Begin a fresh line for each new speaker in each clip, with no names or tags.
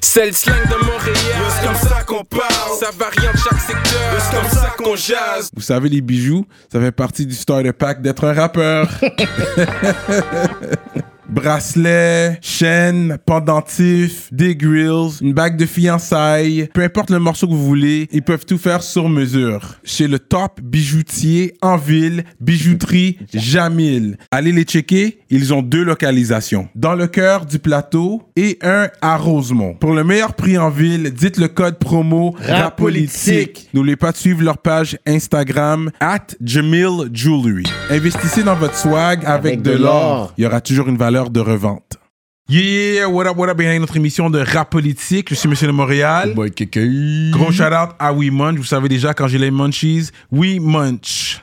C'est le slang de Montréal.
C'est comme ça qu'on parle.
Ça varie en chaque secteur.
C'est comme ça qu'on jase.
Vous savez, les bijoux, ça fait partie du starter pack d'être un rappeur. Bracelet, chaîne, pendentif, des grills, une bague de fiançailles, peu importe le morceau que vous voulez, ils peuvent tout faire sur mesure. Chez le top bijoutier en ville, bijouterie Jamil. Allez les checker, ils ont deux localisations, dans le cœur du plateau et un à Rosemont. Pour le meilleur prix en ville, dites le code promo RAPOLITIQUE. N'oubliez pas de suivre leur page Instagram at Jamil Jewelry. Investissez dans votre swag avec,
Avec
de
de
l'or
l'or.
il y aura toujours une valeur de revente. Yeah, what up, what up, bienvenue à notre émission de rap politique. Je suis Monsieur de Montréal.
Boy, KKI.
Gros shout out à We Munch. Vous savez déjà, quand j'ai les munchies, We Munch.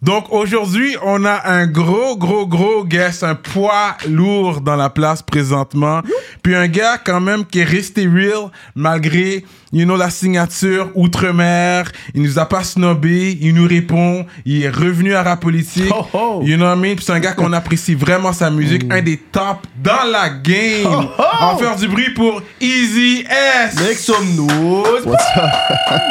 Donc aujourd'hui, on a un gros, gros, gros guest, un poids lourd dans la place présentement. Puis un gars quand même qui est resté real malgré, you know, la signature outre-mer. Il nous a pas snobé, il nous répond, il est revenu à rap politique.
Ho, ho.
You know what I mean? Puis c'est un gars qu'on apprécie vraiment sa musique, un des tops dans la game. En faire du bruit pour Easy S.
Mec, sommes-nous. What's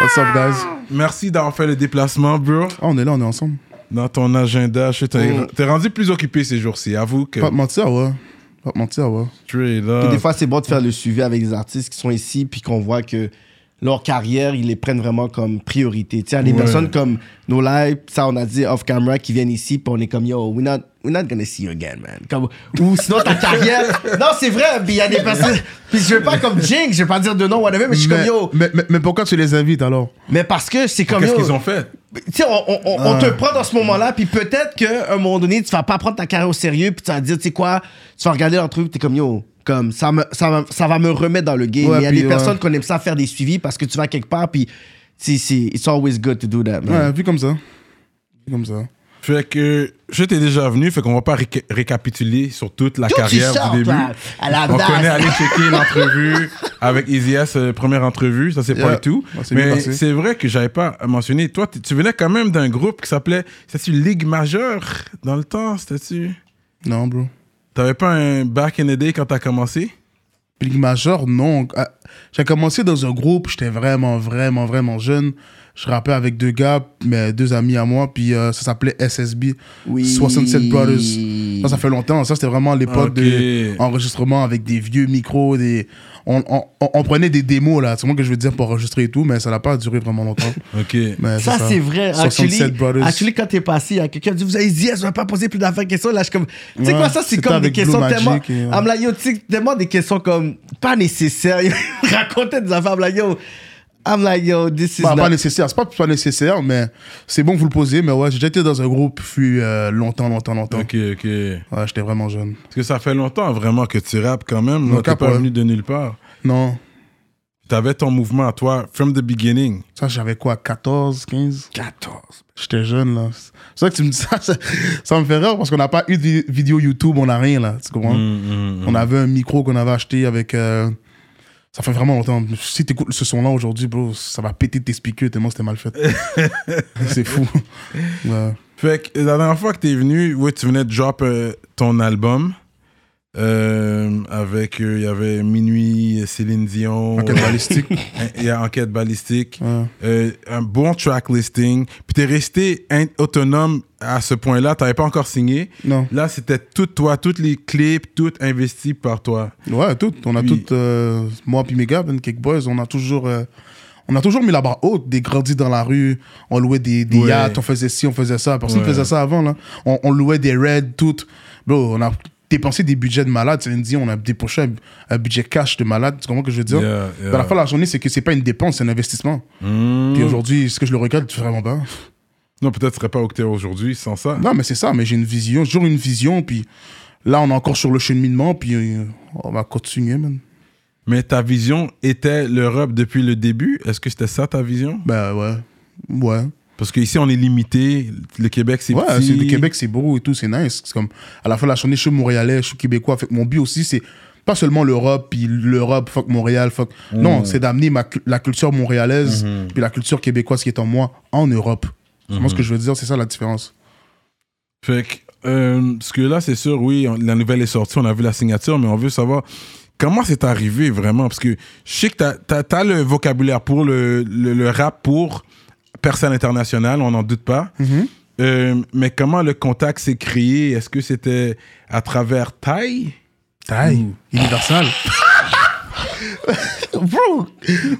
What's up, guys?
Merci d'avoir fait le déplacement, bro.
Ah, on est là, on est ensemble.
Dans ton agenda, je sais, t'es t'es rendu plus occupé ces jours-ci. Avoue que
Pas te mentir, ouais. Pas te mentir, ouais.
straight up.
Puis des fois, c'est bon de faire le suivi avec des artistes qui sont ici, puis qu'on voit que leur carrière, ils les prennent vraiment comme priorité. Tu sais, des
Ouais.
personnes comme No Life, ça, on a dit off-camera, qui viennent ici, puis on est comme, yo, we're not, we're not gonna see you again, man. Comme, ou sinon, ta carrière... Non, c'est vrai, puis il y a des personnes... Puis je veux pas comme Jinx, je veux pas dire de nom, whatever, mais je suis comme,
mais,
yo...
mais, mais- mais pourquoi tu les invites alors?
Mais parce que c'est comme,
Qu'est-ce
yo,
qu'ils ont fait?
tu sais, on, on- on- on te prend dans ce moment-là, puis peut-être qu'à un moment donné, tu vas pas prendre ta carrière au sérieux, puis tu vas dire, tu sais quoi, tu vas regarder l'entrevue, puis t'es comme, yo, comme, ça, me, ça, va- ça va me remettre dans le game.
Ouais,
Mais Il y a
puis
des
ouais.
personnes qu'on aime ça faire des suivis parce que tu vas quelque part, puis, tu sais, c'est- it's always good to do that, man.
Ouais, vu comme ça. Vu comme ça.
Fait que je t'ai déjà venu, fait qu'on va pas réca- récapituler sur toute la
D'où tu
carrière
sors,
du début.
toi, à la
On
base.
connaît, aller checker l'entrevue avec Easy S, euh, première entrevue, ça c'est pas
Yeah.
et tout.
Ouais, c'est bien
Mais
passé.
c'est vrai que j'avais pas mentionné. Toi, t- tu venais quand même d'un groupe qui s'appelait, c'était une Ligue majeure dans le temps, c'était-tu?
Non, bro.
T'avais pas un back in the day quand t'as commencé?
Ligue majeure, non. Ah, J'ai commencé dans un groupe, j'étais vraiment, vraiment, vraiment jeune. Je rappais avec deux gars, mais deux amis à moi, puis euh, ça s'appelait SSB, 67 Brothers. Ça, ça fait longtemps. Ça, c'était vraiment l'époque
Ok.
de enregistrement avec des vieux micros, des... On, on- on- on prenait des démos, là. C'est moi que je veux dire pour enregistrer et tout, mais ça n'a pas duré vraiment longtemps.
Ok.
Mais
Ça, c'est vrai. Actually,
67 Brothers.
actually, quand t'es passé, il y a quelqu'un qui a dit Vous avez dit, je vais pas poser plus d'affaires questions. Là, je suis comme. Tu sais
Ouais,
quoi, ça, c'est
c'était
comme des
avec Blue
questions
Magic
tellement.
et, ouais.
I'm like, yo, tu sais, tellement des questions comme. Pas nécessaires. Raconter des affaires. I'm like, yo. I'm like, yo, this is.
Pas, Bah, pas
not-
nécessaire. C'est pas, pas nécessaire, mais c'est bon que vous le posiez. Mais ouais, j'ai déjà été dans un groupe, fut euh, longtemps, longtemps, longtemps.
Ok, ok.
Ouais, j'étais vraiment jeune.
Parce que ça fait longtemps vraiment que tu rappes quand même.
Mon
là, T'es
cap,
pas
ouais.
venu de nulle part.
Non,
T'avais ton mouvement à toi, from the beginning.
ça, j'avais quoi, 14, 15 14. J'étais jeune, là. C'est vrai que tu me dis ça, ça, ça me fait rire parce qu'on n'a pas eu de vi- vidéo YouTube, on n'a rien, là. Tu comprends
Mm,
On avait un micro qu'on avait acheté avec. euh, ça fait vraiment longtemps. Si t'écoutes ce son-là aujourd'hui, bro, ça va péter tes speakers tellement c'était mal fait. c'est fou. Ouais.
Fait que la dernière fois que t'es venu, ouais, tu venais de drop euh, ton album. euh, avec, euh, il y avait Minuit, Céline Dion. euh,
Enquête balistique.
Il y a Enquête Balistique.
Ouais.
Euh, un bon track listing. Puis t'es resté in- autonome à ce point-là. T'avais pas encore signé.
Non.
Là, c'était tout toi, toutes les clips, tout investi par toi.
Ouais, tout. On a
Puis-
toutes, euh, moi puis mes gars, Ben Cake Boys, on a toujours, euh, on a toujours mis la barre haute, des grandis dans la rue, on louait des, des
Ouais.
yachts, on faisait ci, on faisait ça. Personne
Ouais.
faisait ça avant, là. On, on louait des raids, toutes. Bro, on a dépensé des budgets de malade. Céline dit, on a dépensé un, un budget cash de malade. Tu comprends ce que je veux dire?
Yeah, yeah.
Dans la fin de la journée, c'est que c'est pas une dépense, c'est un investissement.
Mm.
Puis aujourd'hui, est-ce que je le regarde vraiment pas?
Non, peut-être tu serais pas au Terre aujourd'hui sans ça.
Non, mais c'est ça, mais j'ai une vision, j'ai toujours une vision, puis là, on est encore sur le cheminement, puis euh, on va continuer, man.
Mais ta vision était l'Europe depuis le début. Est-ce que c'était ça ta vision
Ben ouais. Ouais.
Parce qu'ici, on est limité. Le Québec, c'est
Ouais,
petit.
c'est- le Québec, c'est beau et tout, c'est nice. C'est comme, à la fin de la journée, je suis montréalais, je suis québécois. Fait que mon but aussi, c'est pas seulement l'Europe, puis l'Europe, fuck Montréal, fuck. Non, c'est d'amener ma cu- la culture montréalaise, puis la culture québécoise qui est en moi, en Europe. C'est vraiment ce que je veux dire, c'est ça la différence.
Fait que, euh, parce que là, c'est sûr, oui, on- la nouvelle est sortie, on a vu la signature, mais on veut savoir Comment c'est arrivé vraiment? Parce que je sais que t'as, t'as, t'as le vocabulaire pour le, le, le rap pour personne internationale, on n'en doute pas.
Mm-hmm.
Euh, mais comment le contact s'est créé? Est-ce que c'était à travers Thaï?
Taille, universal. Bro,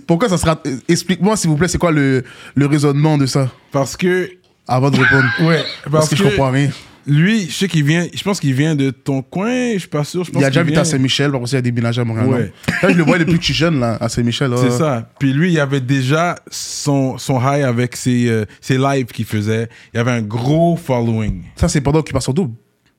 pourquoi ça sera. Explique-moi, s'il vous plaît, c'est quoi le, le raisonnement de ça
Parce que
avant de répondre.
Ouais,
parce, que, je comprends rien.
lui, je sais qu'il vient, je pense qu'il vient de ton coin, je suis pas sûr. Je pense
Il a déjà
qu'il
vu à
vient-
Saint-Michel, parce qu'il a déménagé à Montréal.
Ouais.
non? Là, je le vois depuis que je suis jeune, là, à Saint-Michel. euh, là.
C'est ça. Puis lui, il avait déjà son, son high avec ses, euh, ses lives qu'il faisait. Il avait un gros following.
Ça, c'est pendant Occupation Double.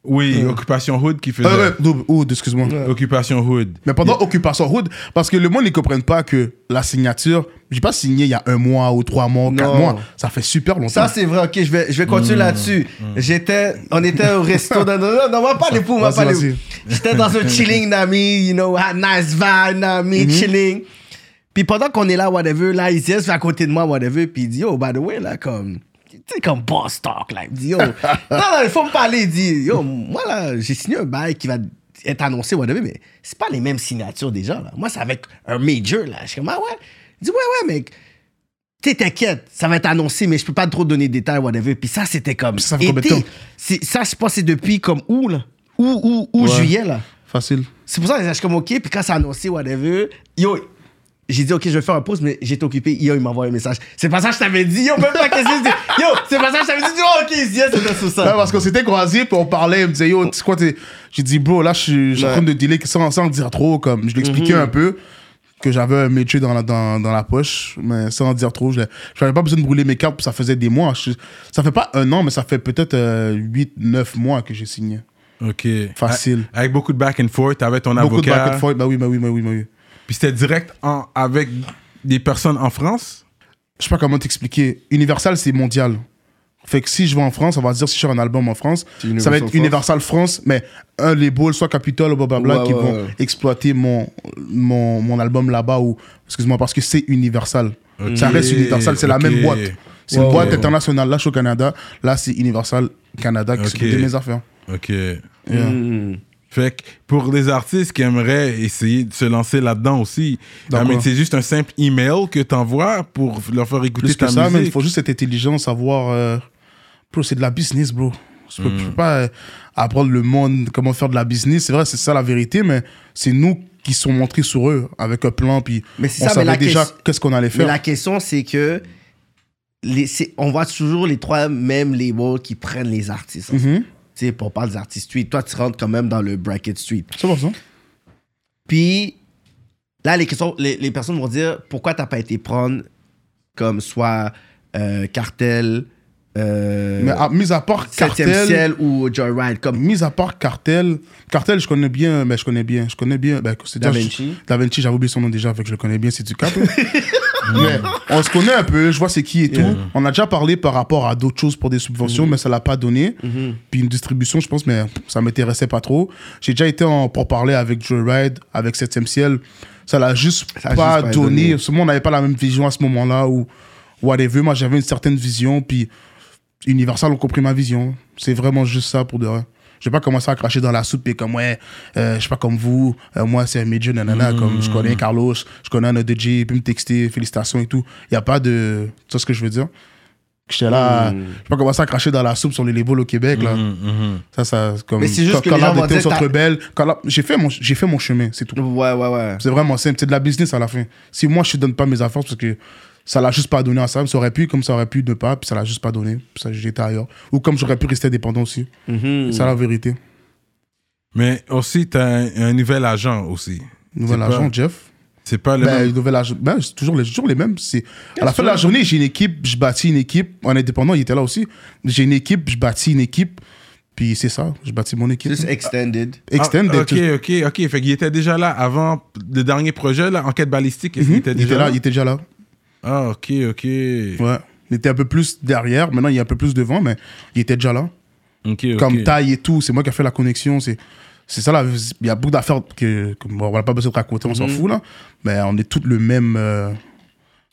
Oui, Occupation Hood qui faisait.
Ah, ouais, double, Hood, excuse-moi.
Occupation Hood.
Mais pendant Occupation Hood, parce que le monde ne comprenne pas que la signature, j'ai pas signé il y a un mois ou trois mois, ou quatre
Non.
mois. Ça fait super longtemps.
Ça, c'est vrai. Ok, je vais, je vais
Mm.
continuer là-dessus. J'étais, on était au resto. Non, non, non, non, on va pas aller pour, on va
Vas-y,
pas aller
vas-y.
pour. J'étais dans un chilling, Nami, you know, a nice vibe, Nami,
Mm-hmm.
chilling. Puis pendant qu'on est là, whatever, là, Isis fait à côté de moi, whatever, puis il dit, yo, by the way, là, comme, tu sais, comme boss talk, là. Il dit, yo, non, non, il faut me parler. Il dit, yo, moi, là, j'ai signé un bail qui va être annoncé, whatever, mais c'est pas les mêmes signatures déjà, là. Moi, c'est avec un major, là. Je suis comme, ah ouais? Il dit, ouais, ouais, mais tu sais, t'inquiète, ça va être annoncé, mais je peux pas trop te donner de détails, whatever. Puis ça, c'était comme.
Ça fait combien de temps?
C'est- Ça, je pense, c'est depuis comme où, là? Où, où, où,
Ouais.
juillet, là?
Facile.
C'est pour ça que je suis comme, OK. Puis quand c'est annoncé, whatever, yo, j'ai dit, OK, je vais faire un pause, mais j'étais occupé. Yo, il m'a envoyé un message. C'est pas ça que je t'avais dit. Yo, même pas qu'est-ce que c'est. Yo, c'est pas ça que je t'avais dit. Yo, OK, yes, c'était sur
Ouais,
ça.
parce qu'on s'était croisés, puis on parlait, il me disait, yo, tu sais quoi, t'es. J'ai dit, bro, là, je suis je suis en train de dealer sans, sans le dire trop, comme. Je l'expliquais un peu, que j'avais un métier dans la, dans, dans la poche, mais sans en dire trop. Je n'avais pas besoin de brûler mes cartes, puis ça faisait des mois. Je- ça fait pas un an, mais ça fait peut-être 8-9 mois que j'ai signé.
OK.
Facile.
A- Avec beaucoup de back and forth, avec ton
Beaucoup de
avocat.
back and forth, bah oui, bah oui, bah oui, bah oui.
Puis c'était direct en, avec des personnes en France.
je sais pas comment t'expliquer. Universal, c'est mondial. Fait que si je vais en France, on va dire si je fais un album en France, ça va
Universal
être Universal France, mais un label, soit Capitol, blablabla,
Ouais,
qui
ouais,
vont
ouais.
exploiter mon, mon, mon album là-bas, ou, excuse-moi, parce que c'est Universal. Ça reste Universal, c'est la
ok.
même boîte. C'est
Ouais,
une boîte
ouais.
internationale, là, je suis au Canada, là, c'est Universal Canada qui
Ok.
s'occupe de mes affaires.
OK. Hmm.
Yeah.
Fait que pour les artistes qui aimeraient essayer de se lancer là-dedans aussi,
Dans
ah, mais
quoi?
c'est juste un simple email que t'envoies pour leur faire écouter
Plus
ta
que ça, mais il
musique.
faut juste être intelligent, savoir. euh, bro, c'est de la business, bro. Je peux,
Hmm.
je peux pas euh, apprendre le monde comment faire de la business. C'est vrai, c'est ça la vérité, mais c'est nous qui sont montrés sur eux avec un plan. Puis
Mais c'est
on
ça,
savait
mais la
déjà
question-
qu'est-ce qu'on allait
Mais
faire.
la question, c'est que. Les, c'est- on voit toujours les trois mêmes labels qui prennent les artistes. en fait.
Mhm.
Tu sais, pour parler des artistes street, toi, tu rentres quand même dans le bracket street.
C'est
Euh,
pour ça.
Puis là, les, questions, les, les personnes vont dire pourquoi t'as pas été prendre comme soit euh, Cartel, euh,
Mais à- mis à part
Septième
cartel,
Ciel ou Joyride. Comme,
mis à part cartel, cartel, je connais bien, mais je connais bien, je connais bien. Ben, c'est
Da
déjà-
Vinci.
Da Vinci, j'avais oublié son nom déjà, fait que je le connais bien, c'est du cap. mais on se connaît un peu, je vois c'est qui et tout. On a déjà parlé par rapport à d'autres choses pour des
Mm-hmm.
subventions, mais ça l'a pas donné. Puis une distribution, je pense, mais ça m'intéressait pas trop. J'ai déjà été en pour parler avec Joyride, avec Septième Ciel. Ça l'a juste
Ça a
pas
juste pas
donné.
donné.
Seulement, on n'avait pas la même vision à ce moment-là ou whatever. Moi, j'avais une certaine vision, puis Universal ont compris ma vision. C'est vraiment juste ça pour de vrai. Je vais pas commencer à cracher dans la soupe et comme, ouais, euh, je suis pas comme vous, euh, moi c'est un major, nanana, comme je connais Carlos, je connais un autre DJ, il peut me texter, félicitations et tout. Il n'y a pas de. Tu vois ce que je veux dire? J'étais là, je vais pas commencer à cracher dans la soupe sur les labels au Québec, là. Ça, ça, comme.
Mais c'est juste
quand-
que
quand
les gens
l'art des
vont dire
thèmes
que
sont
t'as-
rebelles, quand l'art- j'ai fait, mon- j'ai fait mon chemin, c'est tout.
ouais, ouais, ouais.
C'est vraiment simple, c'est de la business à la fin. Si moi je te donne pas mes affaires parce que ça l'a juste pas donné à ça, ça aurait pu comme ça aurait pu ne pas, puis ça l'a juste pas donné, puis ça j'étais ailleurs. Ou comme j'aurais pu rester indépendant aussi. C'est ça la vérité.
Mais aussi, t'as un, un nouvel agent aussi.
Nouvel
C'est
agent,
pas-
Jeff.
C'est pas le
Ben,
même.
nouvel agent. Ben, c'est toujours les, toujours les mêmes. C'est... À la fin de la journée, j'ai une équipe, je bâtis une équipe. En indépendant, il était là aussi. J'ai une équipe, je bâtis une équipe. Puis c'est ça, je bâtis mon équipe.
Juste extended.
Extend
Ah,
d'être-
ok, ok, ok. Fait qu'il était déjà là avant le dernier projet, là, Enquête balistique. Est-ce
Mhm.
qu'il était déjà là,
il était déjà là.
Ah, ok, ok.
Ouais. Il était un peu plus derrière. Maintenant, il est un peu plus devant, mais il était déjà là.
Ok, ok.
comme taille et tout. C'est moi qui ai fait la connexion. C'est c'est ça là. Il y a beaucoup d'affaires que, que- bon, on n'a pas besoin de raconter, on s'en fout là. Mais on est toutes le même. euh,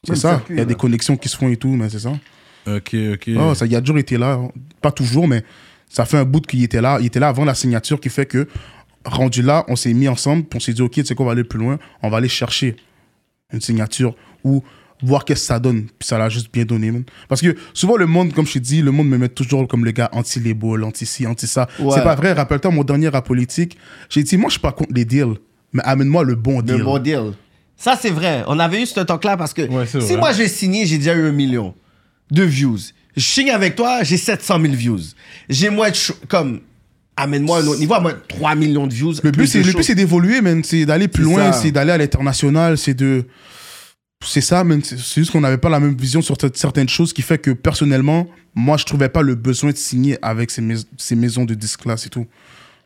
c'est ça. Il y a des connexions qui se font et tout, mais c'est ça.
Ok, ok.
Oh, ça, il a toujours été là. Pas toujours, mais ça fait un bout qu'il était là. Il était là avant la signature qui fait que rendu là, on s'est mis ensemble, puis on s'est dit, OK, tu sais quoi, on va aller plus loin, on va aller chercher une signature ou voir qu'est-ce que ça donne. Puis ça l'a juste bien donné, man. Parce que souvent, le monde, comme je t'ai dit, le monde me met toujours comme le gars anti-les balls, anti-ci, anti-ça.
Ouais.
C'est pas vrai. Rappelle-toi mon dernier rap politique. J'ai dit, moi, je suis pas contre les deals, mais amène-moi le bon
Le
deal.
bon deal. Ça, c'est vrai. On avait eu ce talk-là parce que
Ouais, c'est
si
vrai.
moi j'ai signé, j'ai déjà eu un million de views. Je signe avec toi, j'ai 700 000 views. J'ai moins de cho- comme amène-moi un autre niveau, à moins de 3 millions de views.
Le but, c'est, le but,
plus
c'est d'évoluer, man. C'est d'aller plus
C'est
loin,
ça.
c'est d'aller à l'international, c'est de. C'est ça, man. C'est c'est juste qu'on n'avait pas la même vision sur t- certaines choses qui fait que, personnellement, moi, je trouvais pas le besoin de signer avec ces, mais- ces maisons de disques-là, c'est tout.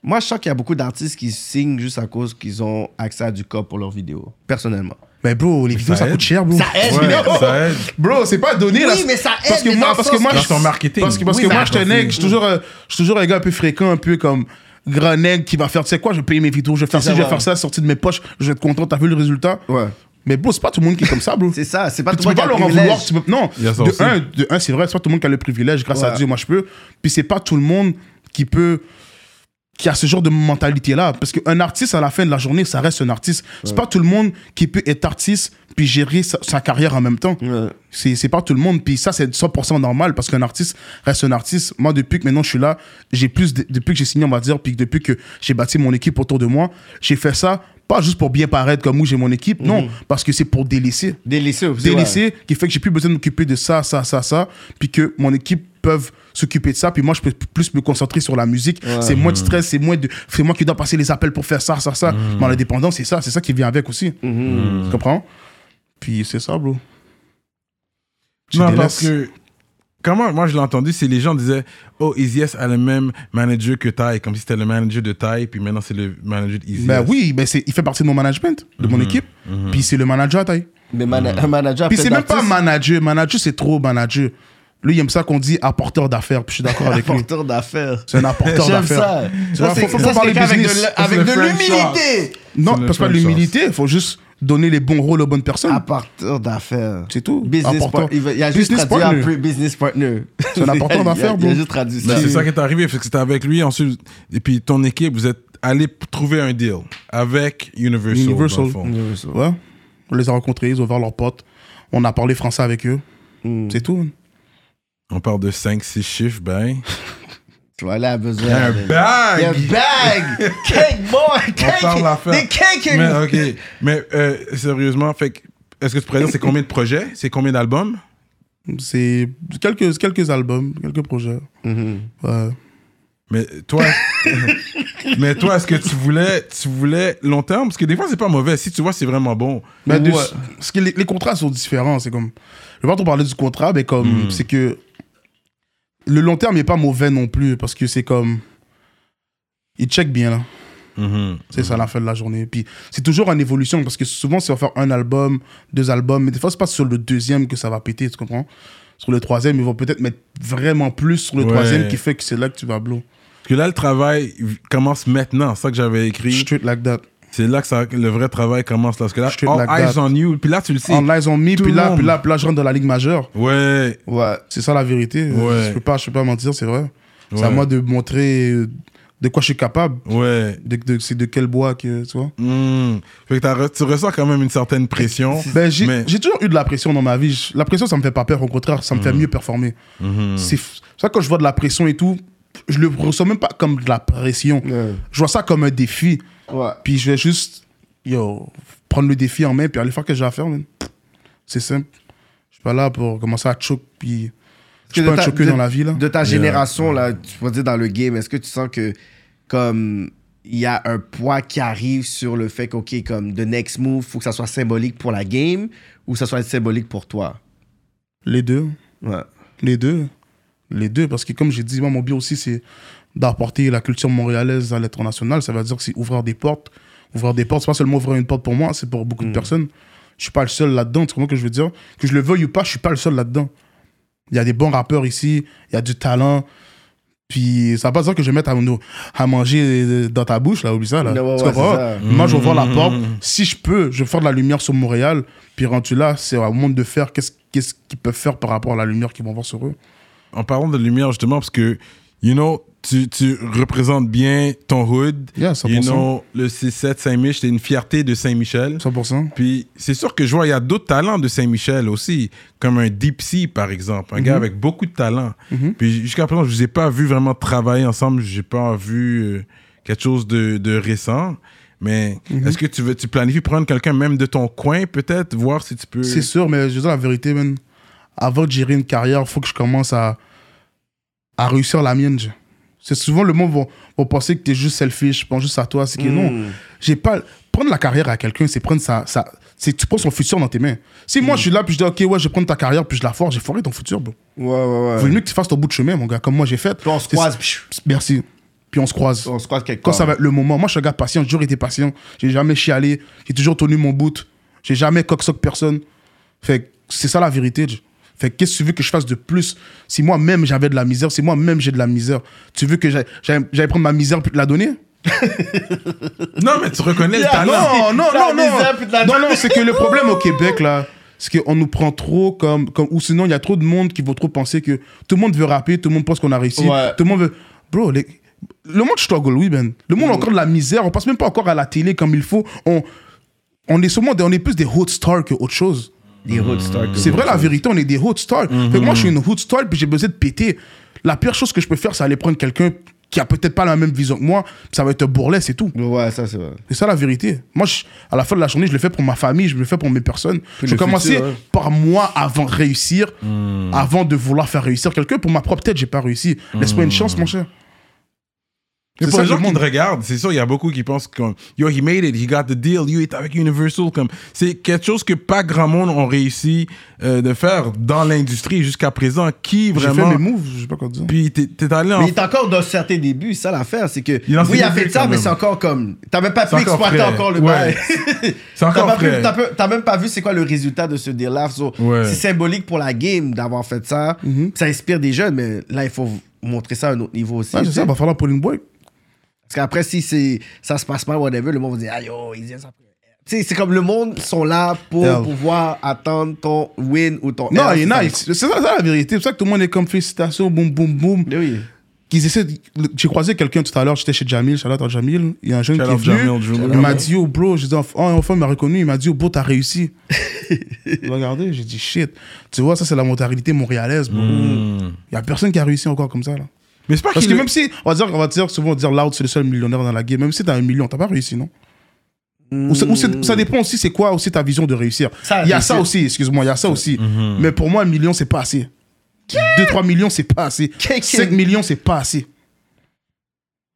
Moi, je sens qu'il y a beaucoup d'artistes qui signent juste à cause qu'ils ont accès à du cop pour leurs vidéos, personnellement.
Mais bro, les vidéos, ça,
aide.
coûte cher, bro.
Ça aide,
Ouais,
mais-
ça aide.
Bro, c'est pas donné,
Oui,
là.
mais ça aide,
Parce que
mais dans
moi,
le
parce
sens
que moi,
que-
je
Dans ton marketing.
Parce que, parce
Oui,
que
ça
moi, je suis un
aide.
nègre, je suis toujours, euh, je suis toujours un gars un peu fréquent, un peu comme grand nègre qui va faire, tu sais quoi, je vais payer mes vidéos, je vais faire
C'est ça,
ci, je vais
ouais.
faire ça, sorti de mes poches, je vais être content, t'as vu le résultat.
Ouais.
Mais bro, c'est pas tout le monde qui est comme ça, bro.
C'est ça, c'est pas
Puis
Ah, tout
tu
le
peux pas
monde qui a
leur
le
en vouloir.
privilège.
tu peux- Non,
Il y a ça aussi.
de un, de un, c'est vrai, c'est pas tout le monde qui a le privilège, grâce à
Ouais.
Dieu, moi je peux. Puis c'est pas tout le monde qui peut, qui a ce genre de mentalité-là. Parce qu'un artiste, à la fin de la journée, ça reste un artiste. C'est pas tout le monde qui peut être artiste puis gérer sa, sa carrière en même temps.
Ouais.
C'est c'est pas tout le monde. Puis ça, c'est 100% normal parce qu'un artiste reste un artiste. Moi, depuis que maintenant je suis là, j'ai plus. de- depuis que j'ai signé, on va dire, puis depuis que j'ai bâti mon équipe autour de moi, j'ai fait ça pas juste pour bien paraître comme où j'ai mon équipe,
Mm.
non, parce que c'est pour délaisser
Délaissé aussi.
délaissé, qui fait que j'ai plus besoin de m'occuper de ça, ça, ça, ça, puis que mon équipe peuvent s'occuper de ça, puis moi je peux plus me concentrer sur la musique, c'est moins de stress, c'est moins de, c'est moi qui dois passer les appels pour faire ça, ça, ça, mais la dépendance c'est ça, c'est ça qui vient avec aussi, tu comprends Puis c'est ça, bro. Tu
Non,
délaisses.
parce que. Comment moi je l'ai entendu, c'est les gens disaient Oh, Easyes a le même manager que Ty, comme si c'était le manager de Ty, puis maintenant c'est le manager de Easyes.
Ben oui, ben c'est, il fait partie de mon management, de mon équipe, puis c'est le manager à taille.
Mais mana- un manager.
Puis
après
c'est même pas
d'artiste,
manager, manager c'est trop manager. Lui il aime ça qu'on dit apporteur d'affaires, puis je suis d'accord avec lui.
porteur d'affaires.
C'est un apporteur
J'aime
d'affaires.
ça.
Tu
Ça,
vois,
c'est
faut- faut
ça,
pas parler
c'est quelqu'un avec de
business.
l'- avec
le
de
French
l'humilité.
Non,
C'est le
parce pas
French
l'humilité, il faut juste donner les bons rôles aux bonnes personnes.
À partir d'affaires.
C'est tout.
Ah, Business
Important.
par- il va- il a juste
Business
traduit
partner.
après business partner.
C'est un important
Il a-
d'affaires,
Il a
bro. Ben,
juste traduit
Mais
ça.
c'est ça qui est arrivé, parce que c'était avec lui, ensuite, et puis ton équipe, vous êtes allé p- trouver un deal avec Universal.
Universal.
dans le fond.
Hmm.
Ouais. On les a rencontrés, ils ont ouvert leurs potes. On a parlé français avec eux. C'est tout.
On parle de 5-6 chiffres, ben.
Tu vois, là, a besoin.
Un
de- Il y a
bag!
bag. Cake, boy. Cake.
parle d'affaires.
Des cakes.
Mais, ok. Mais euh, sérieusement, fait que, est-ce que tu pourrais dire c'est combien de projets? C'est combien d'albums?
C'est quelques, quelques albums, quelques projets.
Mhm.
Ouais.
Mais toi, mais toi, est-ce que tu voulais, tu voulais long terme Parce que des fois, c'est pas mauvais. Si tu vois, c'est vraiment bon.
Ben, de-
Ouais.
parce que les, les contrats sont différents. C'est comme. Je vais pas trop parler du contrat, mais comme. C'est que. Le long terme n'est pas mauvais non plus, parce que c'est comme. Ils checkent bien, là.
Mm-hmm.
C'est ça la fin de la journée. Puis c'est toujours en évolution parce que souvent, c'est on va faire un album, deux albums, mais des fois, c'est pas sur le deuxième que ça va péter, tu comprends Sur le troisième, ils vont peut-être mettre vraiment plus sur le
Ouais.
troisième qui fait que c'est là que tu vas blow.
Parce que là, le travail commence maintenant. C'est ça que j'avais écrit.
Straight like that.
C'est là que ça- le vrai travail commence. Là, parce que là,
Je suis
all
like
eyes
that.
on you. Puis là, tu le sais.
En là, ils ont mis,
tout
puis
le
là,
monde.
puis là, puis là, je rentre dans la ligue majeure.
Ouais.
Ouais. C'est ça la vérité.
Ouais.
Je peux pas, je peux pas mentir, c'est vrai. C'est
Ouais.
à moi de montrer euh, de quoi je suis capable.
Ouais.
De, de- c'est de quel bois que, tu vois.
Hmm. Fait que t'as re- tu ressens quand même une certaine pression.
Ben, j'ai
mais-
j'ai toujours eu de la pression dans ma vie. Je- La pression, ça me fait pas peur. Au contraire, ça me fait mieux performer. C'est f- c'est ça quand je vois de la pression et tout, je le ressens même pas comme de la pression.
Ouais.
Je vois ça comme un défi.
Ouais.
Puis je vais juste yo, prendre le défi en main puis aller faire ce que j'ai à faire. man. C'est simple. Je suis pas là pour commencer à choke puis je suis pas
Parce que
un
de ta-
choqué
de-
dans la vie là.
De ta génération, là, tu vas dire dans le game, est-ce que tu sens que, comme, il y a un poids qui arrive sur le fait qu'OK, comme, the next move, faut que ça soit symbolique pour la game ou que ça soit symbolique pour toi?
Les deux.
Ouais.
Les deux. Les deux, parce que comme j'ai dit, moi, mon but aussi, c'est d'apporter la culture montréalaise à l'international. Ça veut dire que c'est ouvrir des portes. Ouvrir des portes, c'est pas seulement ouvrir une porte pour moi, c'est pour beaucoup
Mm.
de personnes. Je suis pas le seul là-dedans, tu comprends ce que je veux dire Que je le veuille ou pas, je suis pas le seul là-dedans. Il y a des bons rappeurs ici, il y a du talent. Puis ça veut pas dire que je vais mettre à, nous- à manger dans ta bouche, là, oublie ça, là.
Ouais, ouais,
Tu
ouais,
comprends?
c'est ça.
Moi, je vais ouvrir la porte. Si je peux, je vais faire de la lumière sur Montréal. Puis rendu là, c'est au monde de faire qu'est-ce qu'est-ce qu'ils peuvent faire par rapport à la lumière qu'ils vont voir sur eux.
en parlant de lumière justement parce que you know tu, tu représentes bien ton hood.
Yeah, 100%.
You know, le C7 Saint-Mich, c'est une fierté de Saint-Michel.
100%.
Puis c'est sûr que je vois, il y a d'autres talents de Saint-Michel aussi, comme un Deep Sea, par exemple, un
Mhm.
gars avec beaucoup de talent. Puis jusqu'à présent, je ne vous ai pas vu vraiment travailler ensemble, je n'ai pas vu euh, quelque chose de, de récent. Mais
Mhm.
est-ce que tu, veux, tu planifies prendre quelqu'un même de ton coin, peut-être, voir si tu peux.
C'est sûr, mais je veux dire la vérité, man. Avant de gérer une carrière, il faut que je commence à, à réussir la mienne. je- C'est souvent le monde vont, vont penser que t'es juste selfish, je pense juste à toi. C'est que non, j'ai pas. Prendre la carrière à quelqu'un, c'est prendre sa. sa c'est tu prends son futur dans tes mains. Si moi je suis là, puis je dis, ok, ouais, je vais prendre ta carrière, puis je la force, j'ai foré ton futur, bro.
Ouais, ouais,
Vaut mieux que tu fasses ton bout de chemin, mon gars, comme moi j'ai fait.
Puis on se
C'est-
croise, pfiou.
Merci. Puis on se croise.
On se croise quelque
Quand
part.
ça va être le moment. Moi, je suis un gars patient. J'ai toujours été patient. J'ai jamais chialé. J'ai toujours tenu mon bout. J'ai jamais coxoc personne. Fait que c'est ça la vérité. j- Fait que qu'est-ce que tu veux que je fasse de plus Si moi-même j'avais de la misère, si moi-même j'ai de la misère, tu veux que j'aille- j'aille j'aille prendre ma misère puis te la donner
Non, mais tu reconnais le
ah
talent.
non, non,
la
non, non.
misère, puis de la
Non,
donner.
non, c'est que le problème au Québec, là, c'est qu'on nous prend trop comme, comme. Ou sinon, il y a trop de monde qui vont trop penser que tout le monde veut rapper, tout le monde pense qu'on a réussi.
Ouais.
Tout le monde veut. Bro, les- le monde struggle, oui, Ben. Le monde a encore de la misère. On passe même pas encore à la télé comme il faut. On, on est sûrement des- on est plus des hot stars que autre chose.
Des road stars.
C'est vrai, la vérité, on est des hot stars. Fait que moi, je suis une hot star, puis j'ai besoin de péter. La pire chose que je peux faire, c'est aller prendre quelqu'un qui a peut-être pas la même vision que moi, puis ça va être un bourrelet, c'est tout.
Ouais, ça, c'est vrai.
C'est ça la vérité. Moi, je- à la fin de la journée, je le fais pour ma famille, je le fais pour mes personnes. Je vais
le
commencer
futur, ouais.
par moi avant de réussir,
Hmm.
avant de vouloir faire réussir quelqu'un. Pour ma propre tête, j'ai pas réussi. Laisse-moi une chance, mon cher.
Mais
C'est
Hmm. pour
ça
les
que
gens
je
qui te
demande.
regardent, c'est sûr, il y a beaucoup qui pensent comme Yo, he made it, he got the deal, yo, il est avec Universal. Comme, c'est quelque chose que pas grand monde ont réussi euh, de faire dans l'industrie jusqu'à présent. Qui
J'ai
vraiment.
fait mes moves, je sais pas quoi te dire.
Puis t'es, t'es allé en.
Mais il est encore dans certains débuts, c'est ça l'affaire, c'est que.
Il en fait
oui, il a
des
fait
vues,
ça,
quand
mais
même.
c'est encore comme. T'as même pas
C'est
pu
encore
exploiter
frais.
encore le
Ouais.
bail.
C'est encore
T'as pas pu-
frais.
t'as peu- T'as même pas vu c'est quoi le résultat de ce deal-là. So,
Ouais.
C'est symbolique pour la game d'avoir fait ça.
Mhm.
Ça inspire des jeunes, mais là, il faut montrer ça à un autre niveau aussi.
Ouais, c'est
tu
ça,
sais.
il va falloir Pauline Boy.
Parce qu'après, si c'est- ça se passe mal, whatever, le monde va dire, ah yo, ils disent ça. Tu sais, c'est comme le monde sont là pour
Yeah.
pouvoir attendre ton win ou ton.
Non,
L,
il y en a,
ça.
ils- c'est ça, ça, la vérité. C'est pour ça que tout le monde est comme félicitations, boum, boum, boum.
Mais oui.
qu'ils essaient. de- le- J'ai croisé quelqu'un tout à l'heure, j'étais chez Jamil, shout out à Jamil. Il y a un jeune
Shout
qui est
out
venu.
Jamil, Jamil.
Il m'a dit, oh bro, j'ai dit, oh, enfin, il m'a reconnu. Il m'a dit, oh bro, t'as réussi. Regardez, j'ai dit, shit. Tu vois, ça, c'est la mentalité montréalaise, bro.
Hmm.
Il y a personne qui a réussi encore comme ça, là.
Mais c'est pas
Parce
qu'il
que
est-
même si, on va dire, on va dire souvent, on va dire Loud, c'est le seul millionnaire dans la game. Même si t'as un million, t'as pas réussi, non Ou ça, ou c'est- ça dépend aussi, c'est quoi aussi ta vision de réussir.
Ça,
Il y a
réussir.
ça aussi, excuse-moi, il y a ça aussi.
mm-hmm.
Mais pour moi, un million, c'est pas assez. 2-3 millions, c'est pas assez.
Qu'est-
5 millions, c'est pas assez.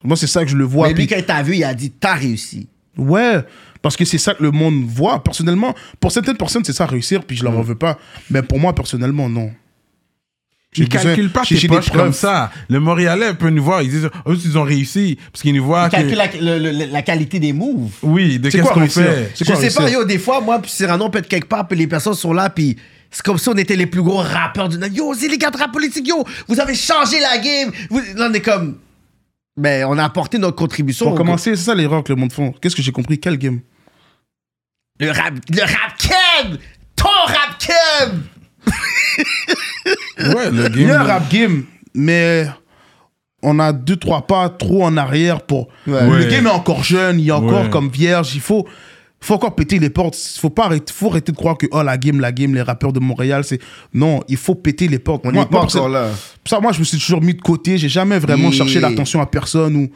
Moi, c'est ça que je le vois.
Mais lui,
puis-
quand il t'a vu, il a dit, t'as réussi.
Ouais, parce que c'est ça que le monde voit. Personnellement, pour certaines personnes, c'est ça réussir, puis je leur en
Mm.
veux pas. Mais pour moi, personnellement, non. J'ai
Il
besoin-
calcule pas
j'ai-
tes
j'ai des
poches comme
preuves.
ça. Le Montréalais peut nous voir, ils disent Eux, ils ont réussi. Parce qu'ils nous voient.
Il
que-
calcule la, le- le- la qualité des moves.
Oui, de
C'est
qu'est-ce
quoi
qu'on
réussir
fait.
C'est
je
quoi
sais pas,
réussir
yo, des fois, moi, puis Cyrano, peut-être quelque part, puis les personnes sont là, puis c'est comme si on était les plus gros rappeurs du monde. Yo, c'est les gars de rap politique, yo, vous avez changé la game. Vous... Là, on est comme. Ben, on a apporté notre contribution.
Pour
On-
commencer, c'est ça l'erreur que le monde font. Qu'est-ce que j'ai compris Quelle game
Le rap. Le rap keb! Ton rap keb!
Ouais, le
Il y a un
game.
rap game, mais on a deux, trois pas trop en arrière pour.
Ouais.
Le game est encore jeune, il est encore
Ouais.
comme vierge. Il faut, faut encore péter les portes. Il faut, pas arrêter, faut arrêter de croire que oh, la game, la game, les rappeurs de Montréal, c'est. Non, il faut péter les portes.
On
Moi-
n'est pas
moi, perso-
encore là.
Ça, moi, je me suis toujours mis de côté. J'ai jamais vraiment
Yeah.
cherché l'attention à personne. ou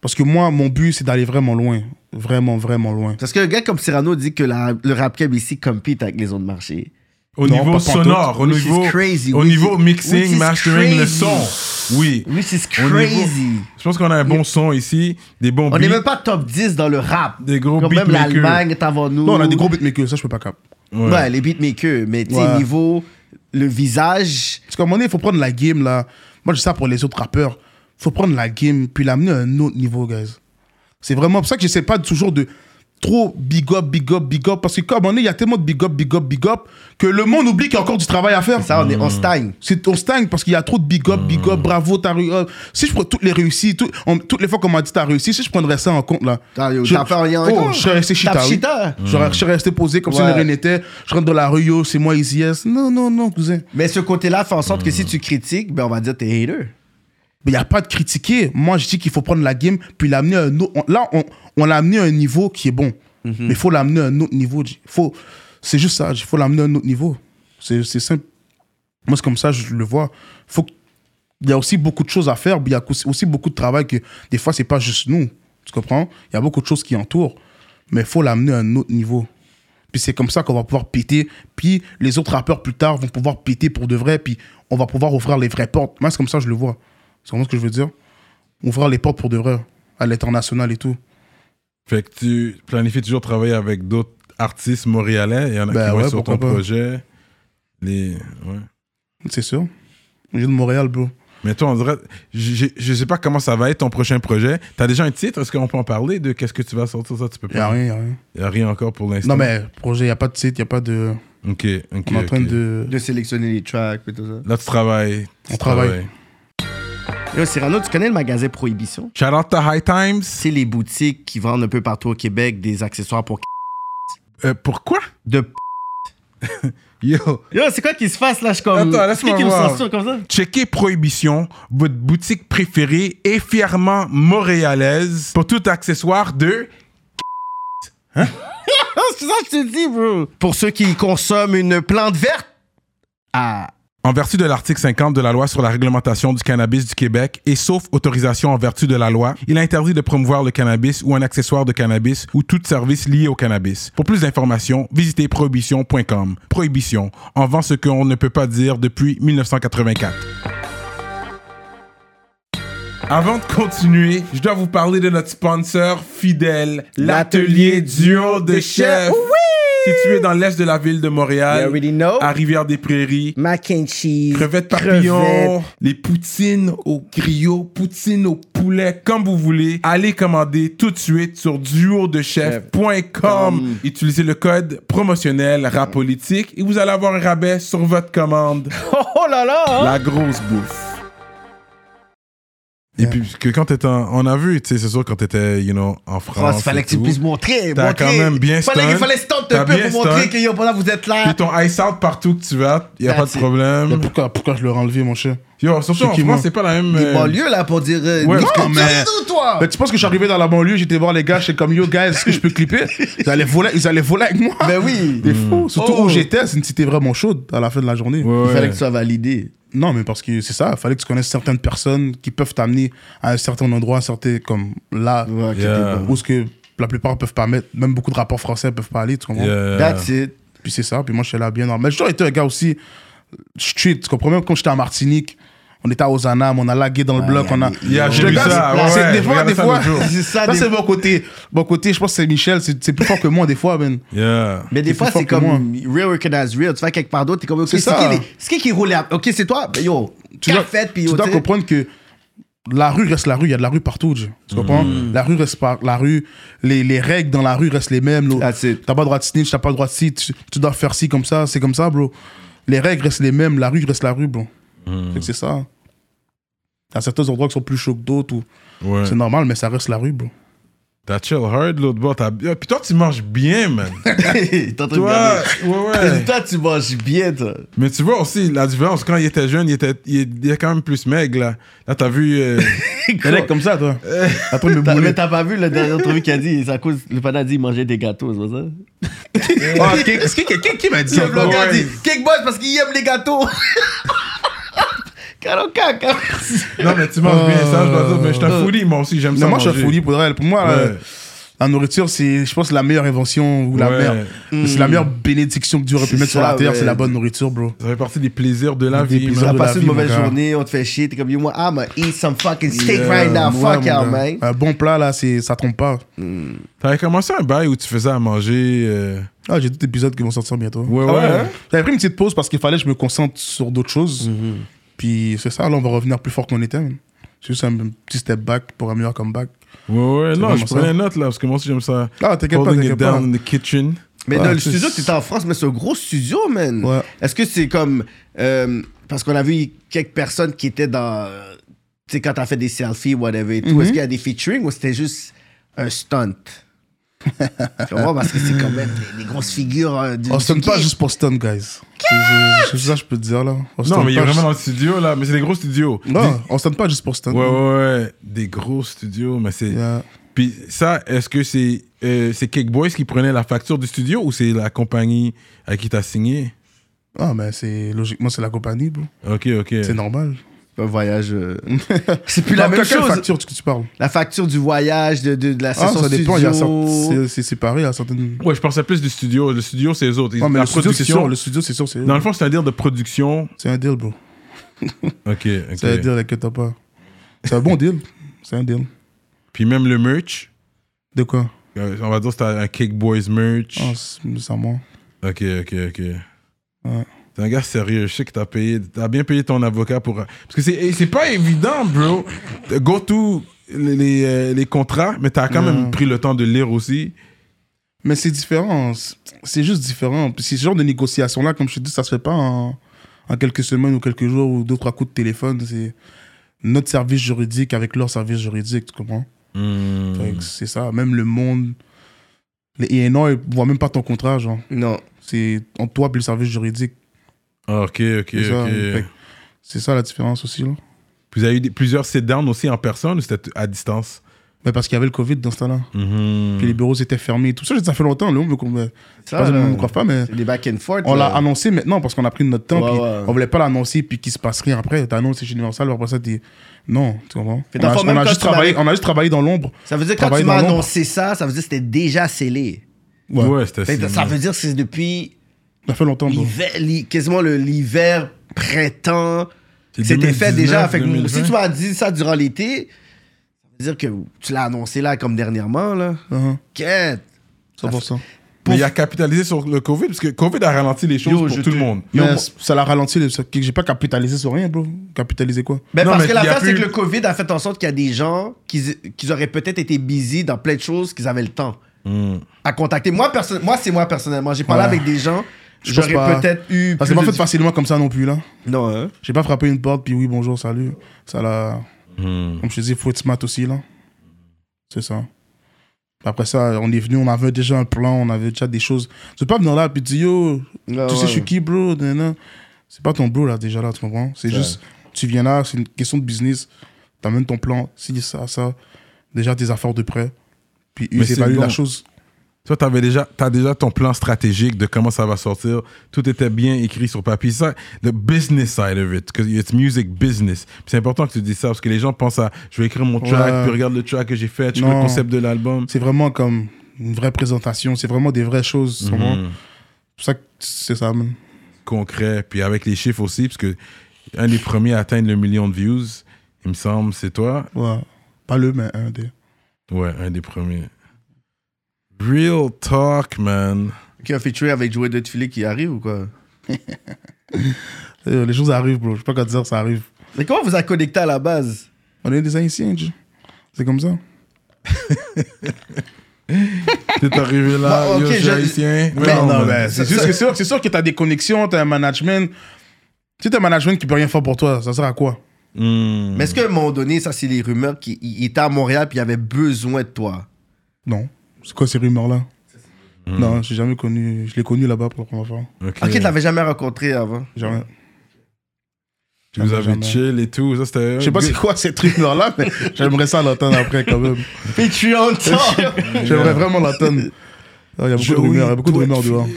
Parce que moi, mon but, c'est d'aller vraiment loin. Vraiment, vraiment loin.
Parce qu'un gars comme Cyrano dit que la- le rap keb ici compete avec les autres marché.
Au
Non,
niveau
pas pantoute.
sonore, au
Which is
niveau.
crazy,
Au
which
niveau
is- which
mixing,
is
mastering, le
crazy.
son. Oui.
Which is
Au niveau-
crazy.
Je pense qu'on a un bon son ici, des bons
On
beats.
n'est même pas top 10 dans le rap.
Des gros
Comme même
beatmakers.
l'Allemagne est avant nous.
Non, on a des gros beatmakers, ça, je peux pas cap.
Ouais, les beatmakers. Mais tu sais,
Ouais.
niveau, le visage.
Parce qu'à un moment donné, il faut prendre la game, là. Moi, je dis ça pour les autres rappeurs. Il faut prendre la game, puis l'amener à un autre niveau, guys. C'est vraiment pour ça que j'essaie pas toujours de trop big up, big up, big up. Parce que, comme un moment donné, il y a tellement de big up, big up, big up, que le monde oublie qu'il y a encore du travail à faire.
Ça, Mmh. on est en stagne.
C'est, on stagne parce qu'il y a trop de big up, big up, bravo, t'as réussi. Si je prends toutes les réussites, tout- on- toutes les fois qu'on m'a dit t'as réussi, si je prendrais ça en compte là.
T'as-
je,
t'as pas rien en
oh,
compte.
je serais resté
T'as
chita. oui.
chita.
Je serais- je serais resté posé comme si
Ouais.
rien n'était. Je rentre dans la rue, yo, c'est moi ici, yes. Non, non, non, cousin.
Mm. Mais ce côté-là fait en sorte que si tu critiques, ben on va dire t'es hater.
Mais il n'y a pas de critiquer. Moi, je dis qu'il faut prendre la game, puis l'amener à un autre. on- là, on, on l'a amené à un niveau qui est bon. Mais il faut l'amener à un autre niveau. G. Faut, c'est juste ça. Il faut l'amener à un autre niveau. C'est, c'est simple. Moi, c'est comme ça, je le vois. Faut que- il y a aussi beaucoup de choses à faire. puis Il y a aussi- aussi beaucoup de travail que des fois, c'est pas juste nous. Tu comprends Il y a beaucoup de choses qui entourent. Mais il faut l'amener à un autre niveau. Puis c'est comme ça qu'on va pouvoir péter. Puis les autres rappeurs plus tard vont pouvoir péter pour de vrai. Puis on va pouvoir ouvrir les vraies portes. Moi, c'est comme ça que je le vois. C'est vraiment ce que je veux dire. Ouvrir les portes pour de vrai. À l'international et tout.
Fait que tu planifies toujours travailler avec d'autres artistes montréalais. Il y en a
Ben
qui vont
ouais,
être sur ton
pourquoi pas.
projet. Les... Ouais.
C'est sûr. Je viens de Montréal, bro.
Mais toi, on dirait, je je- je sais pas comment ça va être ton prochain projet. T'as déjà un titre Est-ce qu'on peut en parler de qu'est-ce que tu vas sortir Ça, tu peux
Il a
pas.
rien, y a rien.
Il y a rien encore pour l'instant.
Non, mais projet, il n'y a pas de site, il n'y a pas de.
Ok, ok.
On est en train
ok.
de.
De sélectionner les tracks et tout ça.
Là, tu travailles. Tu
On travaille.
travailles.
Yo, Cyrano, tu connais le magasin Prohibition?
Shout out to High Times.
C'est les boutiques qui vendent un peu partout au Québec des accessoires pour
Euh, pourquoi
de p-
Yo,
Yo, c'est quoi qui se passe là? Je suis comme.
Attends, laisse-moi
Qui qui nous
voir.
censure comme ça?
checkez Prohibition, votre boutique préférée et fièrement montréalaise pour tout accessoire de.
Ah, c'est ça que je te dis, bro. Pour ceux qui consomment une plante verte. Ah.
En vertu de l'article 50 de la loi sur la réglementation du cannabis du Québec et sauf autorisation en vertu de la loi, il est interdit de promouvoir le cannabis ou un accessoire de cannabis ou tout service lié au cannabis. Pour plus d'informations, visitez prohibition.com. Prohibition, en vend ce qu'on ne peut pas dire depuis 1984. Avant de continuer, je dois vous parler de notre sponsor fidèle, l'atelier duo de chef.
Oh
Situé dans l'est de la ville de
You
Montréal,
already know.
à Rivière-des-Prairies,
Mac and cheese.
Crevettes papillons,
crevettes.
les poutines au griot, poutines au poulet, comme vous voulez. Allez commander tout de suite sur duodechef.com. Utilisez le code promotionnel rap politique et vous allez avoir un rabais sur votre commande.
Oh, oh là là. hein.
La grosse bouffe. Et puis que quand t'étais, en- on a vu, tu sais, c'est sûr quand t'étais, you know, en France.
il Ah, fallait
et
que tu
tout.
puisses montrer.
T'as
montrer.
quand même bien
fallait,
stun.
Il fallait stun
T'as
un peu
bien
pour montrer
stun.
que yo, voilà, vous êtes là.
Puis ton ice out partout que tu vas, y a
That's
pas de problème.
Mais pourquoi, pourquoi je l'aurais enlevé, mon cher
Yo, surtout
C'est
en
qui,
France,
moi?
c'est pas la même.
Il
euh,
est pas lieu là pour dire. euh,
Ouais,
Nick,
non,
tu
mais-
fais tout, toi.
Mais tu penses que j'arrivais dans la banlieue, j'étais voir les gars, j'étais comme yo, guys, est-ce que je peux clipper Ils allaient voler, ils allaient voler avec moi.
Ben oui.
Des fous. Surtout
Oh.
où j'étais, c'est une cité vraiment chaude à la fin de la journée.
Mm. ouais,
Il fallait
ouais.
que tu sois validé.
Non, mais parce que c'est ça, il fallait que tu connaisses certaines personnes qui peuvent t'amener à un certain endroit, un certain, comme là,
Ouais, ok,
Yeah.
t'es bon.
où ce que la plupart peuvent pas mettre, même beaucoup de rapports français peuvent pas aller, tu comprends
Yeah.
That's it.
Puis c'est ça, puis moi je suis là bien normal. Mais j'ai toujours été un gars aussi street, tu comprends Même quand j'étais en Martinique, on était à Ozanam, on a lagué dans le bloc, on a.
Yeah, j'ai
Le
vu
gars,
ça,
c'est-
ouais,
c'est-
ouais,
des fois,
regardez
des
ça
fois,
l'autre jour.
c'est ça,
des-
c'est mon côté. Mon côté, je pense que c'est Michel, c'est c'est plus fort que moi des fois, man.
Yeah.
Mais des
T'es plus
fois,
fort
c'est
que moi.
comme real recognize real. Tu vas quelque part d'autre, t'es comme, ok,
C'est
c'est
ça.
qui, les- c'est qui qui roule à- Ok, c'est toi. Ben, yo,
Tu dois,
fête, puis
tu
yo,
dois
t'sais.
comprendre que la rue reste la rue, il y a de la rue partout, tu
Mm.
tu comprends La rue reste par la rue, les, les règles dans la rue restent les mêmes. l'autre.
That's it.
T'as pas le droit de snitch, t'as pas le droit de ci, tu, tu dois faire ci comme ça, c'est comme ça, bro. Les règles restent les mêmes, la rue reste la rue, bro.
Mm.
Fait que C'est ça. T'as certains endroits qui sont plus chauds que d'autres, ou-
Ouais.
c'est normal, mais ça reste la rue, bro.
T'as chill hard, l'autre bord. T'as... Yo, Puis toi, tu manges bien, man.
T'es en train de
toi,
regarder.
ouais, ouais.
Toi, tu manges bien, toi.
Mais tu vois aussi la différence. Quand il était jeune, il était, il il était quand même plus maigre, là. Là, t'as vu. euh,
T'es là comme ça, toi. Après, me
T'as- Mais
bouler.
t'as pas vu la dernière entrevue qu'il a dit, c'est à cause, le panneau a dit il mangeait des gâteaux, c'est pas ça?
Ah, ok. Est-ce que quelqu'un qui m'a dit ça
Le blogueur
ouais.
dit Kickbox parce qu'il aime les gâteaux. Caroca, car-
Non, mais tu manges bien, ça, je dois dire. Mais je suis un folie, moi aussi, j'aime ça.
Non, Euh, moi, je suis
manger.
un folie pour de vrai. Pour moi,
Ouais.
euh, la nourriture, c'est, je pense, la meilleure invention ou la
Ouais.
meilleure, c'est la meilleure bénédiction que tu aurais pu
Mm. C'est
mettre sur la
ça,
terre.
ouais.
C'est la bonne nourriture, bro.
Ça fait partie des plaisirs de la
Des
vie.
plaisirs
T'as
de la
passé
vie,
une
mon
mauvaise
gars.
journée, on te fait chier, t'es comme, moi, I'ma eat some fucking steak
Yeah,
right now,
ouais,
fuck
mon
y'all,
gars.
man.
Un bon plat, là, c'est, ça trompe pas.
T'avais commencé un bail où tu faisais à manger. euh,
Ah, j'ai d'autres épisodes qui vont sortir bientôt.
Ouais,
Ah
ouais.
hein?
J'avais pris une petite pause parce qu'il fallait que je me concentre sur d'autres choses.
Mm-hmm.
Puis c'est ça, là, on va revenir plus fort qu'on était. man. C'est juste un petit step back pour un meilleur comeback.
Ouais, ouais. Non, je
vraiment ça.
prenais note, là, parce que moi aussi, j'aime ça.
Ah, t'inquiète pas,
Holding
t'inquiète
it down
pas.
in the kitchen.
Mais
Ouais,
dans le
c'est-
studio, t'étais en France, mais c'est un gros studio, man.
Ouais.
Est-ce que c'est comme. euh, parce qu'on a vu quelques personnes qui étaient dans. euh,
Mhm.
Tu sais, quand t'as fait des selfies, whatever et tout. Est-ce qu'il y a des featuring ou c'était juste un stunt? Tu vois, parce que c'est quand même des, des grosses figures euh, du.
On
du
se donne pas
game.
juste pour stun, guys. C'est c'est- c'est ça que je peux te dire, là. On se
Non,
donne
mais il est
pas
vraiment
juste-
dans le studio, là. Mais c'est des gros studios.
Non, on se donne pas juste pour stun.
Ouais, ouais, ouais. Des gros studios, mais c'est...
Yeah.
Puis ça, est-ce que c'est euh, c'est Cake Boys qui prenait la facture du studio ou c'est la compagnie à qui t'as signé
Ah, mais c'est logiquement, c'est la compagnie, bro.
Ok, ok.
C'est normal.
Un voyage. euh, c'est plus la
Non,
même
quelle
chose.
facture tu- que tu parles
La facture du voyage, de, de, de la
Ah,
session
ça dépend. il y a
studio.
cert- c'est- C'est séparé à certaines.
Ouais, je pensais plus du studio. Le studio, c'est les autres. Ils-
Non, mais
la
le studio, c'est
production-
sûr. Le studio, c'est sûr. c'est-
Dans le fond, c'est un deal de production.
C'est un deal, bro.
Ok, ok.
C'est un deal que t'as pas. C'est un bon deal. C'est un deal.
Puis même le merch.
De quoi
euh, on va dire que c'était un Cake Boys merch.
Ah, c'est c'est à moi.
Ok, ok, ok.
Ouais.
T'es un gars sérieux. Je sais que t'as payé, t'as bien payé ton avocat pour. Parce que c'est et c'est pas évident, bro. Go to les, les, euh, les contrats, mais t'as quand même pris le temps de lire aussi.
Mais c'est différent. C'est- C'est juste différent. Puis C'est ce genre de négociation-là, comme je te dis, ça se fait pas en, en quelques semaines ou quelques jours ou deux, trois coups de téléphone. C'est notre service juridique avec leur service juridique, tu comprends
Hmm.
Fait que C'est ça. Même le monde. Les INA, ils voient même pas ton contrat, genre.
Non.
C'est entre toi et le service juridique.
Ah, Ok, ok,
C'est ça. hein.
ok.
Fait que C'est ça la différence aussi, là.
Vous avez eu des- plusieurs sit-downs aussi en personne ou c'était à distance
Mais Ben, parce qu'il y avait le Covid dans ce temps-là.
Hmm.
Hmm.
Puis les bureaux étaient fermés et tout ça. Ça fait longtemps, là. On veut qu'on- mais-
Ça,
pas-
Ah, là,
on ne croit pas, mais
C'est des back and forth.
on
là.
l'a annoncé maintenant parce qu'on a pris notre temps.
Ouais,
puis
ouais.
On voulait pas l'annoncer puis qu'il se passe rien après. T'annonces chez Universal, puis après ça, t'es. Non, tu comprends
Fait
on a,
dans le fond, même
on a
quand
juste
tu
travaillé,
m'avais-
on a juste travaillé dans l'ombre.
Ça veut dire que quand
Travailler
tu m'as
dans l'ombre.
annoncé ça, ça veut dire que c'était déjà scellé.
Ouais,
Ouais.
c'était
Fait que
signé.
Ça veut dire que c'est depuis
Ça fait longtemps, bro. Uh-huh.
l'hiver, l'hi- quasiment le- l'hiver, printemps.
C'est
C'était fait
2019,
déjà. Fait que
2020.
si tu m'as dit ça durant l'été, ça veut dire que tu l'as annoncé là comme dernièrement. là.
Uh-huh.
Quête.
100%.
Mais il a capitalisé sur le COVID parce que COVID a ralenti les choses
Yo,
pour
je
tout
te-
le monde.
Mais
Yo,
ça l'a ralenti. le- ça- J'ai pas capitalisé sur rien, bro. Capitalisé quoi
Ben
Non,
parce
mais
que la
il y a
l'affaire, c'est
plus-
que le COVID a fait en sorte qu'il y a des gens qui, qui auraient peut-être été busy dans plein de choses qu'ils avaient le temps
Hmm,
à contacter. Moi, perso- moi c'est moi personnellement. J'ai parlé
Ouais.
avec des gens,
Je pense
j'aurais
pas.
peut-être eu.
Parce
plus
que pas
de
fait facilement comme ça non plus, là.
diff- Non, hein.
J'ai pas frappé une porte, puis oui, bonjour, salut. Ça l'a.
hmm.
Comme je te dis, faut être smart aussi, là. C'est ça. Après ça, on est venu, on avait déjà un plan, on avait déjà des choses. Tu peux pas venir là, puis dire, yo,
Ah
Ouais,
tu sais,
Ah ouais.
je suis qui, bro? nanana. C'est pas ton bro, là, déjà, là, tu comprends? C'est juste, tu viens là, c'est une question de business. T'amènes ton plan, si ça, ça. Déjà, tes affaires de près. Puis,
Mais
ils
c'est
évaluent
bon.
la chose.
Toi, t'avais déjà, t'as déjà ton plan stratégique de comment ça va sortir. Tout était bien écrit sur papier. Ça, the business side of it, because it's music business. Puis C'est important que tu dis ça parce que les gens pensent à, je vais écrire mon track,
Ouais.
puis regarde le track que j'ai fait, je fais le
Non.
concept de l'album.
C'est vraiment comme une vraie présentation, c'est vraiment des vraies choses.
Hmm.
tu comprends?
Mhm.
C'est pour ça que c'est ça, man.
concret, puis avec les chiffres aussi, parce que un des premiers à atteindre le million de views, il me semble, c'est toi.
Ouais. Pas le, mais un des.
Ouais, un des premiers. Real talk, man.
Qui a featuré avec Joey de Filé qui arrive ou quoi
Euh, Les choses arrivent, bro. Je sais pas quoi te dire, ça arrive.
Mais comment vous a connecté à la base
On est des Haïtiens, tu- C'est comme ça.
T'es arrivé là,
Bah, ok,
yo, je suis
je-
haïtien.
Mais
non,
non,
man.
mais Euh, c'est juste que c'est sûr, c'est sûr que t'as des connexions, t'as un management. Si t'as un management qui peut rien faire pour toi, ça sert à quoi
Hmm.
Mais est-ce qu'à un moment donné, ça, c'est les rumeurs qui il- il était à Montréal puis il avait besoin de toi
Non. C'est quoi ces rumeurs-là
Hmm.
Non, j'ai jamais connu. Je l'ai connu là-bas pour la première fois.
Ok.
Ok, tu l'avais jamais rencontré avant.
Jamais.
Tu nous avais
Jamais.
chill et tout. Ça, c'était.
Je sais pas c'est quoi ces rumeurs-là, mais j'aimerais ça l'entendre après quand même.
Patreon
J'aimerais vraiment l'entendre. Ah, Il y a beaucoup de
Joey
rumeurs, il y a beaucoup de rumeurs dehors.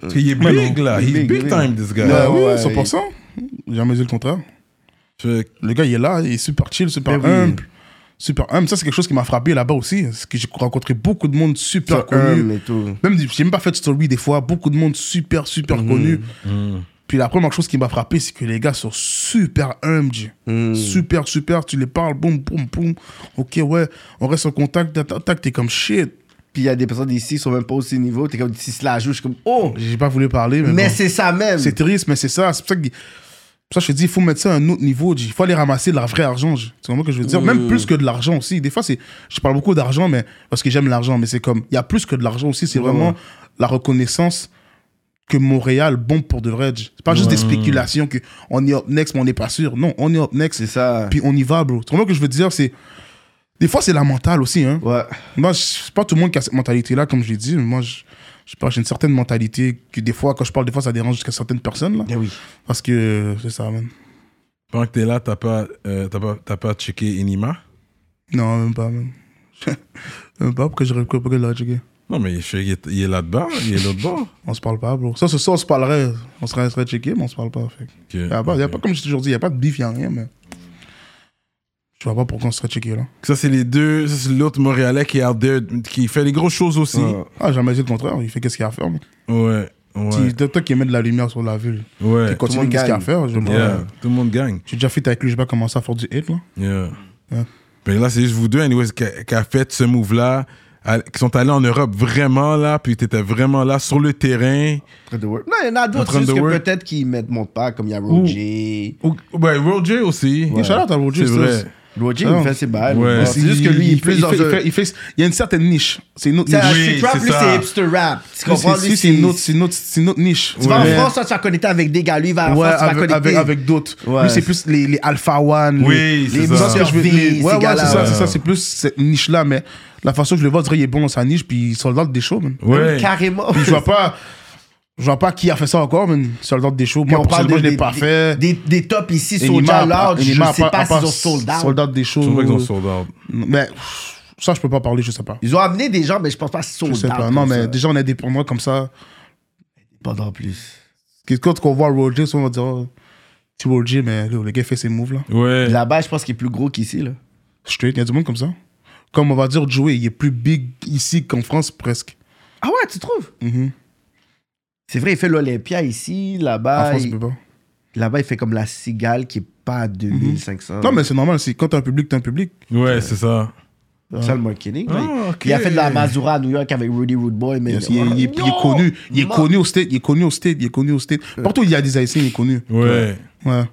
Parce qu'il est
Ouais,
big,
non.
là. Il est
Big,
big,
big.
time, this guy.
Bah oui,
ouais, ouais.
100%. J'ai Jamais eu le contraire.
Fait que
Le gars, il est là, il est super chill, super
Ben oui.
humble. Super humble. Ça, c'est quelque chose qui m'a frappé là-bas aussi. C'est que j'ai rencontré beaucoup de monde super connu.
et tout.
Même, des- j'ai même pas fait de story des fois. Beaucoup de monde super, super
Hmm.
connu. Puis la première chose qui m'a frappé, c'est que les gars sont super humbles. G.
Hmm.
Super, super. Tu les parles, boum, boum, boum. Ok, ouais, on reste en contact. Tac, tac, tac, t'es comme shit.
Puis il y a des personnes ici qui sont même pas au ce niveau. T'es comme, si se la joue, je suis comme, oh,
J'ai pas voulu parler, mais,
mais
bon.
c'est ça même.
C'est triste, mais c'est ça. C'est pour ça que, pour ça que je te dis, il faut mettre ça à un autre niveau. Il faut aller ramasser de la vraie argent. G. Tu comprends ce que je veux dire? Même plus que de l'argent aussi. Des fois, c'est, je parle beaucoup d'argent, mais parce que j'aime l'argent, mais c'est comme, il y a plus que de l'argent aussi. C'est vraiment la reconnaissance que Montréal bombe pour de vrai. G. C'est pas juste des spéculations que on est up next, mais on n'est pas sûr. Non, on est up next.
C'est ça.
Puis on y va, bro. Tu comprends ce que je veux dire? C'est, Des fois, c'est la mentale aussi. Hein.
Ouais.
Moi, je- c'est pas tout le monde qui a cette mentalité-là, comme je l'ai dit. mais Moi, je, je sais pas, j'ai une certaine mentalité que des fois, quand je parle, des fois, ça dérange jusqu'à certaines personnes. Là,
Eh oui.
parce que euh, c'est ça, man.
Pendant que t'es là, t'as pas, euh, t'as pas, t'as pas checké Enima
Non, même pas, même. même pas, pourquoi j'aurais pourquoi pourquoi je l'aurais checké
Non, mais je sais qu'il est- il est là-dedans, il est l'autre bord.
On se parle pas, bro. Ça, ce soir, on se parlerait. On serait, serait checké, mais on se parle pas. Fait. que-
Ok,
Y a pas, Ah, y a
ok.
pas, comme j'ai toujours dit, y a pas de bif, y a rien, mais. Je vois pas pourquoi on serait checké, là.
Ça, c'est les deux. Ça, c'est l'autre Montréalais qui est out there, qui fait des grosses choses aussi. Ouais.
Ah, jamais dit le contraire. Il fait qu'est-ce qu'il y a à faire, mais.
Ouais.
Si- Toi toi qui mets de la lumière sur la ville.
Ouais.
Tu
Tout le
continues
monde
qu'est-ce qu'il y a à
gagne.
faire. Je me-
Yeah. Tout le monde gagne.
J'ai déjà fait avec lui, j'ai pas commencé à faire du hate, là.
Yeah.
Ouais.
Mais là, c'est juste vous deux, anyways, qui a, qui a fait ce move-là, à- qui sont allés en Europe vraiment là, puis t'étais vraiment là sur le terrain.
Train de work. Non, il y en a d'autres,
train
c'est juste
de
que
work.
peut-être qu'ils ne montent pas, comme il y a Roger.
Ou- Ouais, Roger aussi.
Ouais. Shout out à Roger,
C'est
ça,
vrai.
Roger,
Ah.
il fait ses balles.
Ouais.
mais Euh, C'est juste que lui, il est plus
fait-
dans
il fait-
un-
il fait- il fait- il y a une certaine niche. C'est une autre
C'est un
niche.
street
c'est
rap, lui,
ça.
c'est hipster rap. Tu
Lui,
comprends?
c'est-
Lui,
c'est une autre- c'est une autre- c'est une autre niche.
Tu vas en
Ouais.
France, toi, tu vas connecter avec des gars. Lui, il va en
Ouais,
France, tu vas
avec, avec,
connecter.
avec d'autres.
Ouais.
Lui, c'est plus les, les Alpha One.
Oui,
les,
c'est ça.
ce que je veux-
Survie,
les-
ces
Ouais, ouais, c'est
gars-là.
ça,
Ouais.
c'est ça. C'est plus cette niche-là, mais la façon que je le vois, je dirais, il est bon dans sa niche, puis il soldat des shows, man.
Ouais.
Carrément.
Puis je vois pas, je vois pas qui a fait ça encore, man. Soldat des shows.
Puis
Moi, personnellement, je l'ai pas fait.
Des, des tops ici,
Enima,
Soulja Loud, je
Enima,
ne sais
à
pas
part
s'ils ont sold out.
Soldat des shows.
Je trouve qu'ils ont sold out.
Mais pff, ça, je peux pas parler, je sais pas.
Ils ont amené des gens, mais je pense pas sold
Je
out.
sais pas. Non,
comme
mais
ça.
déjà, on est dépendant comme ça.
Pas non plus.
Quand on voit Roger, on va dire, oh, petit Roger, mais yo, le gars fait ses moves, là.
Ouais.
Là-bas, je pense qu'il est plus gros qu'ici, là.
Straight, il y a du monde comme ça. Comme on va dire, Joey, il est plus big ici qu'en France presque.
Ah ouais, tu trouves?
Mhm.
C'est vrai, il fait l'Olympia ici,
En
là-bas.
France,
il-
il peut pas.
Là-bas, il fait comme la cigale qui est pas à 2500.
Mm-hmm. Non, mais c'est normal. c'est- Quand t'as un public, t'as un public.
Ouais, c'est ça.
C'est ça le marketing. là.
Ah, ok.
Il a fait de la Mazura à New York avec Rudy Rude Boy, mais.
Il, est- il est- il est- il est connu. Il est connu au state. Il est connu au state. Il est connu au state. Partout où il y a des Haïtiens, il est connu.
Ouais.
Ouais.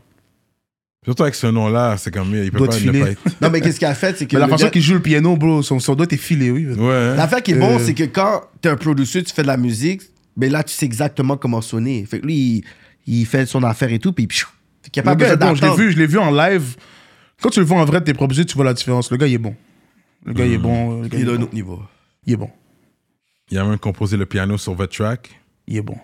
Surtout avec ce nom-là, c'est comme il peut
Doit
pas
te
ne
filer.
pas être.
Non, mais qu'est-ce qu'il a fait? C'est que.
Mais la
le
façon
gars-
qu'il joue le piano, bro, son, son doigt est filé, oui.
Ouais.
L'affaire qui est bon,
Euh.
c'est que quand t'es un producer, tu fais de la musique, mais là, tu sais exactement comment sonner. Fait que lui, il, il fait son affaire et tout, puis pfiou. Fait qu'il n'y a pas
Le gars
besoin
est bon. Je l'ai
d'attendre.
vu, je l'ai vu en live. Quand tu le vois en vrai, t'es pas obligé, tu vois la différence. Le gars, il est bon. Le gars, il est bon. Le gars,
Hmm.
il,
Il est
est
d'un
bon.
autre niveau.
il est bon.
Il a même composé le piano sur votre track.
Il est bon.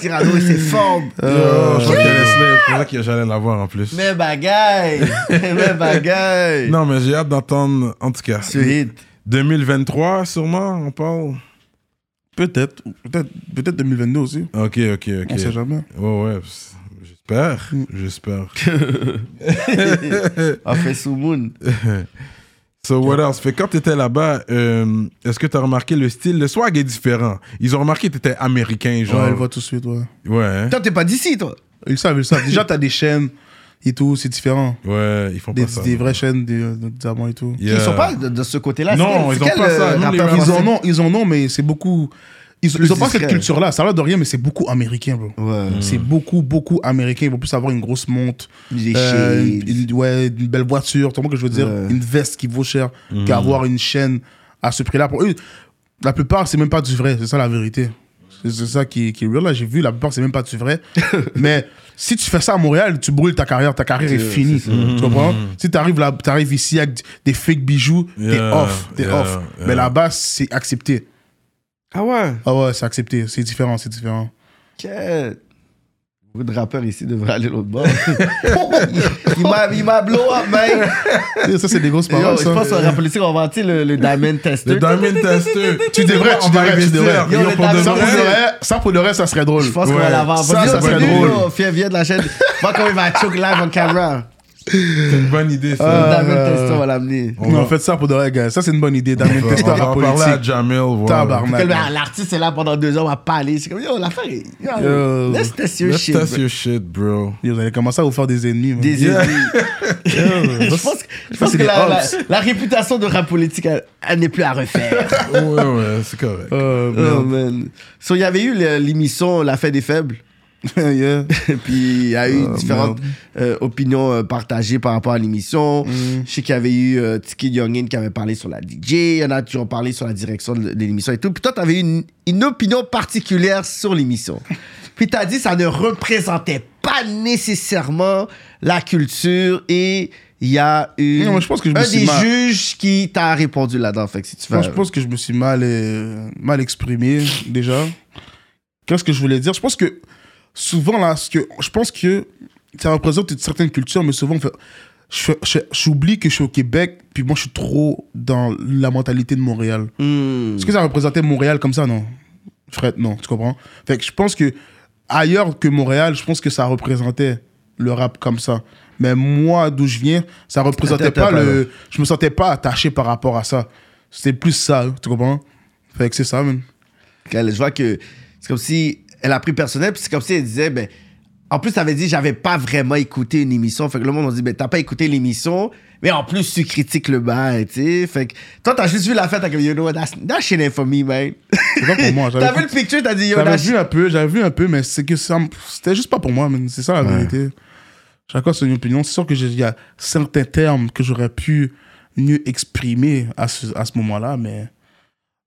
Cyrano, il s'est fort.
Euh.
Oh, je reconnais ça. C'est pour ça que j'allais l'avoir en plus.
Mais bagaille! Mais bagaille!
Non, mais j'ai hâte d'entendre, en tout cas.
Ce hit.
2023, sûrement, on parle.
Peut-être. ou Peut-être peut 2022 aussi.
Ok, ok, ok.
On sait jamais. Mm.
Ouais, ouais. pss, J'espère. J'espère.
A fait sous moon.
So, what else? Fait que quand t'étais là-bas, euh, est-ce que t'as remarqué le style? Le swag est différent. Ils ont remarqué que t'étais américain,
Ouais, il
genre.
voit tout de suite, ouais.
Ouais. hein?
Toi, t'es pas d'ici, toi.
Ils le savent, ils le savent. Déjà, t'as des chaînes et tout, c'est différent.
Ouais, ils font
Des,
pas ça.
des vraies chaînes, des, euh, des diamants et tout.
Yeah.
Ils sont pas de, de ce côté-là.
Non,
C'est
ils ont
quel-
pas
quel,
ça.
euh,
Nous, les
rappeur
Ils
français?
en ont, ils en ont, mais c'est beaucoup. Ils, ils ont pas
discret.
cette culture-là. Ça a l'air de rien, mais c'est beaucoup américain, bro.
Ouais.
C'est beaucoup, beaucoup américain. Ils vont plus avoir une grosse montre.
Des
euh,
shades.
une, une- ouais, une belle voiture. Tu vois ce que je veux dire
Ouais.
Une veste qui vaut cher qu'avoir une chaîne à ce prix-là. Pour eux, la plupart, c'est même pas du vrai. C'est ça la vérité. C'est c'est ça qui, qui est real. Là, j'ai vu, la plupart, c'est même pas du vrai. mais si tu fais ça à Montréal, tu brûles ta carrière. Ta carrière est, finie. Tu comprends Si t'arrives là- t'arrives ici avec d- des fake bijoux, t'es
Yeah,
off. T'es
yeah,
off.
yeah.
Mais là-bas, c'est accepté.
Ah ouais?
Ah ouais, c'est accepté. C'est différent, c'est différent.
Que... Beaucoup de rappeurs ici devraient aller l'autre bord. il m'a- il m'a blow up, man.
ça, c'est des grosses
Yo,
paroles.
je
ça.
pense qu'on rappelle on va inventer le, le Diamond Tester.
Le Diamond Tester.
Tu devrais, tu
On va
devrais, tu
investir.
devrais.
Yo,
le
pour de
Ça
Diamond
pour, le
vrai.
reste, ça, pour le reste, ça serait drôle.
Je pense qu'on
Ouais.
va l'avoir.
Ça, ça serait drôle.
Fier, viens de la chaîne. Vois comment il va choke live en caméra.
C'est une bonne idée,
Ah,
ça.
Le Diamond Tester, on va l'amener.
On en fait ça pour de vrai, gars. Ça, c'est une bonne idée. Damien
On
Testa,
va
la
en parler à
politique.
Jamil. voir.
Tabarnak.
Que le- L'artiste est là pendant deux heures, on va parler. C'est comme, yo, l'affaire est. Yo,
Yo.
let's test your
Let's
shit.
test
bro.
your shit, bro.
Yo, Vous allez commencer à vous faire des ennemis. man. Euh,
Des
Yeah.
ennemis. Je pense, je pense
c'est
que
des
la, la,
hops.
la réputation de rap politique, elle, elle n'est plus à refaire.
Ouais, ouais, c'est correct.
Euh, merde.
oh man. So, il y avait eu le- l'émission La Fête des Faibles.
Yeah.
Puis il y a eu
Oh,
différentes euh, opinions euh, partagées par rapport à l'émission.
Mm.
Je sais qu'il y avait eu euh, Tiki Youngin qui avait parlé sur la DJ. Il y en a qui ont parlé sur la direction de l'émission et tout. Puis toi, tu avais une, une opinion particulière sur l'émission. Puis tu as dit que ça ne représentait pas nécessairement la culture et il y a eu
Non, mais je pense que je me
un
suis
des
mal-
juges qui t'a répondu là-dedans. Fait que si tu veux.
Moi, je pense que je me suis mal, euh, mal exprimé déjà. Qu'est-ce que je voulais dire Je pense que souvent, là, ce que, je pense que ça représente une certaine culture, mais souvent, on fait- je- je- j'oublie que je suis au Québec, puis moi, je suis trop dans la mentalité de Montréal.
Hmm.
Est-ce que ça représentait Montréal comme ça Non. Fred, non, tu comprends Fait que je pense que ailleurs que Montréal, je pense que ça représentait le rap comme ça. Mais moi, d'où je viens, ça représentait
T'étais
pas
pas
le. Je me sentais pas attaché par rapport à ça. C'était plus ça, tu comprends Fait que c'est ça, man.
Qu'elle- je vois que c'est comme si elle a pris personnel, puis c'est comme si elle disait, ben, en plus, ça avait dit, j'avais pas vraiment écouté une émission. Fait que le monde, on dit, ben, t'as pas écouté l'émission, mais en plus, tu critiques le bail, tu sais. Fait que toi, t'as juste vu la fête, t'as comme, you know what, that's, that shit ain't for me, man.
C'est pas pour moi.
t'as vu le picture, t'as dit, yo,
J'avais
that
vu hein.
shit.
un peu, j'avais vu un peu, mais c'est que ça, me- c'était juste pas pour moi, man. C'est ça la vérité. Chacun son opinion. C'est sûr que j'ai- il y a certains termes que j'aurais pu mieux exprimer à ce, à ce moment-là, mais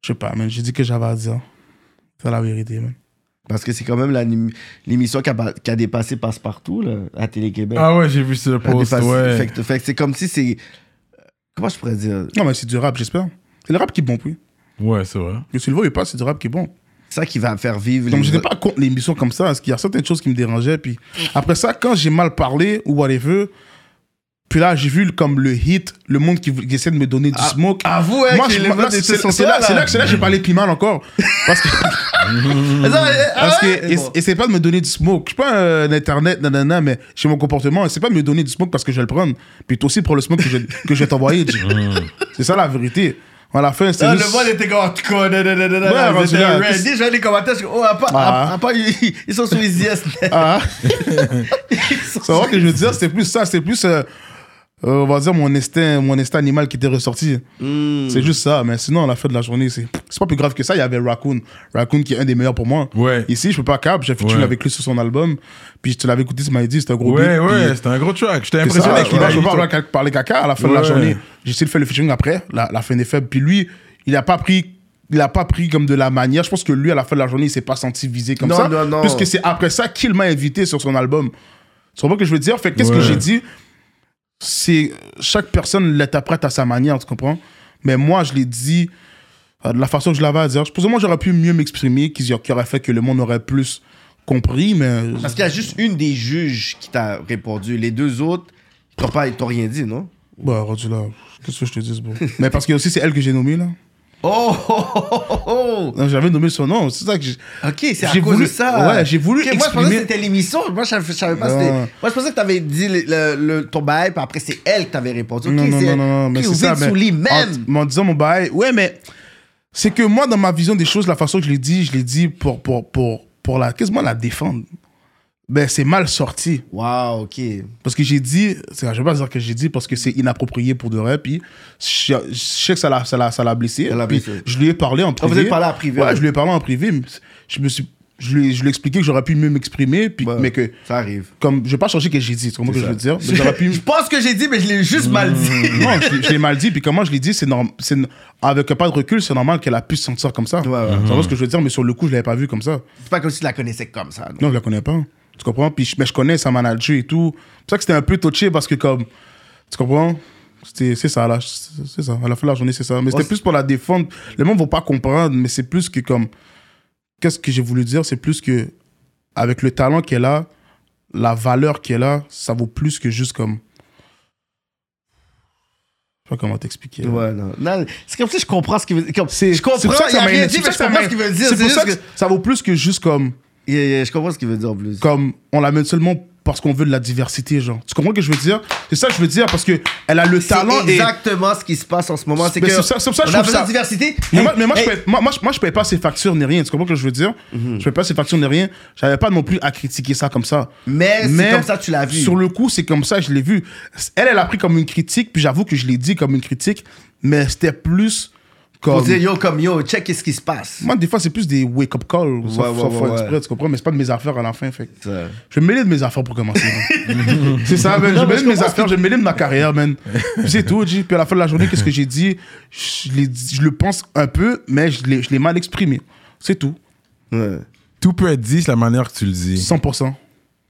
je sais pas, man. J'ai dit que j'avais à dire. C'est la vérité, man.
Parce que c'est quand même la nim- l'émission qui a, pas- qui a dépassé Passe-Partout, là, à Télé-Québec.
Ah ouais, j'ai vu ce
Elle a
post,
dépassé-
ouais.
Fait que, fait que c'est comme si c'est. Comment je pourrais dire
Non, mais c'est du rap, j'espère. C'est le rap qui est bon, oui.
Ouais, c'est vrai.
Que tu le veuilles ou pas, c'est du rap qui est bon.
C'est ça qui va faire vivre
Donc,
les-
j'étais pas contre l'émission comme ça, parce qu'il y a certaines choses qui me dérangeaient. Puis après ça, quand j'ai mal parlé ou whatever, puis là, j'ai vu le- comme le hit, le monde qui, vou- qui essaie de me donner du smoke.
avoue, hein,
Moi,
que
je-
les
moi,
votes
c'est
étaient
c'est-
sur
c'est
toi,
là,
là.
c'est là que c'est là que j'ai parlé piment encore. Parce que,
Ah, ouais, ah,
parce que
ouais.
ess- essaie pas de me donner du smoke. Je suis pas un internet, nanana, mais chez mon comportement, essaie pas de me donner du smoke parce que je vais le prendre. Puis toi aussi pour le smoke que je, que je vais t'envoyer. Jay. c'est ça la vérité. À la fin, c'est
Ah, le
juste-
vol était comme, oh, tu connais, nan, nan, nan,
Ouais,
nan,
rendu
j'étais
là,
ready.
qu'est-ce-
Je vois les commentaires, je suis comme, oh, à part-
Ah.
à- à part, ils ils sont sous les IS.
Ah.
Ils sont
C'est vrai que je veux dire, c'est plus ça, c'est plus, euh, euh, on va dire, mon instinct, mon instinct animal qui était ressorti.
Mm.
C'est juste ça, mais sinon, à la fin de la journée, c'est c'est pas plus grave que ça. Il y avait Raccoon, Raccoon qui est un des meilleurs pour moi.
Ouais.
Ici, je peux pas cap, j'ai featuring
Ouais.
avec lui sur son album, puis tu l'avais écouté, tu m'avais dit, c'était un gros
Ouais,
beat,
ouais,
puis-
c'était un gros track. J'étais
c'est ça,
impressionné qu'il
ouais,
a
je
eu
peux pas
tout.
parler- parler caca à la fin de la
Ouais.
journée. J'ai essayé de faire le featuring après, la, la fin des faibles. Puis lui, il a pas pris. Il a pas pris comme de la manière. Je pense que lui, à la fin de la journée, il s'est pas senti visé comme
Non,
ça.
non, non.
Puisque c'est après ça qu'il m'a invité sur son album. Tu comprends ce que je veux dire? Fait que qu'est-ce
Ouais.
que j'ai dit? C'est. Chaque personne l'interprète à sa manière, tu comprends? Mais moi, je l'ai dit euh, de la façon que je l'avais à dire. Je pense que moi, j'aurais pu mieux m'exprimer, qui qui aurait fait que le monde aurait plus compris, mais.
Parce qu'il y a juste une des juges qui t'a répondu. Les deux autres, ils t'ont pas- ils t'ont rien dit, non?
Bah, rendu là, qu'est-ce que je te dis, bro? Mais parce que aussi, c'est elle que j'ai nommée, là.
Oh, oh, oh, oh, oh.
Non, J'avais nommé son nom, c'est ça que j'ai.
Ok, c'est à
J'ai
cause
voulu-
de ça.
ouais, j'ai voulu
Ok, Moi, je pensais
exprimer-
que c'était l'émission. Moi, je savais- je savais pas.
Non.
c'était- Moi, je pensais que t'avais dit le, le- le- ton bail, puis après, c'est elle qui t'avait répondu. Ok,
non, non,
c'est
non,
elle.
non, non, mais
Ok,
c'est
vous
ça.
êtes
mais
sous les mêmes.
en- mais En, disant mon bail, ouais, mais c'est que moi, dans ma vision des choses, la façon que je l'ai dit, je l'ai dit pour, pour, pour, pour la. Qu'est-ce que moi, la défendre? Ben, c'est mal sorti.
Wow, ok.
Parce que j'ai dit, c'est- je vais pas dire que j'ai dit parce que c'est inapproprié pour de vrai, puis je, je sais que ça l'a, ça l'a, ça l'a blessé.
Ça l'a
puis
blessé.
Je lui ai parlé en
Ah, vous
privé.
avez parlé en privé,
Ouais,
ouais.
je lui ai parlé en privé. mais Je me suis, je lui, ai- je lui ai expliqué que j'aurais pu mieux m'exprimer, puis,
Ouais,
mais que,
Ça arrive.
comme, je vais pas changer ce que j'ai dit, c'est comment que je veux dire. Mais j'aurais pu,
Je pense que j'ai dit, mais je l'ai juste mal dit.
non, je, l'ai- je l'ai mal dit, puis comment je l'ai dit, c'est normal, c'est, no- avec un pas de recul, c'est normal qu'elle a pu se sentir comme ça.
Ouais, ouais. Mhm.
Tu vois ce que je veux dire, mais sur le coup, je l'avais pas vu comme ça.
C'est pas comme si tu la connaissais comme ça. non.
Non, je la connais pas. hein. Tu comprends? Puis, je- mais je connais sa manager et tout. C'est pour ça que c'était un peu touché parce que, comme. Tu comprends? C'était- C'est ça, là. C'est c'est ça. À la fin de la journée, c'est ça. Mais c'était
c'est-
plus pour la défendre. Les gens vont pas comprendre, mais c'est plus que, comme. Qu'est-ce que j'ai voulu dire? C'est plus que. Avec le talent qu'elle a, la valeur qu'elle a, ça vaut plus que juste comme. Je sais pas comment t'expliquer. là.
Ouais, non. Non, c'est comme si je comprends ce qu'il veut dire. Comme,
C'est-
je comprends,
c'est pour ça que
il a
ça m'a
rien
énervé.
dit, mais je
C'est pour ça que ça
comprends
m'a-
ce qu'il veut dire.
C'est pour
juste
ça que ça vaut plus que juste comme.
Yeah, yeah, je comprends ce qu'il veut dire en plus.
comme on l'amène seulement parce qu'on veut de la diversité, genre. Tu comprends ce que je veux dire C'est ça que je veux dire parce que elle a le talent
C'est
et
exactement ce qui se passe en ce moment. C'est
Mais
que
c'est ça- c'est pour ça que
on
je
a
trouve
besoin
ça-
de diversité.
mais
Hey,
moi, mais moi,
hey, Mhm.
je paye, moi, moi, je- moi, je paye pas ses factures ni rien. Tu comprends ce que je veux dire Je paye pas ses factures ni rien. J'avais pas non plus à critiquer ça comme ça.
Mais c'est comme ça que tu l'as vu.
Sur le coup, c'est comme ça que je l'ai vu. Elle, elle a pris comme une critique, puis j'avoue que je l'ai dit comme une critique, mais c'était plus
Pour
comme.
dire yo, comme yo, check ce qui se passe.
Moi, des fois, c'est plus des wake-up calls, sauf,
ouais,
sauf
ouais, ouais.
exprès, tu comprends, mais c'est pas de mes affaires à la fin. Fait. que-
Ça.
Je vais me mêler de mes affaires pour commencer. man. c'est ça, man. je vais me mêler de mes affaires, je vais me mêler de ma carrière, man. Puis c'est tout, G. Puis à la fin de la journée, qu'est-ce que j'ai dit je, l'ai dit- je le pense un peu, mais je l'ai je l'ai mal exprimé. C'est tout.
Ouais.
Tout peut être dit, c'est la manière que tu le dis.
100%.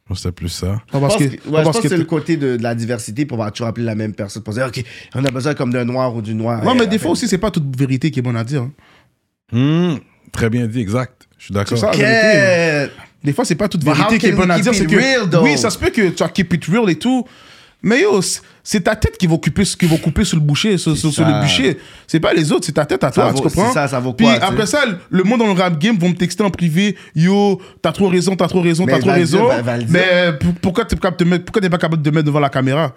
Moi, c'était plus ça.
Pas
Je
parce
pense
que,
que- ouais,
pas
je
parce
pense que
que
c'est
t'es-
le côté de, de la diversité pour avoir toujours appelé la même personne. Pour dire, OK, on a besoin comme d'un noir ou d'une noire.
Ouais, mais
Et
des
après,
fois aussi, c'est pas toute vérité qui est bonne à dire. hein.
Hmm, très bien dit, exact. Je suis d'accord.
C'est ça.
OK.
hein. Des fois, c'est pas toute
But how
vérité qui est
can
bonne
we
à
keep
dire. C'est
it
que
real, though?
oui, ça se peut que tu as keep it real et tout, mais yo, c- c'est ta tête qui va couper, qui va couper sur le boucher, sur, sur- sur
ça.
le bûcher. C'est pas les autres, c'est ta tête à toi,
vaut-
tu comprends
c'est ça, ça vaut
Puis
quoi, tu sais?
après ça, le- le monde dans le rap game vont me texter en privé, yo, t'as trop raison, t'as trop raison,
Mais
t'as trop
va le dire,
raison.
va- va le dire.
Mais pour- pourquoi t'es pas capable de te mettre, pourquoi t'es pas capable de te mettre devant la caméra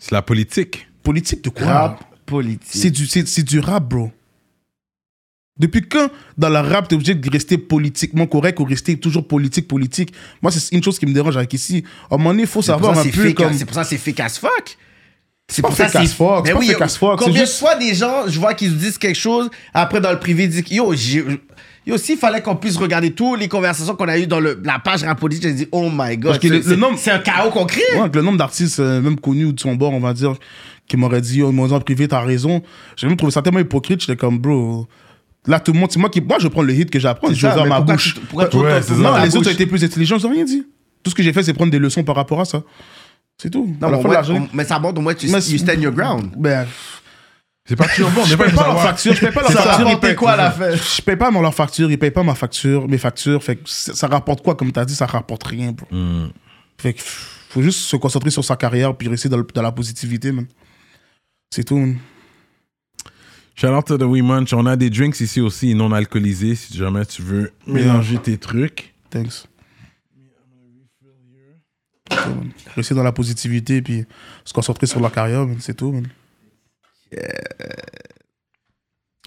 C'est la politique.
Politique de quoi
Rap politique.
C'est du, c'est, c'est du rap, bro. Depuis quand, dans la rap, t'es obligé de rester politiquement correct ou rester toujours politique, politique Moi, c'est une chose qui me dérange avec ici. À un moment donné, il faut
C'est pour
savoir
ça
un
c'est
peu
fake,
comme...
hein. C'est pour ça que c'est fake as fuck. C'est
pas fake as fuck, c'est
Mais
pas
oui,
fake as fuck, c'est
Combien de
juste-
fois des gens, je vois qu'ils disent quelque chose, après dans le privé, ils disent Yo, j'ai. Yo, s'il fallait qu'on puisse regarder toutes les conversations qu'on a eues dans le- la page rap politique, j'ai dit Oh my god.
Parce que
c'est-
le- le
c'est-
nombre-
C'est un chaos qu'on crée.
Ouais, avec le nombre d'artistes, euh, même connus ou de son bord, on va dire, qui m'auraient dit, oh, ils m'ont dit en privé, t'as raison. J'ai même trouvé ça tellement hypocrite, j'étais comme, bro. Là, tout le monde, c'est moi qui. Moi, je prends le hit que j'apprends,
C'est
je le
ça,
dans
mais
ma
pourquoi
bouche.
tu- pourquoi tu-
Ouais,
pourquoi
c'est
tu-
ça.
non,
dans ta
les autres ont
bouche?
été plus intelligents, ils ont rien dit. Tout ce que j'ai fait, c'est prendre des leçons par rapport à ça. C'est tout. À la
Non, mais,
fin
au
de la
moins-
journée-
mais ça montre au moins tu,
Mais-
you stand your ground.
Ben,
C'est pas toujours bon, on n'est
je
pas
paye
pour
pas leur
savoir.
facture, je paye pas leur
Ça a
facture. ils
rapporté
payent-
quoi, la fin
Je paye pas mon- leur facture, ils payent pas ma facture, mes factures. Fait que ça ça rapporte quoi, comme t'as dit, ça rapporte rien, bro. Fait que pff, faut juste se concentrer sur sa carrière puis rester dans, le- dans la positivité, man. C'est tout, man.
Shout out to the We Munch. On a des drinks ici aussi, non alcoolisés, si jamais tu veux mélanger tes trucs.
Thanks. C'est tout, man. Rester dans la positivité puis se concentrer sur la carrière, man. C'est tout, man.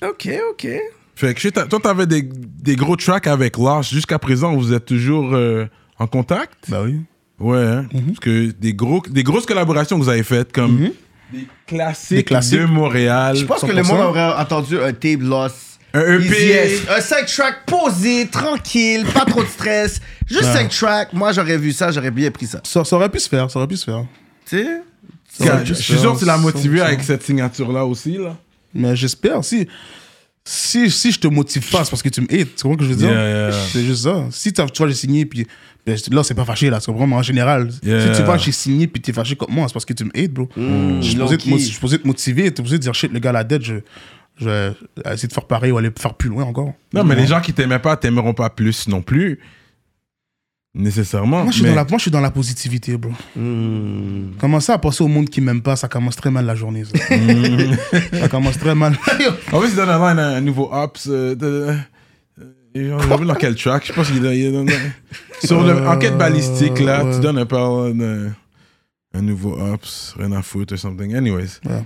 Ok, ok.
Fait que je sais, t'as- toi, t'avais des, des gros tracks avec Lars. Jusqu'à présent, vous êtes toujours euh, en contact?
Bah oui.
Ouais, hein?
Mhm.
Parce que des, gros, des grosses collaborations que vous avez faites, comme des, classiques
Des classiques.
de Montréal.
Je pense que le
100%.
monde aurait entendu un tape loss.
E
Un EP.
Easy S, Un 5 track posé, tranquille, pas trop de stress. Juste 5 tracks. Moi, j'aurais vu ça, j'aurais bien pris ça.
Ça, ça aurait pu se faire, ça aurait pu se faire.
Tu sais?
Ça aurait
Je
pu se
suis sûr
faire,
que tu l'as motivé
100%.
avec cette signature-là aussi, là.
Mais j'espère, si, si, si je te motive pas, c'est parce que tu me hate. Tu comprends ce que je veux dire?
Yeah, yeah.
C'est juste ça. Si t'as- tu vois, j'ai signé, puis ben, je- là, c'est pas fâché, là, tu comprends? Mais en général,
Yeah.
si tu vois, j'ai signé, puis t'es fâché comme moi, c'est parce que tu me hate, bro. Je suis supposé
low
te
key.
mo- je suis supposé te motiver, t'es supposé dire shit, le gars à la dette, je, je vais essayer de faire pareil ou aller faire plus loin encore.
Non, mais les gens qui t'aimaient pas t'aimeront pas plus non plus. Nécessairement.
Moi je, suis
mais-
dans la, moi, je suis dans la positivité, bro. Hmm. Commencer à penser au monde qui m'aime pas, ça commence très mal la journée. Ça,
Hmm.
ça commence très mal.
En plus, il donne un, line à un nouveau Ops. Euh, de- euh, J'ai vu dans quel track. Je pense qu'il est- il est dans- Sur le-
Euh,
Enquête balistique, là,
ouais.
tu donnes un parole de- un nouveau Ops, rien à foutre ou something. Anyways.
Ouais.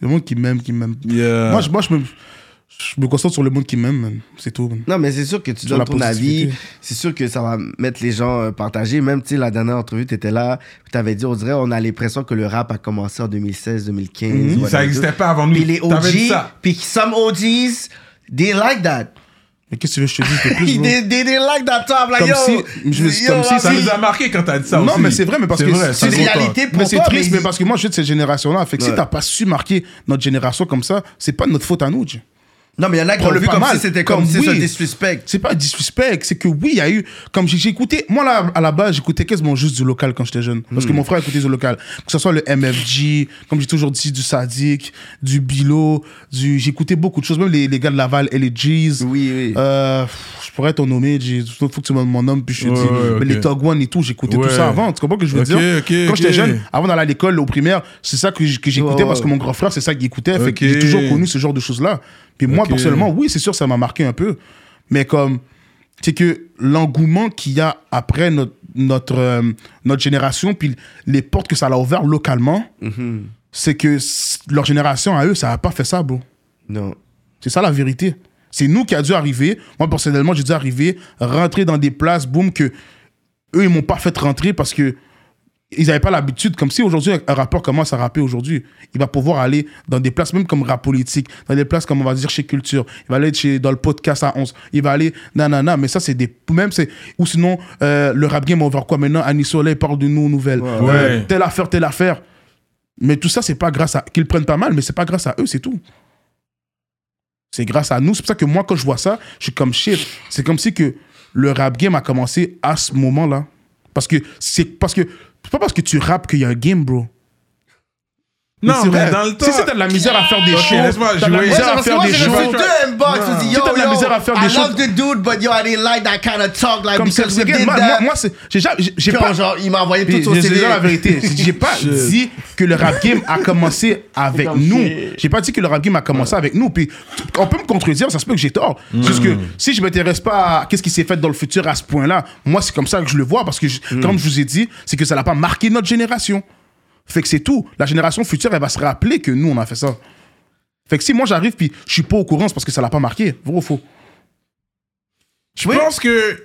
Le monde qui m'aime, qui m'aime.
Yeah.
Moi, je, moi je, me, je me concentre sur le monde qui m'aime, man. c'est tout. man.
Non, mais c'est sûr que tu
Sur
donnes
la
ton avis.
positivité.
C'est sûr que ça va mettre les gens euh, partagés. Même, tu sais, la dernière entrevue, tu étais là. Tu avais dit, on dirait, on a l'impression que le rap a commencé en 2016, 2015.
Hmm.
whatever.
ça n'existait pas avant nous.
Puis les
T'avais dit
OG,
ça.
puis some OGs, they like that.
Mais qu'est-ce que tu veux que je te dise de plus bro?
They, they, they like that top. Like,
Comme
yo,
si- je me suis-
yo,
comme si
Ça
si-
Rafi.
nous a marqué quand t'as dit ça
Non,
aussi.
mais c'est vrai, mais parce que
vrai,
c'est
ça
une
nous a-
réalité. pour
Mais c'est
toi,
triste,
mais-
mais, parce que moi, je suis de cette génération-là. Fait que
Ouais.
si t'as pas su marquer notre génération comme ça, c'est pas de notre faute à nous. Dieu.
Non, mais il y en a qui ont
Prends-le
vu
pas
comme
mal.
si c'était comme,
Comme
si c'était
oui.
disrespect.
C'est pas disrespect, c'est que oui, il y a eu. Comme j'ai j'ai écouté, moi là, à la base, j'écoutais quasiment juste du local quand j'étais jeune.
Hmm.
Parce que mon frère écoutait du local. Que ce soit le MFG, comme j'ai toujours dit, du Sadik, du Bilo, du... j'écoutais beaucoup de choses. Même les, les gars de Laval, et les G's.
Oui, oui.
Euh, pff, je pourrais t'en nommer, il faut que tu me mon homme, puis je te
Ouais,
dis.
ouais,
Mais
ok.
les Tog One et tout, j'écoutais
Ouais.
tout ça avant. Tu comprends ce que je veux
Ok,
dire?
ok,
quand
ok.
j'étais jeune, avant d'aller à l'école, au primaire, c'est ça que j- que j'écoutais
Ouais,
parce
ouais.
que mon grand frère, c'est ça qu'il écoutait. Fait que
Ok.
j'ai toujours connu ce genre de choses-là. Puis moi,
Ok.
personnellement, oui, c'est sûr, ça m'a marqué un peu. Mais comme, c'est que l'engouement qu'il y a après notre, notre, euh, notre génération, puis les portes que ça l'a ouvert localement, c'est que s- leur génération à eux, ça n'a pas fait ça, bro.
Non.
C'est ça la vérité. C'est nous qui a dû arriver. Moi, personnellement, j'ai dû arriver, rentrer dans des places, boum, que eux, ils m'ont pas fait rentrer parce que ils n'avaient pas l'habitude. Comme si aujourd'hui, un rappeur commence à rapper aujourd'hui, il va pouvoir aller dans des places, même comme rap politique, dans des places comme on va dire chez Culture, il va aller chez, dans le podcast à 11, il va aller nanana, mais ça, c'est des. Même c'est. Ou sinon, euh, le rap game, on va voir quoi maintenant Annie Soleil parle de nous aux nouvelles. Euh,
Ouais.
telle affaire, telle affaire. Mais tout ça, c'est pas grâce à. Qu'ils prennent pas mal, mais c'est pas grâce à eux, c'est tout. C'est grâce à nous. C'est pour ça que moi, quand je vois ça, je suis comme shit. C'est comme si que le rap game a commencé à ce moment-là. Parce que c'est parce que c'est pas parce que tu rappes qu'il y a un game, bro. Mais
Non,
c'est
mais
vrai.
dans le temps.
Si si t'as de la misère à faire des
Ok,
choses,
laisse-moi
t'as de
jouer.
la
Ouais,
misère
c'est
à
parce que
faire
moi,
des
j'ai
choses.
reçu deux inbox. Je me suis dit, yo,
Si t'as de la
yo,
misère à faire
I
des
love
choses-
the dude, but yo, I didn't like that kind of talk. Like,
Comme ça,
because we
again,
did
moi, moi,
that.
moi, c'est- j'ai jamais- j'ai- j'ai
Puis,
pas.
genre, il m'a envoyé
Puis,
tout son
je- je
CV.
dis la vérité. J'ai j'ai pas dit que le rap game a commencé avec
Comme
nous.
shit.
J'ai pas dit que le rap game a commencé avec nous. Puis tu- on peut me contredire, ça se peut que j'ai tort. Juste
Mm.
que si je m'intéresse pas à qu'est-ce qui s'est fait dans le futur à ce point-là, moi c'est comme ça que je le vois parce que je-
Mm.
comme je vous ai dit, c'est que ça n'a pas marqué notre génération. Fait que c'est tout. La génération future, elle va se rappeler que nous on a fait ça. Fait que si moi j'arrive puis je suis pas au courant, c'est parce que ça l'a pas marqué. Vrai ou faux
Je pense que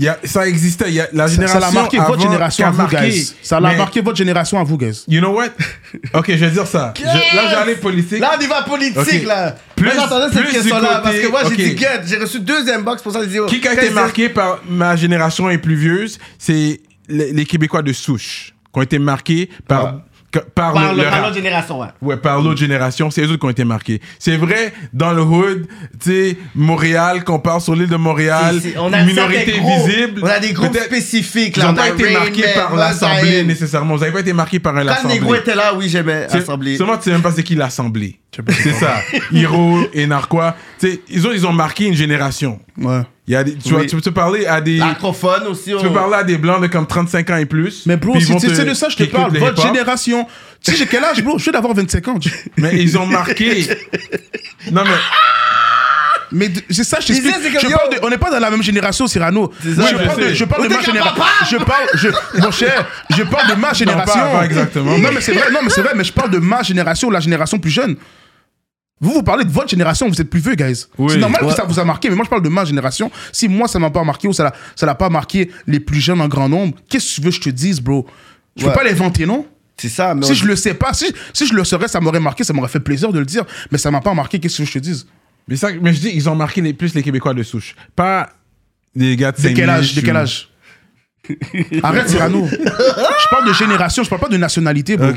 y a- ça existait. Il Y a, la
Ça-
génération
Ça l'a marqué
avant
votre génération
qui
à
a
vous,
marqué.
guys. Ça l'a
Mais-
marqué votre génération à vous, guys.
You know what? Ok, je vais dire ça. Je- là, j'allais politique.
Là, on y va politique,
Ok.
là.
Plus-
Moi, j'entendais cette
plus du
question-là,
côté-
parce que moi,
ok.
j'ai dit get. J'ai reçu deux inbox pour ça. J'ai dit, oh,
Qui a
qu'est-ce
été
que-
marqué par ma génération et plus vieuse, c'est les, les Québécois de souche qui ont été marqués par,
Ah.
que- par,
Par
le,
le
le
par
rap.
l'autre génération, hein. ouais.
Ouais, par l'autre génération, c'est eux autres qui ont été marqués. C'est vrai, dans le hood, tu sais, Montréal, qu'on parle sur l'île de Montréal,
C'est- c'est- on a
Ah, minorité
certains groupes-
visible.
On a des groupes
peut-être-
spécifiques,
Ils
là.
n'ont
On a
pas été
Rain
marqués
Man,
par
Mozart,
l'Assemblée
Haim.
nécessairement. Vous n'avez pas été marqués par
Quand
l'Assemblée.
Negro était là, oui, j'aimais
C'est-
Assemblée.
Seulement, tu sais même pas c'est qui l'Assemblée. C'est ça. Hiro et Narquois. Tu sais, ils ont, ils ont marqué une génération.
Ouais.
Il y a des- tu, vois,
Oui.
tu peux te parler à des.
L'acrophone aussi. oh.
Tu peux parler à des blancs de comme 35 ans et plus.
Mais bro,
puis ils
c'est
vont te-
c'est de ça que je te
qui écoutent
parle.
le
Votre
hip-hop.
génération. Tu sais, j'ai quel âge, bro Je suis d'avoir 25 ans.
Mais ils ont marqué. non, mais.
Mais de- c'est ça, je t'explique.
Disais, c'est comme,
Je
yo.
parle de- On n'est pas dans la même génération, Cyrano.
ça,
je,
je
parle de,
sais.
je parle de
On
ma
était qu'à
génération.
papa.
Je parle, je, mon cher, je parle de ma génération.
pas- pas exactement.
Non, mais c'est vrai, non, mais c'est vrai, mais je parle de ma génération, la génération plus jeune. Vous, vous parlez de votre génération, vous êtes plus vieux, guys.
Oui.
c'est normal que ça vous a marqué, mais moi, je parle de ma génération. Si moi, ça m'a pas marqué ou ça l'a- ça l'a pas marqué les plus jeunes en grand nombre, qu'est-ce que tu veux que je te dise, bro Je
Ouais.
peux pas l'inventer, non
C'est ça, mais.
Si je le sais pas, si, si je le saurais, ça m'aurait marqué, ça m'aurait fait plaisir de le dire, mais ça m'a pas marqué, qu'est-ce que je te dise
Mais, ça, mais je dis, ils ont marqué les, plus les Québécois de souche. Pas les gars de
De quel
Saint-Mich
âge De
ou-
quel âge Arrête, Cyrano. je parle de génération, je parle pas de nationalité, bro.
Ok.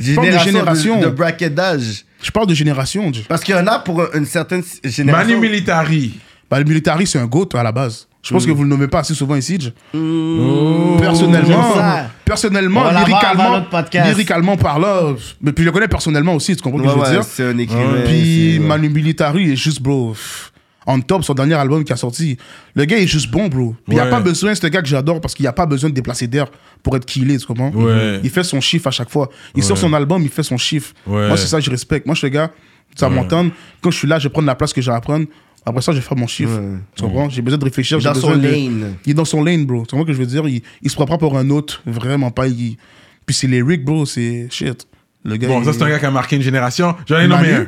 Je parle de génération.
De, de bracket d'âge.
Je parle de génération. je-
Parce qu'il y en a pour une certaine
Manu
génération.
Militari.
Bah, le militari, c'est un goat à la base. Je
Mm.
pense que vous le nommez pas assez souvent ici. je-
Oh.
Personnellement,
j'aime Oh, ça. On
personnellement,
va l'avoir avant
lyricalement,
notre podcast.
lyricalement parlant, mais puis je le connais personnellement aussi, tu comprends ce que
Ouais,
je veux
ouais,
dire
c'est un écrivain.
Puis
c'est- ouais.
Manu Militari est juste, bro, pff, on top, son dernier album qui a sorti. Le gars est juste bon, bro. Il n'y a
Ouais.
pas besoin, c'est un gars que j'adore parce qu'il n'y a pas besoin de déplacer d'air pour être killé, tu comprends
Ouais.
Il fait son chiffre à chaque fois. Il sort son album, il fait son chiffre.
Ouais.
Moi, c'est ça que je respecte. Moi, je suis le gars, tu vas m'entendre. Quand je suis là, je vais prendre la place que j'ai à prendre. Après ça, je vais faire mon chiffre. Tu comprends J'ai besoin de réfléchir.
Dans
j'ai
son
besoin de-
lane.
Il est dans son lane, bro. Tu comprends ce que je veux dire Il, il se prend pas pour un autre. Vraiment pas. Il... Puis c'est les Rick, bro. C'est shit. Le gars,
Bon, ça,
il-
c'est un gars qui a marqué une génération. J'en ai nommé
Manu
un.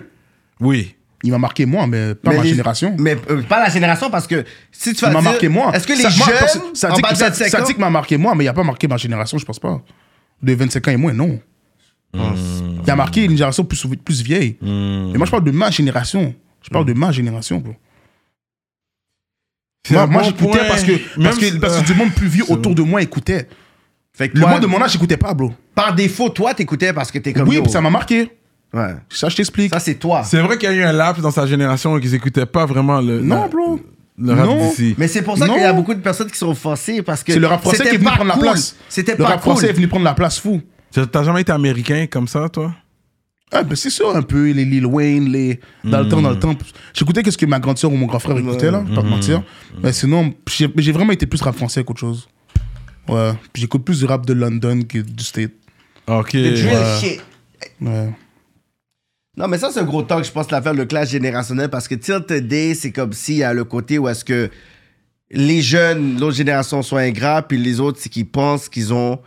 Oui.
il m'a marqué moi, mais pas
Mais
ma
les-
génération.
Mais euh, pas la génération, parce que si tu vas
Il m'a
dire-
marqué moi.
Est-ce que les
ça, moi, parce-
jeunes.
ça
en
dit,
bas de
ça,
25
ça
ans-
dit que m'a marqué moi, mais il a pas marqué ma génération, je pense pas. De 25 ans et moins, non.
Hmm.
Il a marqué une génération plus, plus vieille. Et moi, je parle de ma génération. Je parle de
Hmm.
ma génération, bro. Moi,
un
moi
bon
j'écoutais
point.
parce que, parce,
Même
que,
si-
parce que du monde plus vieux autour de moi écoutait.
Fait que
Le
toi,
monde de mon âge, j'écoutais pas, bro.
Par défaut, toi, t'écoutais parce que t'es comme.
Oui,
yo.
puis ça m'a marqué.
Ouais.
Ça, je t'explique.
Ça, c'est toi.
C'est vrai qu'il y a eu un laps dans sa génération qu'ils n'écoutaient pas vraiment le.
Non,
la-
bro.
Le rap
Non.
d'ici.
Mais c'est pour ça
Non.
qu'il y a beaucoup de personnes qui sont forcées parce que.
C'est le rap français
c'était
qui est venu
pas
prendre la
cool.
place.
C'était
Le
pas
rap français est
cool.
venu prendre la place, fou.
T'as t'as jamais été américain comme ça, toi
Ah, ben c'est sûr, un peu, les Lil Wayne, les. Dans le temps, dans le temps. J'écoutais qu'est-ce que ma grande soeur ou mon grand frère écoutait, là, je vais pas te mentir. Mais sinon, j'ai j'ai vraiment été plus rap français qu'autre chose. Ouais. Puis j'écoute plus du rap de London que du State.
Ok.
Drill
Ouais.
shit.
Ouais.
Non, mais ça, c'est un gros talk, je pense, l'affaire, le clash générationnel, parce que till today, c'est comme s'il y a le côté où est-ce que les jeunes, l'autre génération, sont ingrats, puis les autres, c'est qu'ils pensent qu'ils ont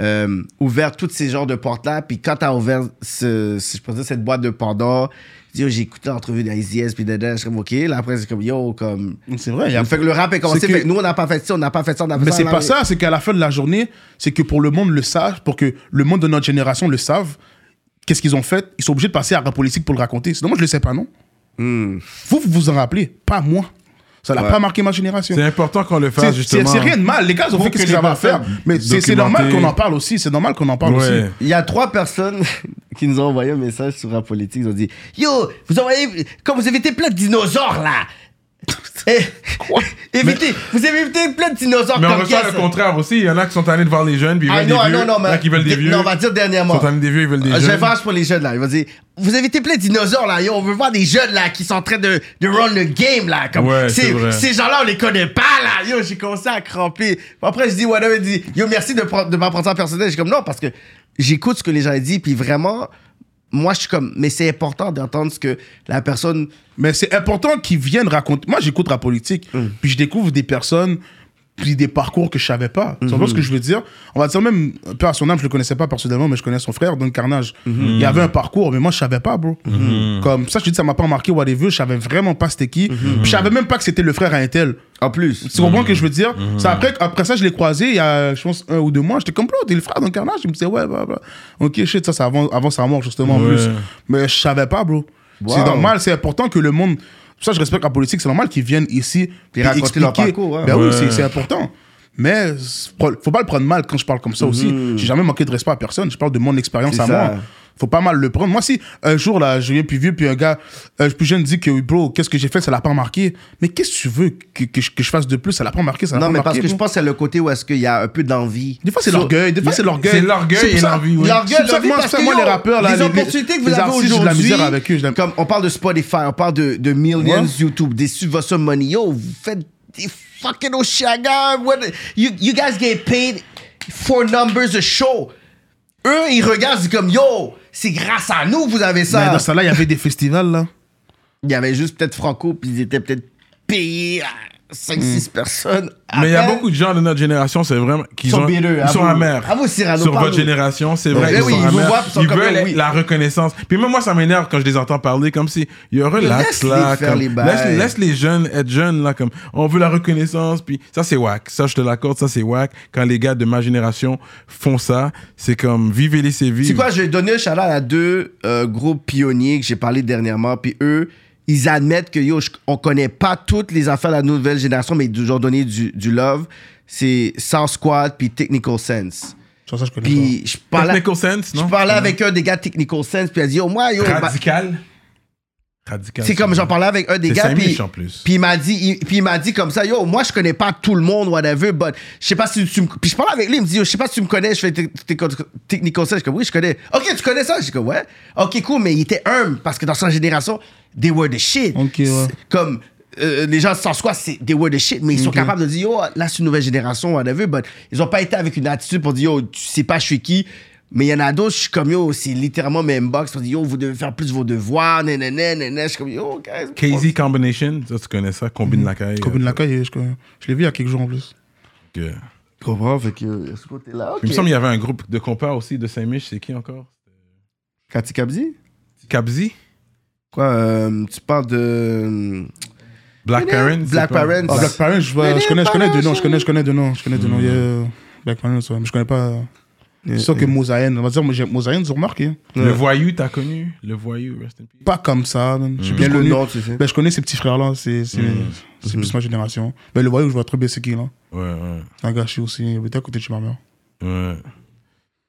euh, ouvert tous ces genres de portes-là, puis quand t'as ouvert ce, ce- je peux dire, cette boîte de Pandore, tu dis, Yo, j'ai écouté l'entrevue d'ICS, puis dada, je suis comme, OK, là, après, c'est comme, yo, comme...
C'est vrai, il y a-
Fait que le rap est commencé,
C'est que-
fait que nous, on n'a pas fait ça, on n'a pas fait ça, on n'a pas fait
Mais
ça.
c'est
là,
pas ça, c'est qu'à la fin de la journée, c'est que pour le monde le sache, pour que le monde de notre génération le savent, qu'est-ce qu'ils ont fait, ils sont obligés de passer à la politique pour le raconter. Sinon, moi, je le sais pas, non Vous, vous vous en rappelez, pas moi. Ça n'a pas marqué ma génération.
C'est important qu'on le fasse,
C'est- C'est
justement.
c'est rien de mal. Les gars ils ont fait
que
ce
les
qu'ils avaient à
personnes
faire. Mais c'est c'est
documentées.
normal qu'on en parle aussi. C'est normal qu'on en parle aussi.
Ouais.
Il y a trois personnes qui nous ont envoyé un message sur la politique. Ils ont dit Yo, vous envoyez. Quand vous invitez plein de dinosaures là Eh, évitez, vous évitez plein de dinosaures
Mais on
comme
reçoit
ça.
le contraire aussi. Il y en a qui sont allés de voir les jeunes, puis ils
Ah
veulent des
non, ah
vieux.
non, non,
Il y en a
mais.
qui veulent des vieux.
Non, on va dire
Ils
dernièrement.
sont allés des vieux, ils veulent des
Ah, Je vais
jeunes.
faire pour les jeunes là. Il va dire Vous évitez plein de dinosaures là. Yo, on veut voir des jeunes là qui sont en train de, de run le game là. Comme,
Ouais,
ces-
c'est vrai.
Ces gens-là, on les connaît pas là. Yo, j'ai commencé à cramper. Puis Après, je dis Wada, il dit Yo, merci de, prendre- de m'apprendre ça en personnel. J'ai comme Non, parce que j'écoute ce que les gens disent. Puis vraiment, moi, je suis comme Mais c'est important d'entendre ce que la personne.
Mais c'est important qu'ils viennent raconter. Moi, j'écoute la politique,
Mm.
puis je découvre des personnes, puis des parcours que je savais pas. Tu
Mm-hmm.
vois ce que je veux dire On va dire même, un peu à son âme, je le connaissais pas personnellement, mais je connais son frère, Don Carnage.
Mm-hmm.
Il y avait un parcours, mais moi, je savais pas, bro. Comme ça, je te dis, ça m'a pas marqué Whatever, je savais vraiment pas c'était qui.
Mm-hmm.
Puis Je savais même pas que c'était le frère à un tel.
En plus.
Tu comprends ce que je veux dire
Mm-hmm.
C'est après, après ça, je l'ai croisé il y a, je pense, un ou deux mois. J'étais comme, bro, t'es le frère d'un carnage. Il me disait, ouais, bah, bah. Ok, shit, ça, c'est avant, avant sa mort, justement, en
Ouais.
plus. Mais je savais pas, bro. C'est normal, c'est important que le monde. Ça, je respecte la politique, c'est normal qu'ils viennent ici et
raconter leur parcours, hein. ouais.
Ben oui,
Ouais.
c'est- c'est important. Mais c'est pro- faut pas le prendre mal quand je parle comme ça aussi.
Mm.
J'ai jamais manqué de respect à personne. Je parle de mon expérience
C'est
à
ça.
moi. Faut pas mal le prendre. Moi, si un jour, là, je viens plus vieux, puis un gars euh, plus jeune dit que, oui, bro, qu'est-ce que j'ai fait, ça l'a pas marqué. Mais qu'est-ce que tu veux que, que je, que je fasse de plus Ça l'a pas marqué, ça l'a
Non,
pas
mais
marqué.
parce que je
bro.
pense que c'est le côté où est-ce qu'il y a un peu d'envie.
Des fois, c'est
So-
l'orgueil. Des fois, c'est l'orgueil.
C'est l'orgueil
C'est pour
et
ça-
l'envie, oui.
L'orgueil,
C'est pour ça que
l'orgueil,
moi,
parce
c'est moi,
yo,
les rappeurs, là,
les,
les-
opportunités que vous
les
avez
artistes, j'ai de
aujourd'hui.
la misère avec eux, je l'aime.
Comme on parle de Spotify, on parle de, de millions
Ouais.
YouTube, des subventions money. Yo, vous faites des fucking Oshaga. what- You, you guys get paid for numbers a show. Eux, ils regardent, ils disent comme yo, c'est grâce à nous que vous avez
Mais
ça.
dans ça là, il y avait des festivals, là.
Il y avait juste peut-être Franco, puis ils étaient peut-être payés à
Mm.
5-6 personnes.
Mais il y a
Après,
beaucoup de gens de notre génération, c'est vraiment qu'ils
Ils sont
ont-
bitteux,
ils sont
avoue.
amers.
Avoue, Cyrano,
Sur votre
parle-nous.
génération, c'est vrai
Ben
qu'ils
oui,
sont
ils vous
amers.
voient, puis ils sont
Ils
comme,
veulent
oui.
la reconnaissance. Puis même moi, ça m'énerve quand je les entends parler comme si, yo, relax
laisse-les
là,
faire
comme,
les bails.
laisse, laisse les jeunes être jeunes là, comme on veut la reconnaissance. Puis ça c'est whack, ça je te l'accorde, ça c'est whack. Quand les gars de ma génération font ça, c'est comme vivez les
C'est
vivre.
quoi, je vais donner un shout-out à deux euh, groupes pionniers que j'ai parlé dernièrement, puis eux, ils admettent que yo, je- on connaît pas toutes les affaires de la nouvelle génération, mais ils nous ont donné du, du love. C'est South Squad puis Technical Sense.
Sur ça, je connais
Puis je parlais,
Technical sense,
je
non
parlais avec un des gars de Technical Sense, puis il a dit, oh, moi, yo, ma-
Radical. Radical.
c'est comme j'en parlais avec un des
C'est
gars,
cinq
puis
minutes en plus.
puis il m'a dit, il- puis il m'a dit comme ça, yo, moi je connais pas tout le monde, whatever, but je sais pas si tu me, puis je parlais avec lui, il me dit, yo, je sais pas si tu me connais, je fais tes- tes con- technical sense, je suis comme oui, je connais. Ok, tu connais ça, je suis comme ouais, ok cool, mais il était humble parce que dans sa génération, they were the shit.
Ok, ouais.
C'est Comme euh, les gens sans soi, c'est they were the shit, mais ils sont capables de dire, yo, là c'est une nouvelle génération, whatever, but ils ont pas été avec une attitude pour dire, yo, tu sais pas je suis qui. Mais il y en a d'autres, je suis comme yo, c'est littéralement mes inbox. Ils ont dit yo, vous devez faire plus vos devoirs, nanana, nanana. Je suis comme yo, guys.
Casey Combination, ça tu connais ça, combine
Mm-hmm.
la caille.
Combine la caille, je connais. Je l'ai vu il y a quelques jours en plus.
Euh,
Tu comprends? Fait que euh, ce côté-là.
Il me semble qu'il y avait un groupe de compas aussi de Saint-Mich, c'est qui encore
Cathy Kabzi?
Kabzi
Quoi, euh, tu parles de. euh,
Black Parents
Black
c'est pas-
Ah,
Parents. Ouais. Hmm.
Black Parents, je, vois,
Mais
je connais, je connais
les
deux noms, je connais, je connais deux noms, je connais deux noms. Yeah, Black Parents, ouais, mais je connais pas. C'est sûr que Mosaïen, on va dire, moi, j'ai- Mosaïen, ils ont remarqué.
Le Voyou, t'as connu Le Voyou, rest in peace.
Pas comme ça. man. J'ai bien
Juste le
connu.
nom, tu sais.
Ben, je connais ces petits frères-là, c'est c'est- c'est plus ma génération. Ben, le voyou, je vois très bien c'est qui, là.
Ouais, ouais.
Un gars chier aussi, il était à côté de chez ma mère.
Ouais.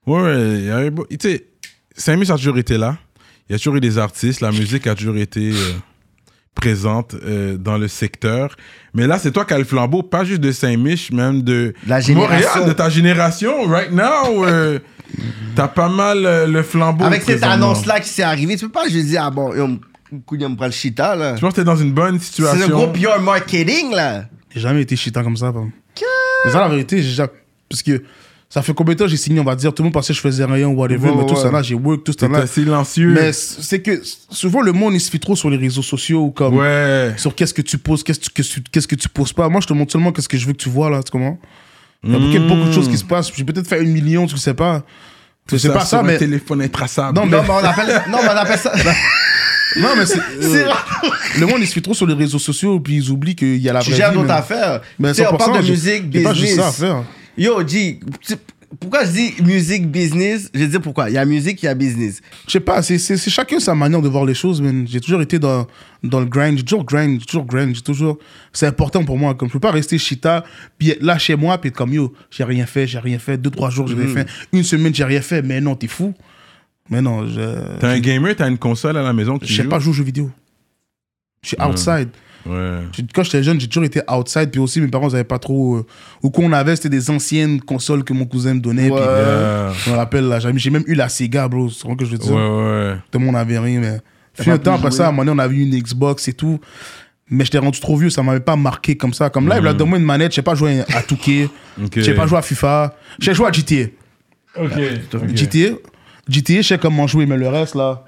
Ouais, ouais, il y avait beau- Tu sais, Saint-Mich a toujours été là. Il y a toujours eu des artistes. La musique a toujours été euh, présente euh, dans le secteur. Mais là, c'est toi qui as le flambeau, pas juste de Saint-Mich, même de
La génération.
Montréal, de ta génération. Right now, euh, t'as pas mal euh, le flambeau.
Avec cette
présentement.
annonce-là qui s'est arrivée, tu peux pas juste dire, ah bon, yo, m- couille, on me prend le chita, là.
Je pense que t'es dans une bonne
C'est
situation.
le gros pure marketing, là.
J'ai jamais été chitant comme ça. pardon. Mais ça, la vérité, j'ai jamais... Parce que ça fait combien de temps j'ai signé, on va dire, tout le monde pensait que je faisais rien, whatever,
Ouais,
mais tout
ouais.
ça là, j'ai work, tout ça là.
T'étais silencieux.
Mais c'est que souvent, le monde, il se fit trop sur les réseaux sociaux ou comme...
Ouais.
sur qu'est-ce que tu poses, qu'est-ce que tu- qu'est-ce que tu- qu'est-ce que tu poses pas. Moi, je te montre seulement qu'est-ce que je veux que tu vois là, tu comprends Il y a beaucoup- beaucoup de choses qui se passent. J'ai peut-être fait un million, tu le sais pas. Tu sais pas ça,
sur Un
mais.
téléphone intraçable.
Non, mais,
Non, mais on appelle, non, mais on appelle ça.
non, mais c'est- euh, le monde, il se fait trop sur les réseaux sociaux, puis ils oublient qu'il y a la
tu
vraie
gères
vie,
d'autres
ben mais-
affaires.
Mais
Tu sais, on
100%,
parle de
j'ai-
musique,
j'ai pas
business.
juste ça hein. à faire.
Yo, G, tu- pourquoi je dis musique, business? Je vais te dire pourquoi. Il y a musique, il y a business.
Je sais pas, c'est c'est- c'est chacun sa manière de voir les choses, mais j'ai toujours été dans, dans le grind, j'ai toujours grind, j'ai toujours grind, j'ai toujours. C'est important pour moi, comme je peux pas rester chita, puis être là chez moi, puis être comme yo, j'ai rien fait, j'ai rien fait, deux, trois jours, j'ai
Mm.
rien fait, une semaine, j'ai rien fait, mais non, t'es fou. Mais non, je.
T'es un gamer, t'as une console à la maison. que tu
Je sais
joues.
pas jouer aux jeux vidéo. Je suis outside.
Ouais.
J'ai- Quand j'étais jeune, j'ai toujours été outside. Puis aussi, mes parents, ils avaient pas trop. euh, ou qu'on avait, c'était des anciennes consoles que mon cousin me donnait. puis,
Ouais.
euh, je me rappelle, là, j'avais- j'ai même eu la Sega, bro. C'est vrai que je veux
Ouais,
dire.
ouais.
Tout le monde avait rien, mais. Puis
pas
un temps
pu
après
jouer.
ça, à un moment donné, on avait eu une Xbox et tout. Mais j'étais rendu trop vieux, ça m'avait pas marqué comme ça. Comme là, il a donné une manette, je sais pas jouer à Touquet,
Ok.
je sais pas jouer à FIFA, j'ai joué à GTA.
Ok.
GTA, GTA, je sais comment jouer, mais le reste là.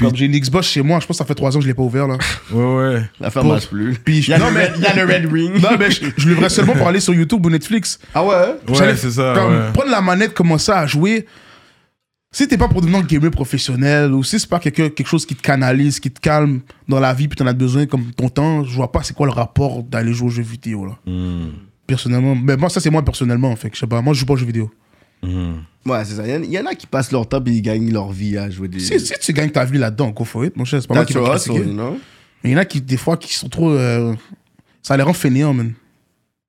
Comme j'ai une Xbox chez moi, je pense que ça fait 3 ans que je l'ai pas ouvert là.
Ouais, ouais.
La femme marche plus.
Puis je-
Il y a
non,
le
mais,
Red- il y a le Red Ring.
non, mais je, je l'ouvrais seulement pour aller sur YouTube ou Netflix.
Ah ouais?
Ouais,
J'allais
c'est
Ah
ça.
comme
ouais.
Prendre la manette, commencer à jouer. Si t'es pas pour devenir un gamer professionnel ou si c'est pas quelque, quelque chose qui te canalise, qui te calme dans la vie, puis t'en as besoin comme ton temps, je vois pas c'est quoi le rapport d'aller jouer aux jeux vidéo là.
Hmm.
Personnellement, mais moi ça c'est moi personnellement en fait, je sais pas, moi je joue pas aux jeux vidéo.
Ouais, c'est ça. Il y en- il y, en a qui passent leur temps et ils gagnent leur vie à jouer des.
Si, si tu gagnes ta vie là-dedans, go for it, mon cher, c'est pas moi
That's
qui vais
your
te
hustle,
critiquer.
you know?
Mais il y en a qui, des fois, qui sont trop. euh, ça les rend fainéants, man.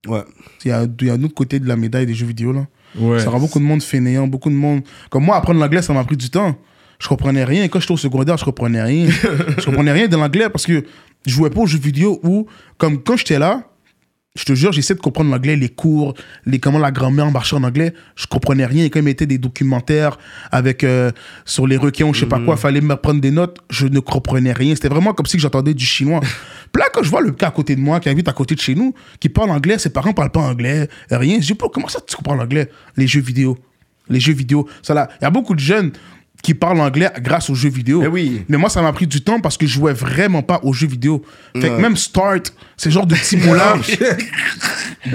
Ouais.
Il y, a, il y a un autre côté de la médaille des jeux vidéo, là.
Ouais.
Ça rend beaucoup de monde fainéant, beaucoup de monde. Comme moi, apprendre l'anglais, ça m'a pris du temps. Je comprenais rien. Quand j'étais au secondaire, je comprenais rien. je comprenais rien de l'anglais parce que je jouais pas aux jeux vidéo ou, comme quand j'étais là, je te jure, j'essayais de comprendre l'anglais, les cours, les, comment la grammaire marchait en anglais. Je comprenais rien. Et quand ils mettaient des documentaires avec, euh, sur les requins ou je sais pas
Mm.
quoi, fallait me prendre des notes. Je ne comprenais rien. C'était vraiment comme si que j'entendais du chinois. Puis là, quand je vois le gars à côté de moi, qui habite à côté de chez nous, qui parle anglais, ses parents parlent pas anglais, rien. Je dis, Bro, comment ça tu comprends l'anglais Les jeux vidéo. Les jeux vidéo. Ça, là, Il y a beaucoup de jeunes qui parlent anglais grâce aux jeux vidéo.
Eh oui.
Mais moi, ça m'a pris du temps parce que je jouais vraiment pas aux jeux vidéo. Fait que même start, ces genres de petits mots-là,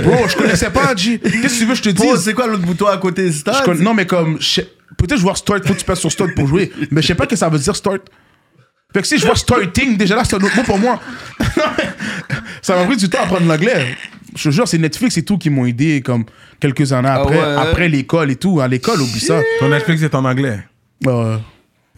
Bro, je connaissais pas, G. Qu'est-ce que tu veux que je te
Bon,
dise
c'est quoi l'autre bouton à côté? C'est
Je
ça?
connais- Non, mais comme. je sais- Peut-être je vois start, faut que tu passes sur start pour jouer. Mais je sais pas que ça veut dire start. Fait que si je vois starting, déjà là, c'est un autre mot pour moi. ça m'a pris du temps à apprendre l'anglais. Je te jure, c'est Netflix et tout qui m'ont aidé, comme quelques années après,
ouais.
après l'école et tout. À l'école, oublie ça.
Ton Netflix est en anglais.
Euh,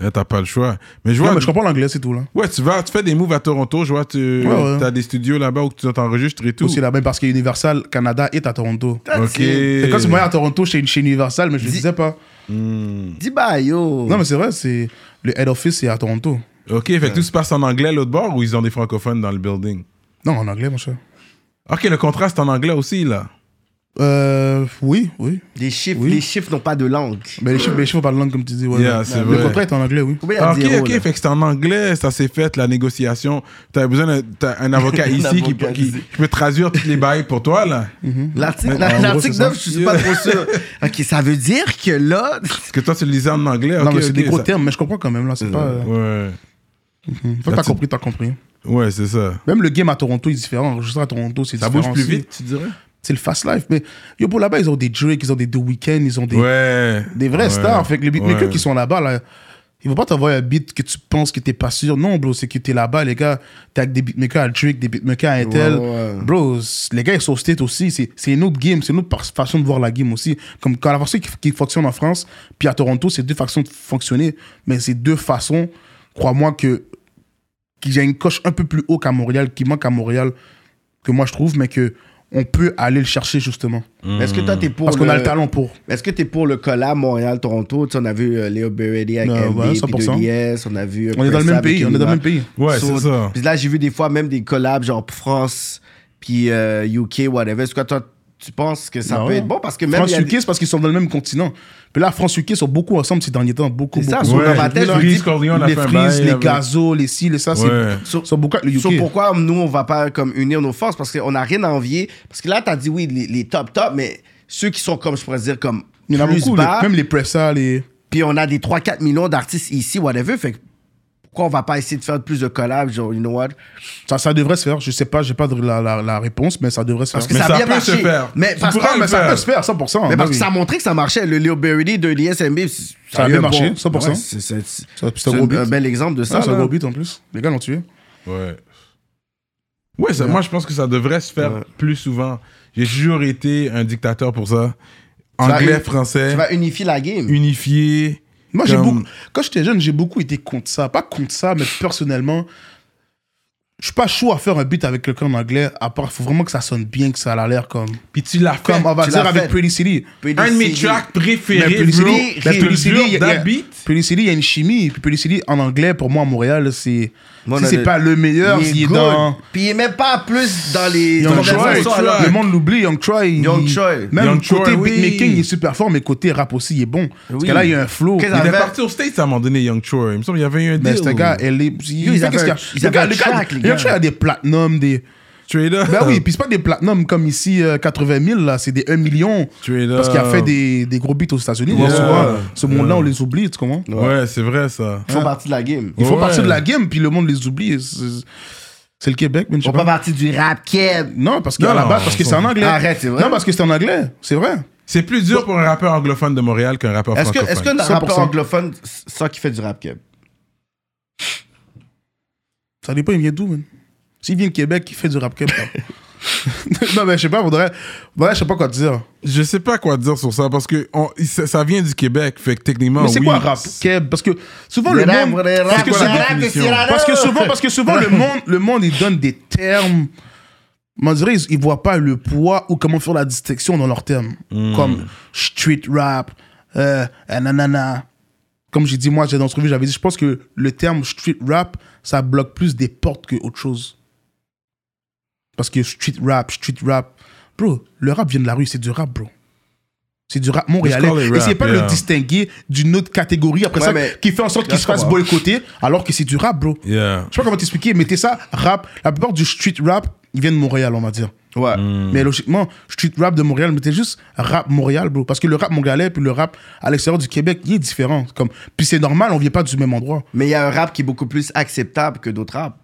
Eh, T'as pas le choix. Mais je vois.
non, mais je comprends l'anglais, c'est tout, là.
Ouais, tu vas, tu fais des moves à Toronto, je vois, tu
Ouais, ouais.
as des studios là-bas où tu t'enregistres et tout.
Aussi là-bas, parce que Universal Canada est à Toronto.
Ok.
C'est quand tu me à Toronto, chez, chez Universal, mais je le
Dis-
disais pas.
Dis bah yo.
Non, mais c'est vrai, c'est le head office est à Toronto.
Ok, fait que tout se passe en anglais l'autre bord ou ils ont des francophones dans le building?
Non, en anglais, mon cher.
Ok, le contraste en anglais aussi, là.
Euh, oui, oui.
Les chiffres,
Oui. Mm-hmm.
les chiffres n'ont pas de langue.
Mais les chiffres, mais les chiffres parlent la langue, comme tu dis. Ouais,
Yeah,
ouais.
c'est
le
vrai.
contrat est en anglais, oui.
Combien il y a
Ah,
de
ok,
zéros,
ok,
là?
fait que c'est en anglais, ça s'est fait, la négociation. T'as besoin d'un t'as un avocat ici qui,
avocat
qui,
ici.
qui peut traduire toutes les bails pour toi, là.
L'article,
en
la-
gros,
l'article
c'est ça.
9, je suis pas trop sûr. Ok, ça veut dire que là.
Parce que toi, tu le lisais en anglais.
non,
ok,
mais c'est
ok,
des gros
ça-
termes, mais je comprends quand même, là. C'est pas. euh,
Ouais,
Une fois que
Là,
t'as
tu-
compris, t'as compris.
ouais c'est ça.
Même le game à Toronto est différent. Enregistrer à Toronto, c'est
Ça
différent.
bouge plus
aussi.
vite, tu dirais?
C'est le fast life. Mais yo, pour là-bas, ils ont des Drake, ils ont des The Weeknd, ils ont des,
Ouais.
des vrais
Ouais.
stars. Fait que les beatmakers
Ouais.
qui sont là-bas, là, ils vont pas t'envoyer un beat que tu penses que t'es pas sûr. Non, bro, c'est que t'es là-bas, les gars. T'as avec des beatmakers à Drake, des beatmakers à Intel.
Ouais, ouais.
Bro, c- les gars, ils sont au States aussi. C'est c'est une autre game, c'est une autre par- façon de voir la game aussi. Comme quand la façon qui, qui fonctionne en France, puis à Toronto, c'est deux façons de fonctionner. Mais c'est deux façons, crois-moi, que qu'il y a une coche un peu plus haut qu'à Montréal, qui manque à Montréal, que moi je trouve, mais que on peut aller le chercher justement.
Est-ce que toi, t'es Mm.
Mm.
pour.
Parce qu'on a le
le-
talent pour.
Est-ce que t'es pour le collab Montréal-Toronto? Tu sais, on a vu euh, Léo Berretti avec
Euh,
LB,
ouais,
puis
100%.
2DS, on a vu. euh,
On est dans le
Prince
même
avec
pays, on est dans le
Enigma.
même pays.
Ouais,
So-
c'est ça.
Puis là, j'ai vu des fois même des collabs genre France, puis euh, UK, whatever. Est-ce que toi, tu penses que ça
Non.
peut être bon? Parce que même. il y a
France-UK,
des-
c'est parce qu'ils sont dans le même continent. Puis là, France-UK sont beaucoup ensemble ces derniers temps. Beaucoup,
C'est ça,
beaucoup.
sur
Ouais,
dans ma tête, je me
Freeze,
dis,
Corleone a
les
fait un
frises,
bail
les
avec-
gazos, les ci, les ça,
Ouais.
c'est sont beaucoup le UK.
So, pourquoi nous, on va pas comme unir nos forces? Parce qu'on n'a rien à envier. Parce que là, t'as dit oui, les, les top top, mais ceux qui sont comme, je pourrais dire, comme.
Il y en a
plus
beaucoup,
bas,
les- même les pressas, les.
Puis on a des 3-4 millions d'artistes ici, whatever. Fait que pourquoi on va pas essayer de faire plus de collabs, genre, you know what?
Ça, ça devrait se faire. Je sais pas, j'ai pas de- la, la, la réponse, mais ça devrait se faire.
Parce que
Mais
ça a
ça
bien
peut
marché.
se faire.
Mais
Tu
parce
pourras
que-
mais ça
faire.
peut se faire, 100%.
Mais
bah
parce
oui.
que ça a montré que ça marchait. Le Leo Berry de l'ISMB, ça
a
eu
bien
un
marché,
bon-
100%.
Ouais, c'est- c'est-
C'est un
C'est
gros
un,
but.
un bel exemple de ça.
Ah, c'est un
là.
gros but en plus. Les gars l'ont tué.
Ouais. Ouais, ça- moi je pense que ça devrait se faire plus souvent. J'ai toujours été un dictateur pour ça. Anglais,
vas- Tu
français,
vas unifier la game.
unifié.
Moi, j'ai
Comme-
beaucoup. Quand j'étais jeune, j'ai beaucoup été contre ça. Pas contre ça, mais personnellement, Je suis pas chaud à faire un beat avec quelqu'un en anglais, à part, faut vraiment que ça sonne bien, que ça a l'air comme.
Puis tu l'as fait.
Comme, on va
tu
dire
l'as
avec
fait.
Pretty City.
Un de mes
CD.
tracks
Mais
préférés,
Pretty City,
bro.
mais
Le
Pretty
plus
City,
dur
il y a-
d'un beat.
Pretty City, il y a une chimie. Puis Pretty City, en anglais, pour moi, à Montréal, c'est.
Moi, on
Si
a
c'est
le-
pas le meilleur,
Il est
il est
good.
dans.
Puis il est même pas plus dans les
Young Troy,
conversations.
Troy.
le monde l'oublie, Young Troy. il-
Young Troy.
Même
Young
côté
Troy, oui.
beatmaking, il est super fort, mais côté rap aussi, il est bon. Parce
Oui.
que là, il y a un flow.
Qu'est-ce
Il-
Il est
avait-
parti aux States à un moment donné, Young Troy. Il me semble qu'il y avait eu un
Mais
deal.
ce gars, elle est.
Yo, ils
fait
avaient
qu'est-ce
un-
qu'il
ils
y a- Le
avaient
gars,
un
le gars-
track, les
Young
gars.
Troy a des platinums, des.
Trader.
Ben oui, puis c'est pas des platinums comme ici euh, 80 000, là, c'est des 1 million.
Tu es là.
Parce qu'il a fait des, des gros beats aux États-Unis.
Yeah.
Donc, souvent, ce monde-là, on les oublie, tu comprends?
Ouais, c'est vrai ça.
Hein?
Ils font partie de la game.
Ils font
Ouais.
partie de la game, puis le monde les oublie. C'est- C'est le Québec, mais je
Ils
sais
font pas
pas.
partie du rap keb.
Non, parce qu'à
Non,
la
non,
base, parce que c'est en anglais.
Arrête, c'est vrai.
Non, parce que c'est en anglais, c'est vrai.
C'est plus dur pour un rappeur anglophone de Montréal qu'un rappeur
Est-ce que,
francophone.
est-ce que le
100%.
rappeur anglophone, c'est ça qui fait du rap keb?
Ça dépend, il vient d'où, man. S'il vient de Québec, il fait du rap keb. non, mais je sais pas, faudrait. faudrait- je sais pas quoi te dire.
Je sais pas quoi dire sur ça parce que on- ça, ça vient du Québec, fait que techniquement.
mais c'est
Ah oui,
quoi rap keb Parce que souvent,
Le
le,
rap,
monde.
le rap,
parce que
le
souvent-
rap,
définition.
c'est la
Parce que
rap.
souvent, parce que souvent le monde, le monde, il donne des termes. Mais On dirait, ils, ils voient pas le poids ou comment faire la distinction dans leurs termes.
Hmm.
Comme street rap, euh, nanana. Comme j'ai dit, moi, j'ai dans l'entrevue, j'avais dit, je pense que le terme street rap, ça bloque plus des portes que autre chose. Parce que street rap, street rap. Bro, le rap vient de la rue, c'est du rap, bro. C'est du rap montréalais.
call it rap,
Essayez pas de
yeah.
le distinguer d'une autre catégorie après
Ouais,
ça,
mais-
qui fait en sorte
Là,
qu'il
je
se fasse
comprends.
boycotter, alors que c'est du rap, bro.
Yeah.
Je sais pas comment t'expliquer, mettez ça, rap. La plupart du street rap, il vient de Montréal, on va dire.
Ouais.
Mais logiquement, street rap de Montréal, mettez juste rap Montréal, bro. Parce que le rap montréalais, puis le rap à l'extérieur du Québec, il est différent. Comme... Puis c'est normal, on vient pas du même endroit.
Mais il y a un rap qui est beaucoup plus acceptable que d'autres rap.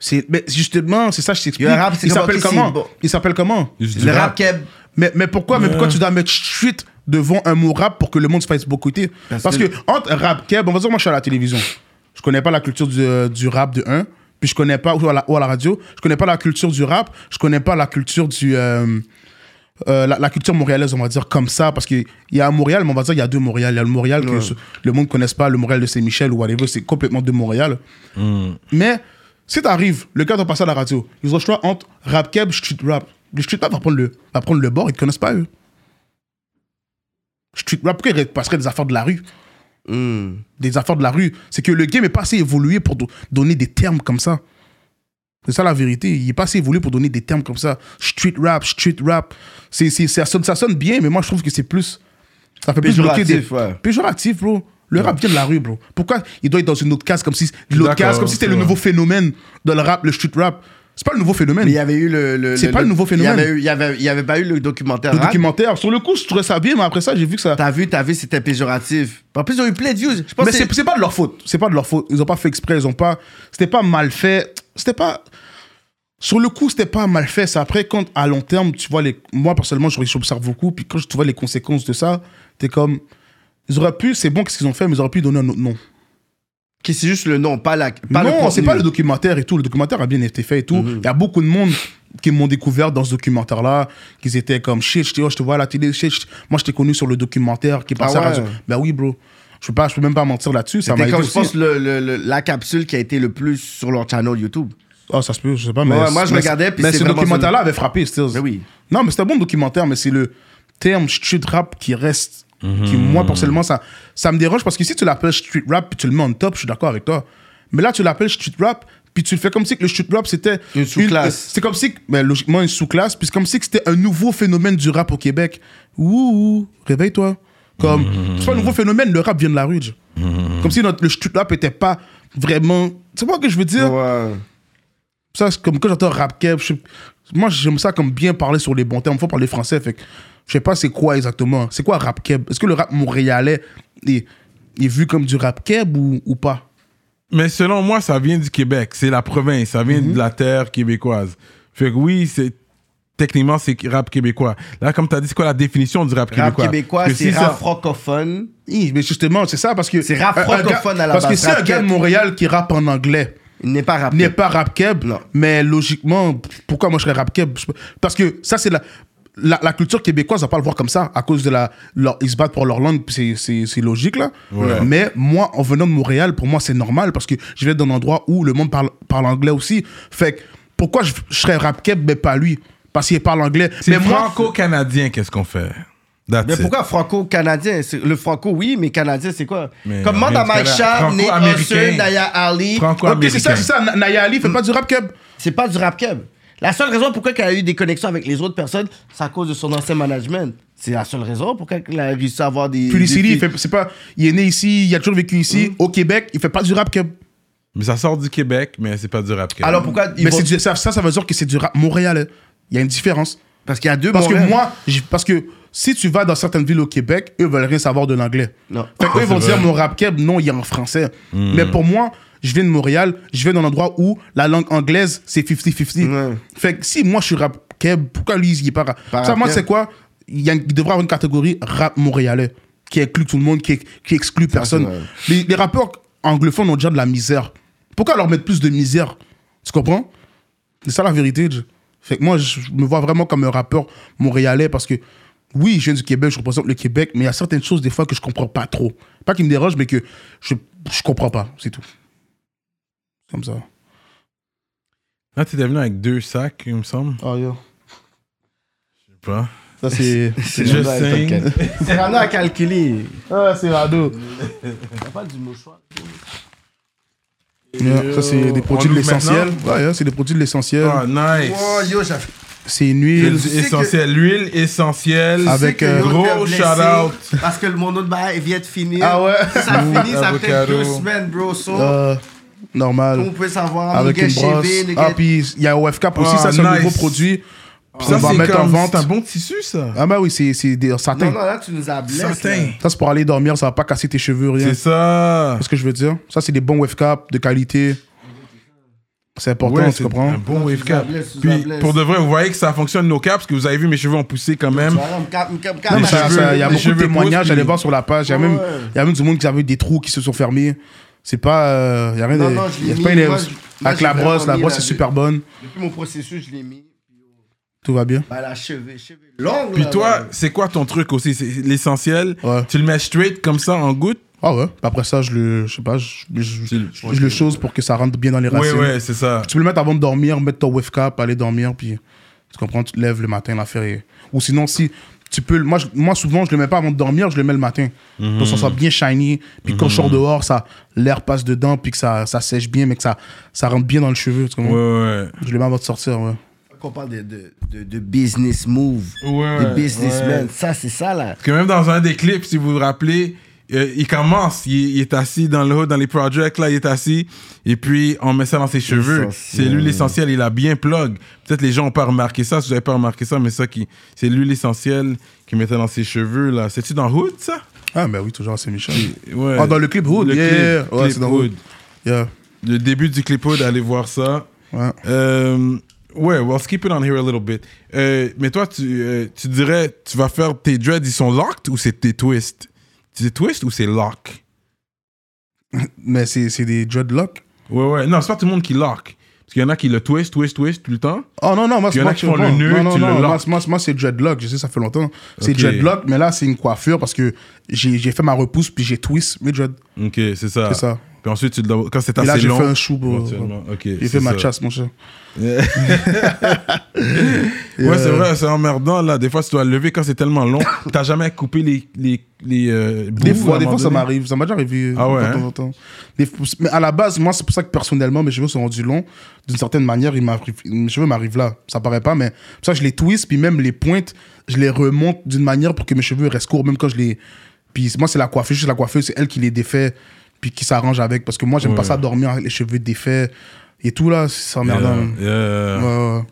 C'est... Mais justement, c'est ça que je t'explique.
Il y a un rap, c'est
il
comme,
s'appelle
ok, c'est
comment
bon.
Il s'appelle comment
Juste du
Le
rap.
rap keb.
Mais, mais pourquoi mais pourquoi tu dois mettre street devant un mot rap pour que le monde se fasse boycotter
Parce
Parce,
que-
que... entre rap keb, on va dire moi je suis à la télévision. Je connais pas la culture du, euh, du rap de 1, puis je connais pas ou à, la, ou à la radio, je connais pas la culture du rap, je connais pas la culture du euh, euh, la, la culture montréalaise, on va dire comme ça, parce qu'il y a un Montréal, mais on va dire il y a deux Montréal. Il y a le Montréal que ce- le monde ne connaisse pas, le Montréal de Saint-Michel ou whatever, c'est complètement deux Montréal. Mais si t'arrives, le gars doit passer à la radio, ils ont le choix entre rap keb, street rap. Le street rap va prendre le, va prendre le bord, ils te connaissent pas eux. Street rap, pourquoi ils passeraient des affaires de la rue
Hmm.
Des affaires de la rue. C'est que le game est pas assez évolué pour do- donner des termes comme ça. C'est ça la vérité. Il est pas assez évolué pour donner des termes comme ça. Street rap, street rap. C'est, c'est, ça, sonne, ça sonne bien, mais moi je trouve que c'est plus. Ça fait plus bloquer des.
Péjoratif, ouais.
Péjoratif, bro. Le rap vient de la rue, bro. Pourquoi il doit être dans une autre case comme si
D'accord,
l'autre case, comme si c'était le
ouais.
nouveau phénomène dans le rap, le street rap. C'est pas le nouveau phénomène.
Mais il y avait eu le. le-
C'est pas le nouveau phénomène.
Il y avait, eu- il y avait, il y avait pas eu le documentaire.
le
rap.
documentaire. Sur le coup, je trouvais ça bien, mais après ça, j'ai vu que ça.
T'as vu, t'as vu, c'était péjoratif. En plus, ils ont eu plein de views. Je pense
Mais
que
c'est c'est pas de leur faute. C'est pas de leur faute. Ils ont pas fait exprès. Ils ont pas. C'était pas mal fait. C'était pas. Sur le coup, c'était pas mal fait. C'est après, quand à long terme, tu vois les. Moi, personnellement, je- j'observe beaucoup. Puis quand tu vois les conséquences de ça, t'es comme. Ils auraient pu. C'est bon qu'est-ce qu'ils ont fait, mais ils auraient pu donner un autre nom.
que c'est juste le nom, pas, la, pas le
non, c'est
contenu. Mhm.
pas le documentaire et tout. Le documentaire a bien été fait et tout. Il y a beaucoup de monde qui m'ont découvert dans ce documentaire-là, qu'ils étaient comme shit, je te, oh, je te vois à la télé, shit, je- moi je t'ai connu sur le documentaire qui passait
Ah
à la radio.
ouais.
Ben oui, bro. Je peux, pas, je peux même pas mentir là-dessus. Ça m'a
C'était
aidé
comme,
aussi.
je pense, le, le- le- la capsule qui a été le plus sur leur channel YouTube.
Ah, ça se peut, je sais pas, mais.
Ouais, moi, je
mais-
regardais, puis
Mais
c'est
ce
vraiment
documentaire-là avait frappé, Stills.
Mais oui.
Non, mais c'est un bon documentaire, mais c'est le terme street rap qui reste. Qui,
Mhm.
moi, personnellement, ça, ça me dérange parce que si tu l'appelles street rap puis tu le mets en top, je suis d'accord avec toi. Mais là, tu l'appelles street rap puis tu le fais comme si que le street rap c'était.
Une sous-classe.
C'est comme si, que- ben, logiquement, une sous-classe, puis c'est comme si que c'était un nouveau phénomène du rap au Québec. Ouh, réveille-toi. Comme, c'est pas un nouveau phénomène, le rap vient de la rue. je-
Mhm.
Comme si notre, le street rap était pas vraiment. Tu vois ce que je veux dire?
Ouais.
ça c'est comme quand j'entends rap keb je sais- moi j'aime ça comme bien parler sur les bons termes faut parler français fait que je sais pas c'est quoi exactement c'est quoi rap keb est-ce que le rap montréalais est, est vu comme du rap keb ou, ou pas
Mais selon moi, ça vient du Québec. C'est la province. Ça vient de la terre québécoise. Fait que oui, c'est. Techniquement, c'est rap québécois. Là, comme t'as dit, c'est quoi la définition du rap
Rap
québécois
québécois,
Parce que
c'est
si
rap
ça-
francophone.
Hi, mais justement c'est ça parce que
C'est rap
un- un gars-
francophone à la
parce
base,
que c'est un
rap
gars de
keb.
Montréal qui rappe en anglais
Il n'est pas rap
n'est
keb.
pas rap keb
Non.
mais logiquement pourquoi moi je serais rap keb Je- parce que ça c'est la la, la culture québécoise va pas le voir comme ça à cause de la. leur- ils se battent pour leur langue, puis c'est- c'est c'est logique là. Mais moi, en venant de Montréal, pour moi, c'est normal parce que je vais dans un endroit où le monde parle, parle anglais aussi. Fait que pourquoi je, je serais rap keb, mais pas lui Parce qu'il parle anglais.
C'est
mais moi,
franco-canadien, qu'est-ce qu'on fait? That's
Mais
it.
pourquoi franco-canadien C'est- Le franco, oui, mais canadien, c'est quoi
Mais
Comme
non,
demande
mais
à Mike
c'est
Shab, Nate
franco-américain.
Husser, Naya Ali.
Ok, c'est ça,
Franco-américain.
c'est ça. Na- Naya Ali fait pas du rap keb.
C'est pas du rap keb. La seule raison pourquoi elle a eu des connexions avec les autres personnes, c'est à cause de son ancien management. C'est la seule raison pourquoi elle a réussi à avoir des.
Pulicili,
des-
il fait- c'est pas. Il est né ici, il a toujours vécu ici. Au Québec, il fait pas du rap keb.
Mais ça sort du Québec, mais c'est pas du rap. québécois.
Alors pourquoi ils
Mais
vont-
c'est du- ça, ça, ça veut dire que c'est du rap montréalais. Il y a une différence.
Parce qu'il y a deux
Parce que
Montréal.
moi, j'ai- parce que si tu vas dans certaines villes au Québec, eux veulent rien savoir de l'anglais.
Non.
Fait qu'eux, ils vont
c'est
dire
vrai. Hmm.
mon rap keb, non, il est en français. Mais pour moi, je viens de Montréal, je viens d'un endroit où la langue anglaise, c'est 50-50.
Ouais.
Fait que si moi, je suis rap keb, pourquoi lui, il est pas rap
Pas
Ça,
rap
moi,
keb.
c'est quoi il, y a, il devrait avoir une catégorie rap montréalais qui inclut tout le monde, qui, qui exclut personne.
vrai.
Les, les rappeurs anglophones ont déjà de la misère. Pourquoi leur mettre plus de misère Tu comprends c'est ça la vérité. je- Fait que moi, je je me vois vraiment comme un rappeur montréalais parce que, oui, je viens du Québec, je représente le Québec, mais il y a certaines choses des fois que je comprends pas trop. Pas qui me dérangent, mais que je, je comprends pas, c'est tout. Comme ça.
Là, t'es devenu avec deux sacs, il me semble.
Oh, yo.
Je sais pas.
Ça, c'est.
C'est
Je
le bail,
sais.
t'inquiète. C'est vraiment à calculer.
ah, c'est rado.
pas du mouchoir.
ça, c'est des
On
produits de
l'ouvre
l'essentiel.
maintenant?
Ouais, yeah, c'est des produits de l'essentiel.
Oh, nice.
Oh yo, j'avais.
C'est une
L'huile
huile.
essentielle. L'huile essentielle.
Avec,
C'est que
euh,
Yo,
gros
t'es blessé
shout-out.
Parce que mon autre bail vient de finir.
Ah ouais?
Si ça finit, ça fait
Avocado.
deux semaines, bro. So,
Euh,
on
normal.
peut savoir.
Avec
nigga,
une
chez V,
brosse.
nigga.
Ah, puis il y a OFK aussi,
Ah,
ça, c'est un
nice.
nouveau produit.
Ça,
on va
c'est
mettre en
comme-
vente.
C'est un bon tissu, ça.
Ah, bah oui, c'est c'est des satins.
Non, non, là, tu nous as blessés.
Satin.
Ça, c'est pour aller dormir, ça va pas casser tes cheveux, rien.
C'est ça.
C'est ce que je veux dire. Ça, c'est des bons wave cap de qualité. C'est important,
Ouais,
tu
c'est
comprends?
Un bon wave cap.
blesse, tu la
Puis,
blesses.
pour de vrai, vous voyez que ça fonctionne nos caps, parce que vous avez vu, mes cheveux ont poussé quand même.
Il
les
ça,
cheveux-
ça- il y a
les
beaucoup de
cheveux poussent,
témoignages,
puis-
j'allais voir sur la page. Il y, a
Ouais,
même,
ouais.
il y a même du monde qui avait des trous qui se sont fermés. C'est pas. euh, il y a rien
Non,
de-
non, je l'ai
il y a
mis,
pas une-
moi, je- moi,
Avec
j'ai
la brosse,
vraiment
la
mis
brosse
la
est
vie.
super bonne.
Depuis mon processus, je l'ai mis.
Tout va bien.
Bah, la cheveux, cheveux longue.
Puis
là,
toi,
là.
c'est quoi ton truc aussi C'est l'essentiel.
Ouais.
Tu le mets straight comme ça en goutte.
Ah ouais. Après ça, je le. Je sais pas, je, je- je- je le chose pour que ça rentre bien dans les
Ouais,
racines.
ouais, c'est ça.
Bah, Tu peux le mettre avant de dormir, mettre ton wave cap, aller dormir, puis tu comprends, tu te lèves le matin, l'affaire est... Ou sinon, si tu peux... le- Moi, je- moi, souvent, je le mets pas avant de dormir, je le mets le matin.
Mhm.
Pour que ça soit bien shiny, puis quand je sors dehors, ça l'air passe dedans, puis que ça, ça sèche bien, mais que ça, ça rentre bien dans le cheveu, tu
Ouais,
comprends?
ouais.
Je le mets avant de sortir, ouais.
Qu'on parle de, de, de, de business move.
Ouais,
de businessman.
ouais.
Ça, c'est ça, là.
Parce que même dans un des clips, si vous vous rappelez, euh, il commence, il, il est assis dans le haut, dans les projects, là, il est assis, et puis on met ça dans ses cheveux. C'est
L'essentiel.
lui l'essentiel, il a bien plug. Peut-être les gens n'ont pas remarqué ça, si vous n'avez pas remarqué ça, mais ça, qui, c'est lui l'essentiel qu'il mettait dans ses cheveux, là. C'est-tu dans Hood, ça?
Ah, mais oui, toujours à Saint-Michel.
Ouais.
Ah, dans le clip Hood,
euh, Le
yeah,
clip,
yeah, ouais,
clip
c'est dans Hood.
Hood.
Yeah.
Le début du clip Hood, allez voir ça.
Ouais.
Euh, ouais, well, skip it on here a little bit. Euh, mais toi, tu, euh, tu dirais, tu vas faire tes dreads, ils sont locked ou c'est tes twists C'est twist ou c'est lock
Mais c'est c'est des dreadlocks.
Ouais, ouais. Non, c'est pas tout le monde qui lock. Parce qu'il y en a qui le twist, twist, twist tout le temps.
Oh non, non, moi,
Il y
c'est
en a
pas
qui font le nœud,
non, non,
tu le
non, moi,
lock.
c'est- moi, c'est- moi, c'est dreadlock, je sais, ça fait longtemps. C'est
Ok.
dreadlock, mais là, c'est une coiffure parce que j'ai j'ai fait ma repousse puis j'ai twist mes dreads.
Ok, c'est ça.
C'est ça.
Puis ensuite, tu le- quand Ah. c'est
Et
assez
là, j'ai
long.
fait un chou, bro.
éventuellement. Ok.
J'ai fait ma chasse, mon cher.
Ouais, c'est vrai, c'est emmerdant là. Des fois, tu dois le lever quand c'est tellement long. T'as jamais coupé les. les, les euh, bouts, à
Des
un
fois, des
moment
fois ça
donné?
m'arrive. Ça m'a déjà arrivé
Ah ouais,
de temps en temps. Des fois- Mais à la base, moi, c'est pour ça que personnellement, mes cheveux sont rendus longs. D'une certaine manière, ils m'arrivent- mes cheveux m'arrivent là. Ça paraît pas, mais c'est pour ça, que je les twist, puis même les pointes, je les remonte d'une manière pour que mes cheveux restent courts, même quand je les. Puis moi, c'est la coiffeuse, juste la coiffeuse, c'est elle qui les défait, puis qui s'arrange avec. Parce que moi, j'aime pas ça dormir avec les cheveux défaits et tout, là. C'est emmerdant.
Yeah,
Ouais, ouais,
yeah.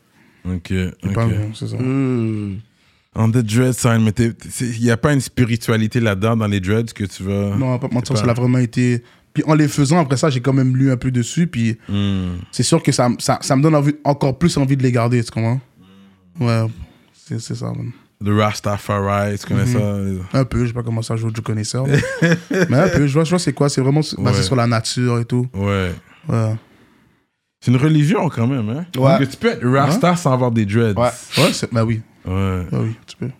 Ok,
c'est
ok. Mm.
pas bon, c'est ça.
Hmm.
En the dread sign, mais il n'y a pas une spiritualité là-dedans dans les dreads que tu vas.
Non, on va pas mentir,
pas-
ça l'a vraiment été. Puis en les faisant, après ça, j'ai quand même lu un peu dessus. Puis
Hmm.
c'est sûr que ça, ça, ça me donne envie- encore plus envie de les garder, tu comprends?
Mm.
Ouais, c'est c'est ça. man.
Le Rastafari, tu connais ça
Un peu, j'ai pas commencé à jouer du connaisseur. là. mais un peu, je vois, je vois c'est quoi. C'est vraiment basé
Ouais.
sur la nature et tout.
Ouais.
Ouais,
C'est une religion quand même, hein
Ouais.
Donc, tu peux être Rasta sans avoir des dreads.
ouais c'est- bah oui.
Ouais.
Ah oui, tu peux.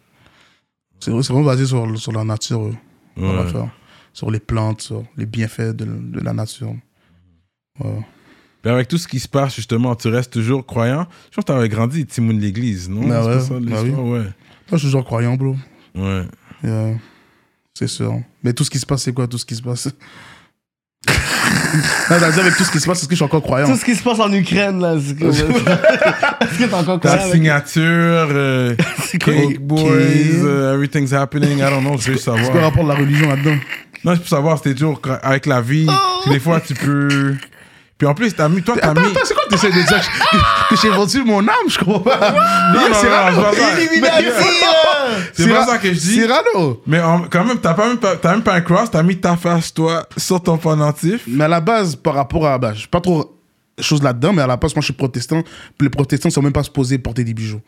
C'est c'est vraiment basé sur, le- sur la nature, euh, dans
Ouais.
l'affaire. sur les plantes, sur les bienfaits de, de la nature. Ouais.
Puis avec tout ce qui se passe, justement, tu restes toujours croyant. Je pense que t'avais grandi, Timoun de l'église, non?
Ah
C'est
ouais,
pas ça,
bah
l'histoire?
Moi, je suis toujours croyant, bro.
Ouais. Ouais.
Yeah. C'est sûr. Mais tout ce qui se passe, c'est quoi tout ce qui se passe Non, t'as dit avec tout ce qui se passe, est-ce que je suis encore croyant
Tout ce qui se passe en Ukraine, là. c'est comme- Est-ce que t'es encore
Ta
conscient avec-
signature, euh, Cake Boys, euh, Everything's Happening, I don't know, je veux
C'est quoi le
savoir.
rapport de la religion là-dedans
Non, je peux savoir, c'était toujours cra- avec la vie. puis Des fois, tu peux. Puis en plus, t'as mis. Toi, t'as mis.
Oh. Attends, attends, c'est quoi que t'essayes de dire que- Que j'ai vendu mon âme, je comprends pas. Mais
non,
c'est
non,
Rano.
c'est pas ça.
Illuminati, là!
C'est pas
Ra-
ça que je dis.
C'est Rano.
Mais en- quand même, t'as pas même pas, t'as même pas un cross, t'as mis ta face, toi, sur ton pendentif.
Mais à la base, par rapport à. Bah, je suis pas trop chose là-dedans, mais à la base, moi, je suis protestant. Puis Les protestants sont même pas supposés porter des bijoux.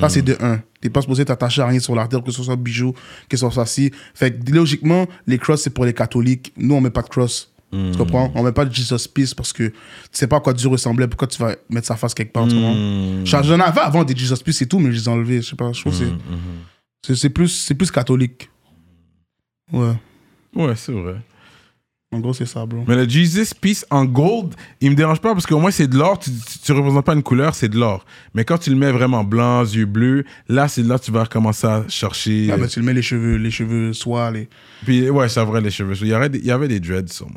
Ça, c'est de un. T'es pas supposé t'attacher à rien sur l'artère, que ce soit bijoux, que ce soit ci. Fait que logiquement, les crosses, c'est pour les catholiques. Nous, on met pas de cross. Tu comprends? On met pas de Jesus Peace parce que tu sais pas à quoi Dieu ressemblait, pourquoi tu vas mettre sa face quelque part. tu comprends? J'en j'en avais avant des Jesus Peace et tout, mais je les ai enlevés. Je sais pas, je trouve que c'est- c'est c'est plus, c'est plus catholique. Ouais.
Ouais, c'est vrai.
En gros, c'est ça, bro.
Mais le Jesus Peace en gold, il me dérange pas parce qu'au moins c'est de l'or, tu, tu, tu représentes pas une couleur, c'est de l'or. Mais quand tu le mets vraiment blanc, yeux bleus, là, c'est là que tu vas commencer à chercher.
Ah ben, tu le mets les cheveux, les cheveux soie, les...
Puis ouais, c'est vrai, les cheveux. Il y, aurait des- il y avait des dreads sûrement.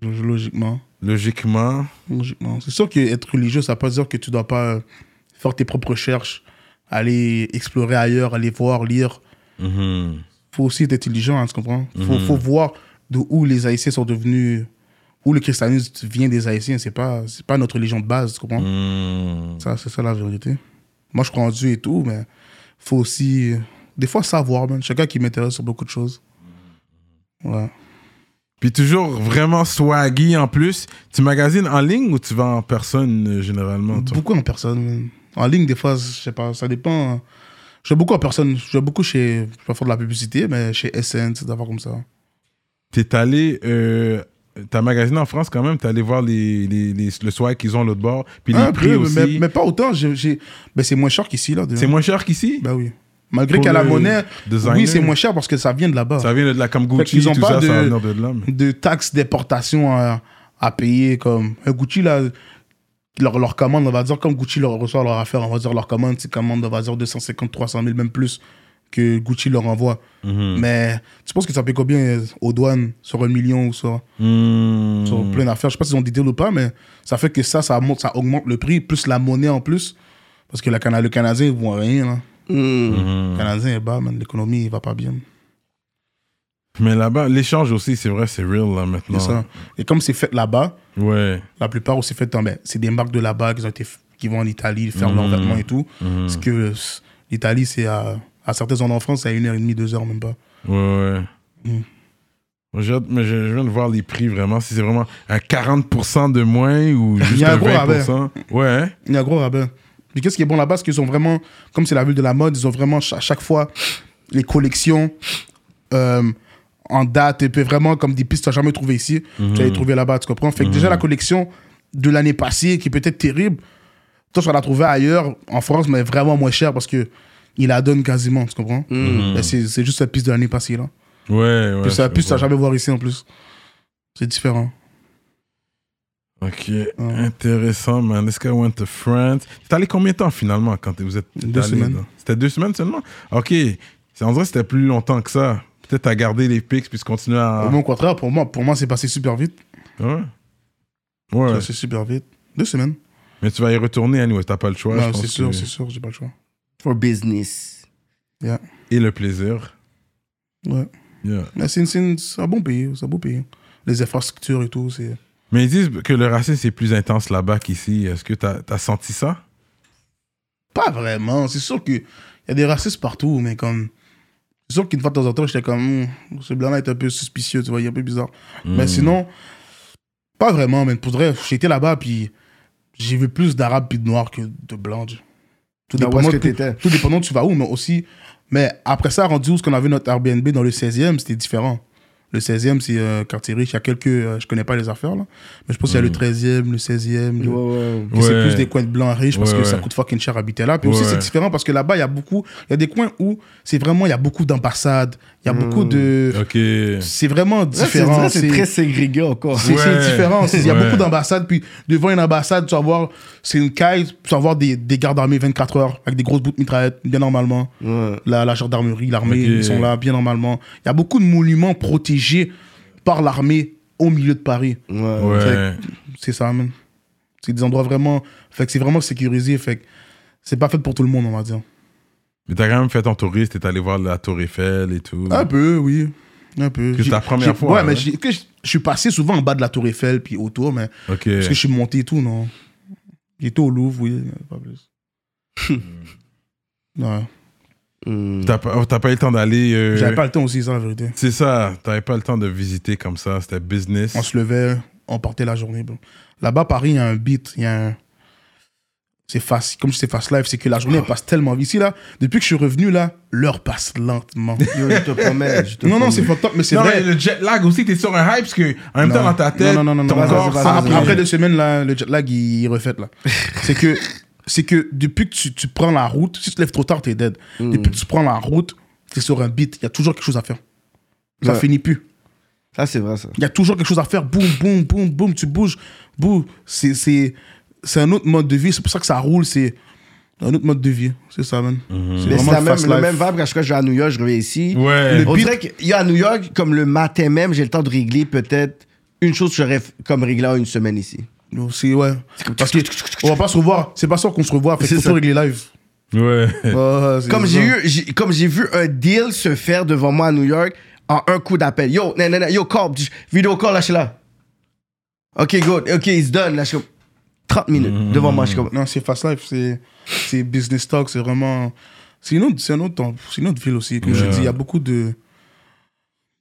logiquement.
Logiquement.
Logiquement. C'est sûr qu'être religieux, ça ne veut pas dire que tu dois pas euh, faire tes propres recherches, aller explorer ailleurs, aller voir, lire.
Mhm.
faut aussi être intelligent, hein, tu comprends faut, faut voir de où les Haïtiens sont devenus, où le christianisme vient des Haïtiens. C'est pas, c'est pas notre religion de base, tu
Mhm.
comprends
Hmm.
Ça, c'est ça la vérité. Moi, je crois en Dieu et tout, mais faut aussi, euh, des fois, savoir, man. Chacun qui m'intéresse sur beaucoup de choses. Ouais.
Puis toujours vraiment swaggy en plus. Tu magasines en ligne ou tu vas en personne euh, généralement toi?
Beaucoup en personne. man. En ligne, des fois, je sais pas, ça dépend. hein. Je vais beaucoup en personne. Je vais beaucoup chez. Je vais faire de la publicité, mais chez SN, c'est d'abord comme ça.
T'es allé, euh, t'as magasiné en France quand même, t'es allé voir les, les, les- le swag qu'ils ont à l'autre bord, puis les
Ah, Un
prix
peu,
aussi.
mais, mais pas autant. J'ai- j'ai- ben, c'est moins cher qu'ici, là. déjà.
C'est moins cher qu'ici
Ben oui. Malgré
Pour
qu'à la
le
monnaie,
designer.
oui, c'est moins cher parce que ça vient de là-bas.
Ça vient de la comme
Fait
Gucci,
qu'ils ont
tout ça,
pas
ça va
de-
venir de là. mais-
de taxes d'importation à, à payer. Comme un Gucci, là, leur, leur commande, on va dire, comme Gucci leur reçoit leur affaire, on va dire leur commande, c'est commande, on va dire 250, 300 000, même plus que Gucci leur envoie. Mais tu penses que ça paye combien euh, aux douanes sur un million ou sur,
Hmm.
sur plein d'affaires Je sais pas s'ils ont des deals ou pas, mais ça fait que ça, ça, monte, ça augmente le prix, plus la monnaie en plus. Parce que la Cana- le Canadien, il voit rien. là.
Mm, mm-hmm.
Le Canadien est bas, man. l'économie, il va pas bien.
Mais là-bas, l'échange aussi, c'est vrai, c'est real là maintenant.
C'est ça. Et comme c'est fait là-bas,
Ouais.
La plupart aussi fait en ben, c'est des marques de là-bas qui, ont été f- qui vont en Italie faire leurs vêtements et tout.
Mmh. Hmm.
Parce que euh, s- l'Italie, c'est à, à certains endroits en France, c'est à une heure et demie, deux heures même pas.
Ouais, ouais.
Mm.
J'ai hâte- mais je, je viens de voir les prix vraiment, si c'est vraiment à 40% de moins ou juste
y a un
à
gros
20%. Ouais. hein?
Il y a un gros rabais. Mais qu'est-ce qui est bon là-bas, c'est qu'ils ont vraiment, comme c'est la ville de la mode, ils ont vraiment ch- à chaque fois les collections euh, en date et puis vraiment comme des pistes que tu n'as jamais trouvé ici, tu vas les trouver là-bas, tu comprends Fait que déjà la collection de l'année passée qui peut être terrible, toi tu vas la trouver ailleurs en France, mais vraiment moins cher parce que il la donne quasiment, tu comprends Ben, C'est c'est juste la piste de l'année passée là.
Mm. Ouais, ouais.
Puis ça,
je
plus tu
vois.
jamais voir ici en plus. C'est différent.
Ok,
Ouais.
intéressant, man. This guy went to France. T'es allé combien de temps finalement quand t'es- vous êtes t'es
Deux
allé,
semaines.
là? C'était deux semaines seulement Ok. C'est- En vrai, c'était plus longtemps que ça. Peut-être à garder les pics puis se continuer à.
Au moins, au contraire, pour moi, pour moi c'est passé super vite.
Ouais. Ouais.
C'est passé super vite. Deux semaines.
Mais tu vas y retourner, anyway. T'as pas le choix.
Ouais,
je pense
c'est sûr,
que-
c'est sûr, j'ai pas le choix.
For business.
Et le plaisir.
Ouais.
Yeah.
Mais c'est, c'est une- c'est un bon pays, c'est un beau pays. Les infrastructures et tout, c'est...
Mais ils disent que le racisme c'est plus intense là-bas qu'ici. Est-ce que t'as as senti ça
Pas vraiment, c'est sûr qu'il y a des racistes partout, mais comme... C'est sûr qu'une fois de temps en temps, j'étais comme... Hum, ce blanc-là est un peu suspicieux, tu vois, il est un peu bizarre. Mais sinon, pas vraiment, mais pour de vrai, j'étais là-bas, puis j'ai vu plus d'arabes puis de noirs que de blancs. Tout
Dans où
dépendant
est-ce que
de-
t'étais
tout dépendant de tu vas où, mais aussi. Mais après ça, rendu où ce qu'on avait notre Airbnb dans le 16e, c'était différent. Le 16e, c'est euh, quartier riche. Il y a quelques. euh, je connais pas les affaires, là. Mais je pense qu'il y a le 13e, le 16e. le- puis
Mm. Ouais.
C'est plus des coins de blancs riches parce
Ouais,
que ça
ouais.
coûte fucking cher à habiter là. Puis aussi,
Ouais.
c'est différent parce que là-bas, il y a beaucoup. Il y a des coins où c'est vraiment. Il y a beaucoup d'ambassades. Il y a beaucoup de.
Ok.
C'est vraiment
Ça, Mm. c'est-
différent.
ça, c'est très ségrégué encore.
C'est c'est
Ouais.
différent. C'est- Il y a
Ouais.
beaucoup d'ambassades. Puis devant une ambassade, tu vas voir, c'est une caille, tu vas voir des, des gardes armés 24 heures avec des grosses bouts de mitraillettes, bien normalement. La, la gendarmerie, l'armée,
Ok.
ils sont là, bien normalement. Il y a beaucoup de monuments protégés par l'armée au milieu de Paris.
Ouais.
C'est ça, man. C'est des endroits vraiment. Fait que c'est vraiment sécurisé. Fait que c'est pas fait pour tout le monde, on va dire.
Mais t'as quand même fait ton touriste, t'es allé voir la Tour Eiffel et tout.
Un peu, oui. Un peu.
Que c'est
J'ai-
la première
j'ai-
fois,
Ouais,
hein.
mais j'ai- que je je suis passé souvent en bas de la Tour Eiffel puis autour, mais.
Ok.
Parce que je suis monté et tout, non. J'étais au Louvre, oui, pas plus.
Euh.
ouais.
Hmm.
T'as pas, oh, t'as pas eu le temps d'aller. euh,
J'avais pas le temps aussi, ça, la vérité.
C'est ça, t'avais pas le temps de visiter comme ça, c'était business.
On se levait, on partait la journée. bro. Là-bas, Paris, il y a un beat, il y a un. C'est fast, comme c'est fast life, c'est que la journée elle
Ah.
passe tellement vite. Ici, là, depuis que je suis revenu, là, l'heure passe lentement.
Yo, je te promets. je te
non, non,
promets.
c'est fucked up, mais c'est
non,
vrai.
mais le jet lag aussi, t'es sur un hype parce que en même
Non.
temps dans ta tête,
Non, non, non, non,
ton
non, vas-y,
corps
vas-y,
ça
après, après deux semaines, là, le jet lag, il, il refait. là. c'est que, c'est que depuis que tu, tu prends la route, si tu te lèves trop tard, t'es dead.
Hmm.
Depuis que tu prends la route, t'es sur un beat, il y a toujours quelque chose à faire. Ça
Ouais.
finit plus.
Ça, c'est vrai, ça.
Il y a toujours quelque chose à faire. Boum, boum, boum, boum, tu bouges. Boum. C'est, c'est, c'est un autre mode de vie. C'est pour ça que ça roule. C'est un autre mode de vie. C'est ça, man. C'est
Hmm. Mais c'est
vraiment
la
le
même,
fast
le
life.
même vibe quand je quand je vais à New York, je reviens ici.
Ouais.
On
Le beat-
dirait qu'il y a à New York, comme le matin même, j'ai le temps de régler peut-être une chose que j'aurais f- comme réglé en une semaine ici.
Donc, C'est, ouais. Parce que on va pas se revoir. C'est pas sûr qu'on se revoit. Fait
C'est
qu'il faut
ça.
tout régler live.
Ouais.
Ouais, c'est
Comme
ça.
j'ai eu, j'ai- comme j'ai vu un deal se faire devant moi à New York en un coup d'appel. Yo, nan, nan, nan, yo, call, p'tit, vidéo call, lâchez-la. Ok, good, ok, it's done. Là, je suis comme 30 minutes
Mm-hmm.
devant moi, je suis comme.
Non, c'est Fast Life, c'est, c'est business talk, c'est vraiment. C'est une, autre, c'est, un autre, temps, c'est une autre ville aussi. Comme
Yeah.
je dis, il y a beaucoup de.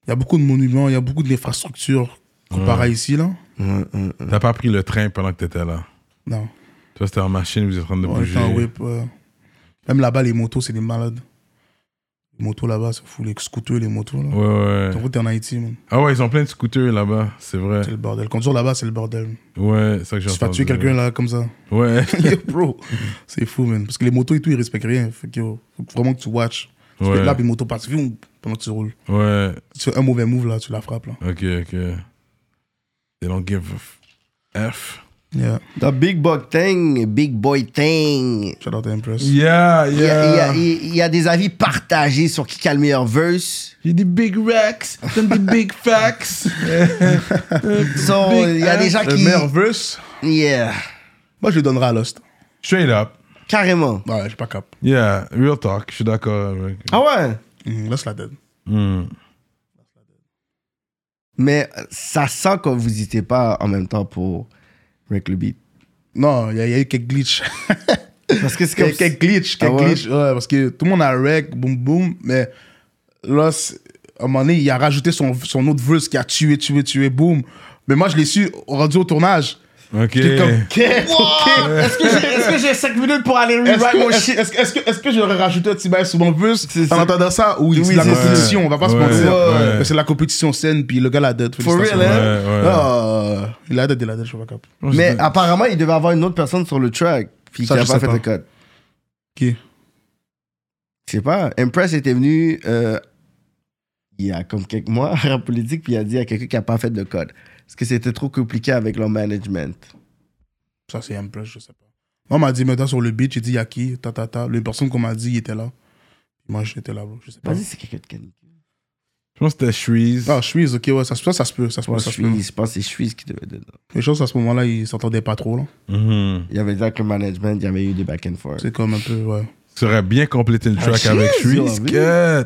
Il y a beaucoup de monuments, il y a beaucoup d'infrastructures comparé à ici, là.
mm,
T'as pas pris le train pendant que t'étais là.
Non.
Toi, c'était en machine, vous êtes en train de
On était
bouger.
en whip, ouais. euh, Même là-bas, les motos, c'est des malades. Les motos là-bas, c'est fou. Les scooters, les motos, là.
Ouais, ouais.
En route, t'es en Haïti, man.
Ah ouais, ils ont plein de scooters là-bas, c'est vrai.
C'est le bordel. Conduire là-bas, c'est le bordel.
Ouais, c'est ça que j'ai
Tu vas
entendu.
tuer quelqu'un, là, comme ça.
Ouais.
Yo, bro, c'est fou, man. Parce que les motos et tout, ils respectent rien. Fait que, yo, faut vraiment que tu watches. Parce que
Ouais.
là, puis les motos passent vroom, pendant que tu roules.
ouais.
Tu fais un mauvais move, là, tu la frappes, là.
Ok, ok. They don't give a F.
Yeah.
The big boy thing, big boy thing.
Shout out to Empress.
Yeah,
Il y, a, il y a-
yeah.
il y a des avis partagés sur qui a le meilleur verse.
J'ai des big racks, donne des big facts.
Oh,
So, Il y a des gens
Le
qui.
meilleur verse,
Yeah.
moi, je le donnerai à Lost. Bah
Straight up.
Carrément.
Ouais, j'ai pas cap.
Yeah, real talk, je suis d'accord avec.
Ah ouais?
Hum, Lost la dead.
Hmm.
Mais ça sent que vous n'hésitez pas en même temps pour Wreck le Beat.
Non, il y, a- il y a eu quelques glitches.
Parce que c'est comme.
quelques, quelques glitches, quelques
Ah ouais?
glitches. Ouais, parce que tout le monde a rec, boum boum, mais Lost, à un moment donné, il a rajouté son, son autre verse qui a tué, tué, tué, boum. Mais moi, je l'ai su rendu au tournage.
Ok.
J'étais comme,
Est-ce que j'ai- est-ce que j'ai 5 minutes pour aller
Ah, Est-ce
rewrite mon
que, est-ce,
shit?
est-ce que- est-ce que, est-ce que j'aurais rajouté un petit bail sur mon bus
C'est
en
ça.
entendant ça Oui, c'est
Oui,
la
c'est ça.
compétition, on va pas se
Ouais,
mentir.
ouais.
Mais c'est la compétition saine, puis le gars l'a dette.
For real,
félicitations.
hein?
Ouais, ouais.
Ah, il a dette, il a dette, je suis pas cap.
Mais apparemment, il devait avoir une autre personne sur le track. Puis qui
Ça,
n'a
je
pas
sais
fait
pas.
le code.
Qui
Je sais pas. Impress était venu euh, il y a comme quelques mois à la politique. Puis il a dit à quelqu'un qui n'a pas fait de code. Parce que c'était trop compliqué avec leur management.
Ça, c'est Empress, je sais pas. Moi, on m'a dit, maintenant sur le beat, j'ai dit, y'a qui Ta, ta, ta. Les personnes qu'on m'a dit, il était là. Moi, j'étais là, bro. Je sais pas.
Vas-y, c'est quelqu'un de Cali.
Je pense que c'était Shreeze.
Ah, Suisse, ok, ouais, ça, se- ça, ça se peut, ça se peut,
Moi,
ça
je
se peut.
suis, je pense que c'est Suisse qui devait être dedans.
Les choses, à ce moment-là, ils s'entendaient pas trop, là.
Mhm.
Il y avait déjà que le management, il y avait eu des back and forth.
C'est comme un peu, ouais.
Tu aurais bien complété le track
Ah,
Shreeze,
avec
il a
Shreeze.
vu.
que-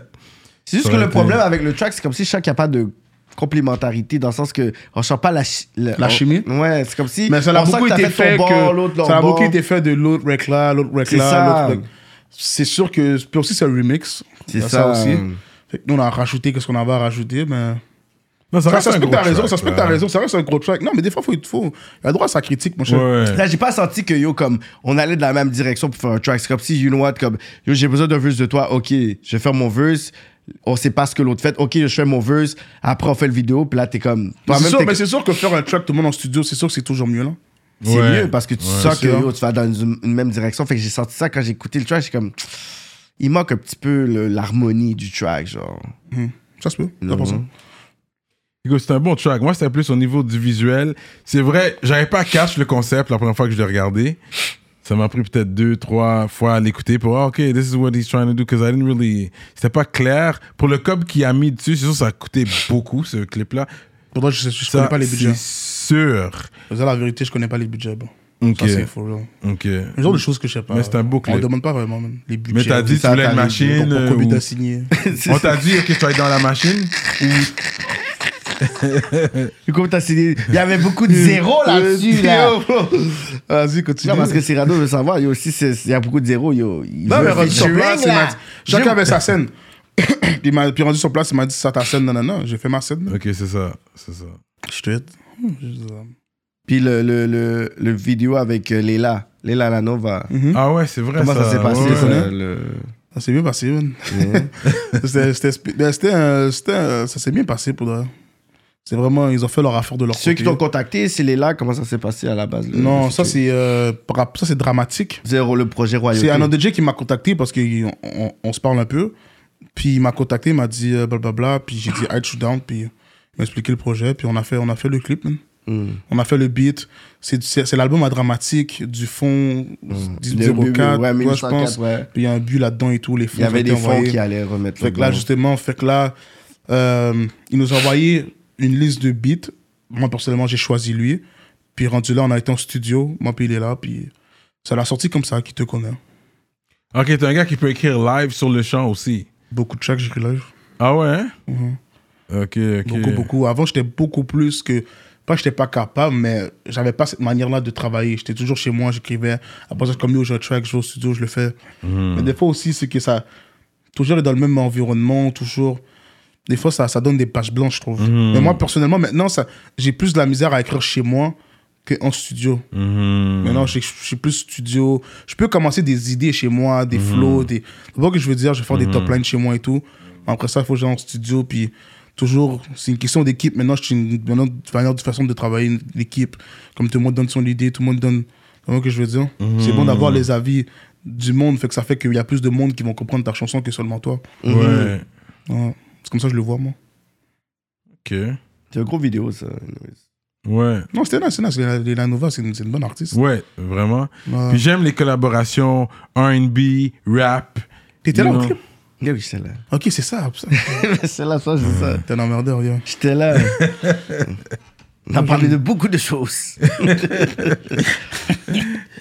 C'est juste
Ça
que
aurait
le
été-
problème avec le track, c'est comme si chaque n'a pas de complémentarité dans le sens que on chante pas la, chi- le-
La
on-
chimie?
Ouais, c'est comme si.
Mais ça
on
a
sent
beaucoup
que t'as
été
ton
fait
bord, l'autre,
que
leur
ça a
bord.
beaucoup été fait de l'autre rec là, l'autre rec
C'est ça.
là, l'autre rec- C'est sûr que puis aussi c'est un remix.
C'est
Il y a
ça.
aussi. Fait que nous on a rajouté qu'est-ce qu'on avait à rajouter, mais
Non,
ça,
reste
ça
un
se peut que
gros
t'as raison,
track,
ça se peut que
là.
t'as raison, ça reste un gros track. Non, mais des fois faut il faut il a droit à sa critique, mon cher.
Ouais.
Là, j'ai pas senti que yo, comme, on allait de la même direction pour faire un track. C'est comme si, you know what, comme, yo, j'ai besoin d'un verse de toi, ok, je vais faire mon verse. on sait pas ce que l'autre fait. Ok, je fais mon verse, après on fait le vidéo, puis là t'es comme.
C'est
toi-même,
sûr,
t'es-
mais c'est sûr Bah, que faire un track tout le monde en studio, c'est sûr que c'est toujours mieux là.
c'est
Ouais.
mieux parce que tu
Ouais.
sens que
C'est sûr.
yo, tu vas dans une, une même direction. Fait que j'ai senti ça quand j'ai écouté le track, j'ai comme. Il manque un petit peu le- l'harmonie du track, genre.
Ça se peut. hein.
Non.
100%.
Yo, C'est un bon track. Moi, c'était plus au niveau du visuel. C'est vrai, j'avais pas catch le concept la première fois que je l'ai regardé. Ça m'a pris peut-être deux, trois fois à l'écouter pour Ah, OK, this is what he's trying to do, because I didn't really. C'était pas clair. Pour le cop qui a mis dessus, c'est sûr, ça a coûté beaucoup, ce clip-là.
Pour toi, je, je
Ça,
connais pas les budgets.
C'est sûr.
Pour dire la vérité, je connais pas les budgets. Bon.
Ok.
Ça, c'est faux. genre.
OK.
Le genre de choses que je sais pas.
Mais c'est un beau clip.
On demande pas vraiment même les budgets.
Mais t'as dit,
Ça,
tu voulais
t'as
une
les-
machine,
Pour
euh,
combien
ou-
t'as signé
On t'a dit, OK, tu vas être dans la machine
Du coup, t'as signé- Il y avait beaucoup de
Euh,
zéros là-dessus, là.
Yo, bro. Vas-y, continue.
Non, parce que Cyrano veut savoir, yo, si c'est- il y a beaucoup de zéros, yo. il
Non,
veut
mais
un
rendu sur
featuring,
place, il
là.
m'a dit- Chacun avait sa scène. Il m'a- Puis rendu sur place, il m'a dit ça ta scène, non, non, non. J'ai fait ma scène.
OK, c'est ça. C'est ça.
Je te hum,
Puis le, le, le, le vidéo avec euh, Leila, Leila Lanova.
Ah ouais, c'est vrai.
Comment ça, s'est passé,
Ouais,
ça,
ouais.
le-
Ça s'est bien passé, man. C'était- c'était spi- ben, c'était un- c'était un- Ça s'est bien passé pour de vrai. C'est vraiment, ils ont fait leur affaire de leur
Ceux qui
côté.
t'ont contacté, c'est Leila, comment ça s'est passé à la base le-
Non,
le
ça
featuring?
c'est euh, par rap- ça c'est dramatique.
Zéro, le projet royauté.
C'est un autre DJ qui m'a contacté parce qu'on on, on se parle un peu. Puis il m'a contacté, il m'a dit euh, blablabla. Puis j'ai dit, I shoot down. Puis il m'a expliqué le projet. Puis on a fait, on a fait le clip, man.
Mm.
On a fait le beat. C'est du- C'est c'est l'album à dramatique du fond du-
Mm. Le-
04,
ouais,
tu vois, je
1904,
pense.
ouais.
Puis il y a un but là-dedans et tout. Les fonds
Il y
ont
avait
été
des fonds
envoyés.
qui allaient remettre.
Fait que là,
dedans.
justement, fait que là, euh, il nous a envoyé une liste de beats. Moi, personnellement, j'ai choisi lui. Puis rendu là, on a été en studio. Moi, puis il est là. Puis ça l'a sorti comme ça, qui te connaît.
OK, t'es un gars qui peut écrire live sur le champ aussi.
Beaucoup de tracks, j'écris live.
Ah ouais? hein? OK, OK.
Mhm. Beaucoup, beaucoup. Avant, j'étais beaucoup plus que. Pas que j'étais pas capable, mais j'avais pas cette manière-là de travailler. J'étais toujours chez moi, j'écrivais. Après ça, comme yo, j'ai un track, je vais au studio, je le fais. Mais des fois aussi, c'est que ça. Toujours être dans le même environnement, toujours. Des fois, ça, ça donne des pages blanches, je trouve. Mais moi, personnellement, maintenant, ça, j'ai plus de la misère à écrire chez moi qu'en studio.
Mhm.
Maintenant, je, je suis plus studio. Je peux commencer des idées chez moi, des flows, des. C'est pas que je veux dire, je vais faire des top lines chez moi et tout. Après ça, il faut que j'aille en studio. Puis toujours, c'est une question d'équipe. Maintenant, je suis une, maintenant, de manière- de façon de travailler une- l'équipe. Comme tout le monde donne son idée, tout le monde donne. Comment que je veux dire C'est bon d'avoir les avis du monde. Fait que ça fait qu'il y a plus de monde qui vont comprendre ta chanson que seulement toi.
Hum,
Ouais.
Ouais. C'est comme ça que je le vois, moi.
OK.
C'est un gros vidéo, ça. anyways.
Ouais.
Non, c'était nice, c'est nice. La, la Nova, c'est une, c'est une bonne artiste.
Ouais, vraiment.
Ouais.
Puis j'aime les collaborations R&B, rap.
T'étais là
You
au
know.
clip
Yo, j'étais là.
Ok, c'est ça. ça.
C'est là, ça, c'est ça.
T'es un emmerdeur, yo.
J'étais là. On a parlé de beaucoup de choses.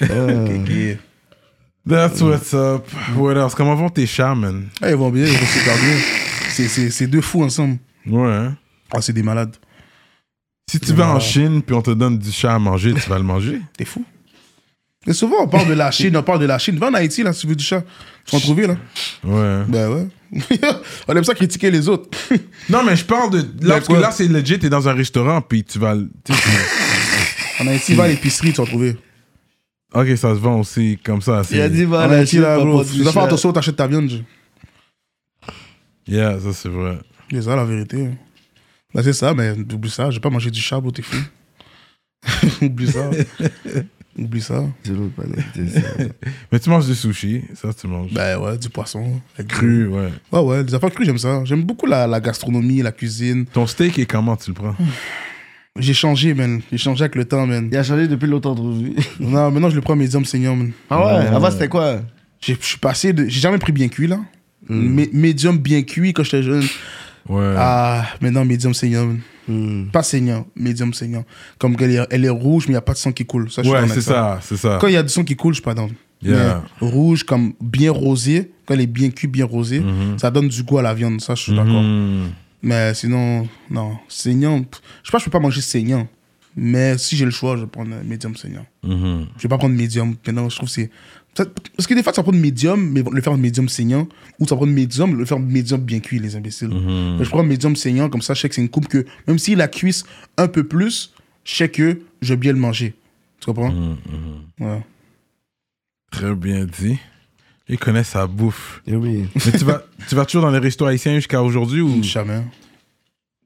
Euh,
That's
Mm.
what's up. What else? Comment vont tes chats, man?
Ah, ils vont bien, ils vont super bien. C'est- C'est c'est deux fous ensemble.
Ouais. hein?
Ah, c'est des malades.
Si tu vas en Chine puis on te donne du chat à manger, tu vas le manger?
T'es fou. Et souvent, on parle de la Chine, on parle de la Chine. Va en Haïti, là, si tu veux du chat. Tu vas en trouver, là.
Ouais.
Ben ouais. on aime ça critiquer les autres.
Non, mais je parle de... Là,
Mais
parce que
quoi?
là, c'est legit, t'es dans un restaurant puis tu vas... le- tu sais, tu-
en Haïti, va à l'épicerie, tu vas en trouver.
Ok, ça se vend aussi comme ça.
Il a
c'est-
dit,
En
voilà,
Haïti,
tu vas
là, bro.
prendre
Tu
du
dois faire
chat.
attention, t'achètes ta viande. je-
Yeah, ça c'est vrai.
C'est ça, la vérité. Là, c'est ça, mais oublie ça. J'ai pas mangé du chat, bro, t'es fou. oublie ça. oublie ça.
C'est l'autre panel, c'est ça.
Mais tu manges du sushi, ça tu manges.
Ben ouais, du poisson.
Cru, ouais.
Ouais, ouais, les affaires crues, j'aime ça. J'aime beaucoup la- la gastronomie, la cuisine.
Ton steak est comment tu le prends?
J'ai changé, man. J'ai changé avec le temps, man.
Il a changé depuis l'autre entrevue.
Non, maintenant, je le prends médium senior, man.
Ah ouais, avant c'était quoi
J'ai- Je suis passé de. J'ai jamais pris bien cuit, là.
Hmm.
Mé- Médium bien cuit quand j'étais jeune.
Ouais.
Ah, maintenant, médium senior, man.
Hmm.
Pas saignant, médium saignant. Comme qu'elle est, elle est rouge, mais il n'y a pas de sang qui coule. Ça, je suis
ouais,
down
c'est
avec
ça, c'est ça.
Quand il y a du sang qui coule, je suis pas dans.
Yeah.
Rouge, comme bien rosé. Quand elle est bien cuit, bien rosé, ça donne du goût à la viande. Ça, je suis d'accord.
Hmm.
Mais sinon, non. Saignant, pff, je pense que je peux pas manger saignant. Mais si j'ai le choix, je vais prendre euh, médium saignant.
Mhm.
Je vais pas prendre médium. Maintenant, je trouve que c'est. ça- Parce que des fois, tu vas prendre médium, mais le faire médium saignant, ou tu vas prendre médium, le faire médium bien cuit, les imbéciles.
Mhm.
Mais Je prends médium saignant, comme ça, je sais que c'est une coupe que, même si la cuisse un peu plus, je sais que je vais bien le manger. Tu comprends? Ouais.
Très bien dit. Ils connaissent sa bouffe.
Eh oui.
Mais tu vas, tu vas toujours dans les restos haïtiens jusqu'à aujourd'hui ou.
Jamais.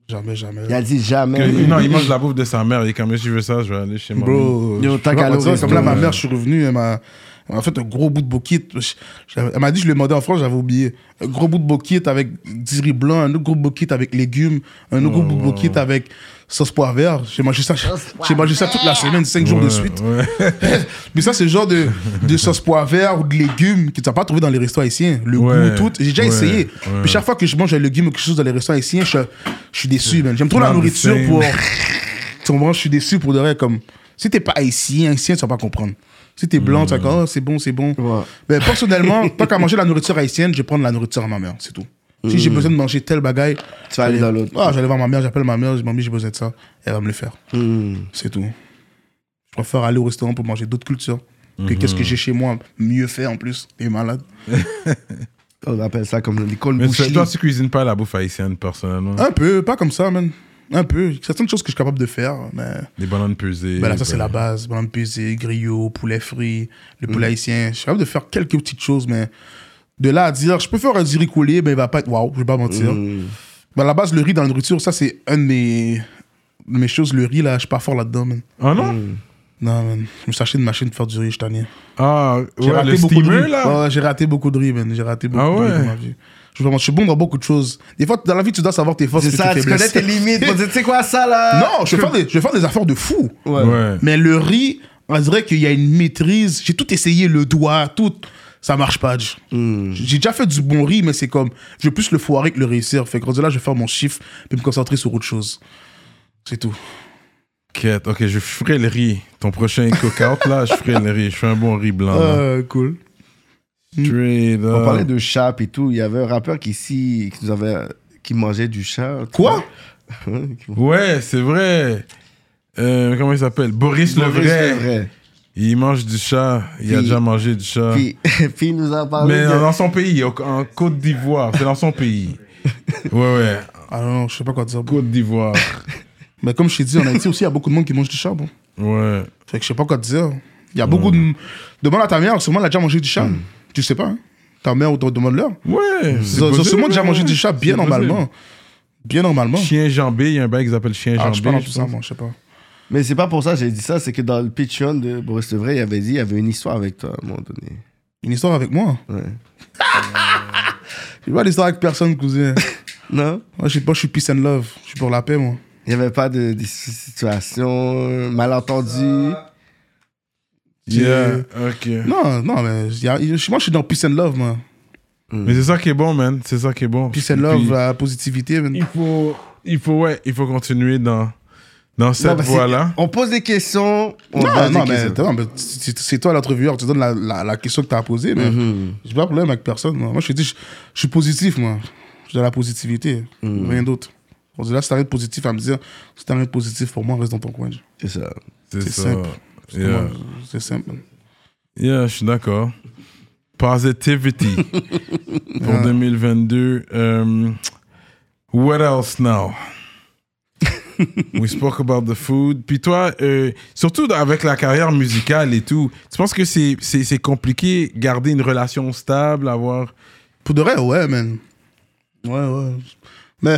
Jamais, jamais.
Il a dit jamais.
Que- non, il mange la bouffe de sa mère. Il est comme, si je veux ça, je vais aller chez moi.
Bro,
Yo,
je
t'as
peux
qu'à
pas mentir,
aller au
comme là,
resto,
ma
ouais.
mère, je suis revenu, elle m'a elle m'a fait un gros bout de boquette. Elle m'a dit, je lui ai demandé en France, j'avais oublié. Un gros bout de boquette avec du riz blanc, un autre gros boquette avec légumes, un autre gros bout de boquette avec sauce poire verte. J'ai mangé ça, j'ai mangé ça toute la semaine, cinq jours de suite.
Ouais.
Mais ça, c'est le genre de, de sauce poire verte ou de légumes que tu n'as pas trouvé dans les restaurants haïtiens. Le
Ouais,
goût, tout. J'ai déjà
ouais,
essayé.
ouais.
Puis chaque fois que je mange un légume ou quelque chose dans les restaurants haïtiens, je, je suis déçu, man. J'aime trop
Non,
la
mais
nourriture
c'est-
pour. Tu comprends? Je suis déçu pour de vrai. Comme, si t'es pas haïtien, haïtien, tu vas pas comprendre. Si t'es blanc, tu
Mm.
vas dire, oh, c'est bon, c'est bon.
Ouais.
Mais personnellement, pas qu'à manger la nourriture haïtienne, je vais prendre la nourriture à ma mère, c'est tout. Si j'ai besoin de manger telle bagaille,
Tu vas aller dans l'autre.
Ah, j'allais voir ma mère, j'appelle ma mère, je dis, mamie, j'ai besoin de ça. Elle va me le faire.
Hmm.
C'est tout. Je préfère aller au restaurant pour manger d'autres cultures. Que qu'est-ce
Hmm.
que j'ai chez moi, mieux fait en plus, et malade.
On appelle ça comme les cols
Mais tu-
bouchis.
toi, tu cuisines pas la bouffe haïtienne, personnellement.
Un peu, pas comme ça, man. Un peu. Il y a Certaines choses que je suis capable de faire, mais.
Des bananes pesées.
Ben là, ça, c'est
ben-
bah.
la base. Banane pesée, griot, poulet frit, le
Hmm.
poulet haïtien. Je suis capable de faire quelques petites choses, mais de là à dire, je peux faire un riz ricolé, mais il va pas être waouh, je vais pas mentir.
Hmm.
Ben, à la base, le riz dans la nourriture, ça, c'est un de mes, de mes choses. Le riz, là, je suis pas fort là-dedans, man.
Ah non?
Mm. Non, man. Je me suis acheté une machine de faire du riz, je t'en ai.
Ah,
J'ai
ouais,
raté
le
beaucoup de
steamer,
riz.
là?
Ouais, ouais, j'ai raté beaucoup de riz, man. J'ai raté beaucoup
Ah
de riz
ouais.
dans ma vie. Je, suis vraiment- je suis bon dans beaucoup de choses. Des fois, dans la vie, tu dois savoir tes forces.
C'est
et
ça,
tes
tu connais
faiblesses.
tes limites. pour dire, tu sais quoi, ça là
Non, je vais, faire des, je vais faire des affaires de fou.
Ouais.
Mais le riz, on dirait qu'il y a une maîtrise. J'ai tout essayé, le doigt, tout. Ça marche pas. je-
Hmm.
J'ai déjà fait du bon riz, mais c'est comme, je veux plus le foirer que le réussir. Fait que rendu là, je vais faire mon chiffre, puis me concentrer sur autre chose. C'est tout.
Quête. Ok, je ferai le riz. Ton prochain cook-out, là, je ferai le riz. Je fais un bon riz blanc. là.
Euh, cool.
Straight
On
up.
parlait de chat et tout. Il y avait un rappeur qui ici, qui nous avait, qui mangeait du chat. tu
Quoi
vois. Ouais, qui-
Ouais, c'est vrai. Euh, comment il s'appelle Boris, le
Maurice
vrai.
Levray.
Il mange du chat. Il a
Puis-
déjà mangé du chat.
Puis, puis il nous a parlé.
Mais
de-
dans son pays, au- en Côte d'Ivoire. C'est dans son pays. Ouais, ouais.
Ah non, je sais pas quoi dire.
Côte d'Ivoire.
Mais comme je t'ai dit, en Haïti aussi, il y a beaucoup de monde qui mange du charbon.
Ouais.
Fait que je sais pas quoi te dire. Il y
Mm.
a beaucoup de. Demande à ta mère, sûrement elle a déjà mangé du chat. Tu sais pas, hein? Ta mère, autant demande leur.
Ouais. Mm. c'est
Ils ont ils ont
possible,
sûrement déjà
ouais.
mangé du chat bien
C'est
normalement. Bien normalement.
possible. Chien jambé, il y a un bail qui s'appelle chien
Ah,
jambé.
je parle
je
tout ça,
pense.
moi, je sais pas.
Mais c'est pas pour ça que j'ai dit ça, c'est que dans le Patreon de Boris Levray, il avait dit il y avait une histoire avec toi à un moment donné.
Une histoire avec moi
Ouais.
J'ai pas d'histoire avec personne, cousin.
Non
Moi, je suis pas, je suis peace and love. Je suis pour la paix, moi.
Il n'y avait pas de, de situation, malentendu.
Yeah, ok.
Non, non, mais y a- je- moi, je suis dans peace and love, moi.
Mais c'est ça qui est bon, man. C'est ça qui est bon.
Peace and
Puis-
love, euh, la positivité, man.
il faut, il faut, ouais, il faut continuer dans, dans
Non,
cette
mais c'est-
voie-là.
On pose des questions. On
Non,
donne
non,
des
mais,
questions.
non, mais c'est c'est toi l'intervieweur, tu donnes la, la, la question que t'as posée, mais j'ai pas de problème avec personne. Moi, Moi, je te dis, je, je suis positif, moi. Je suis dans la positivité, rien d'autre. On dit là, si t'as rien de positif à me dire, si t'as rien de positif pour moi, reste dans ton coin.
C'est ça.
C'est
c'est
ça.
simple.
Yeah.
Moi, C'est simple.
Yeah, je suis d'accord. Positivity pour 2022. Um, what else now? We spoke about the food. Puis toi, euh, surtout avec la carrière musicale et tout, tu penses que c'est- c'est c'est compliqué garder une relation stable, avoir...
Pour de vrai, ouais, man. Ouais, ouais. Mais.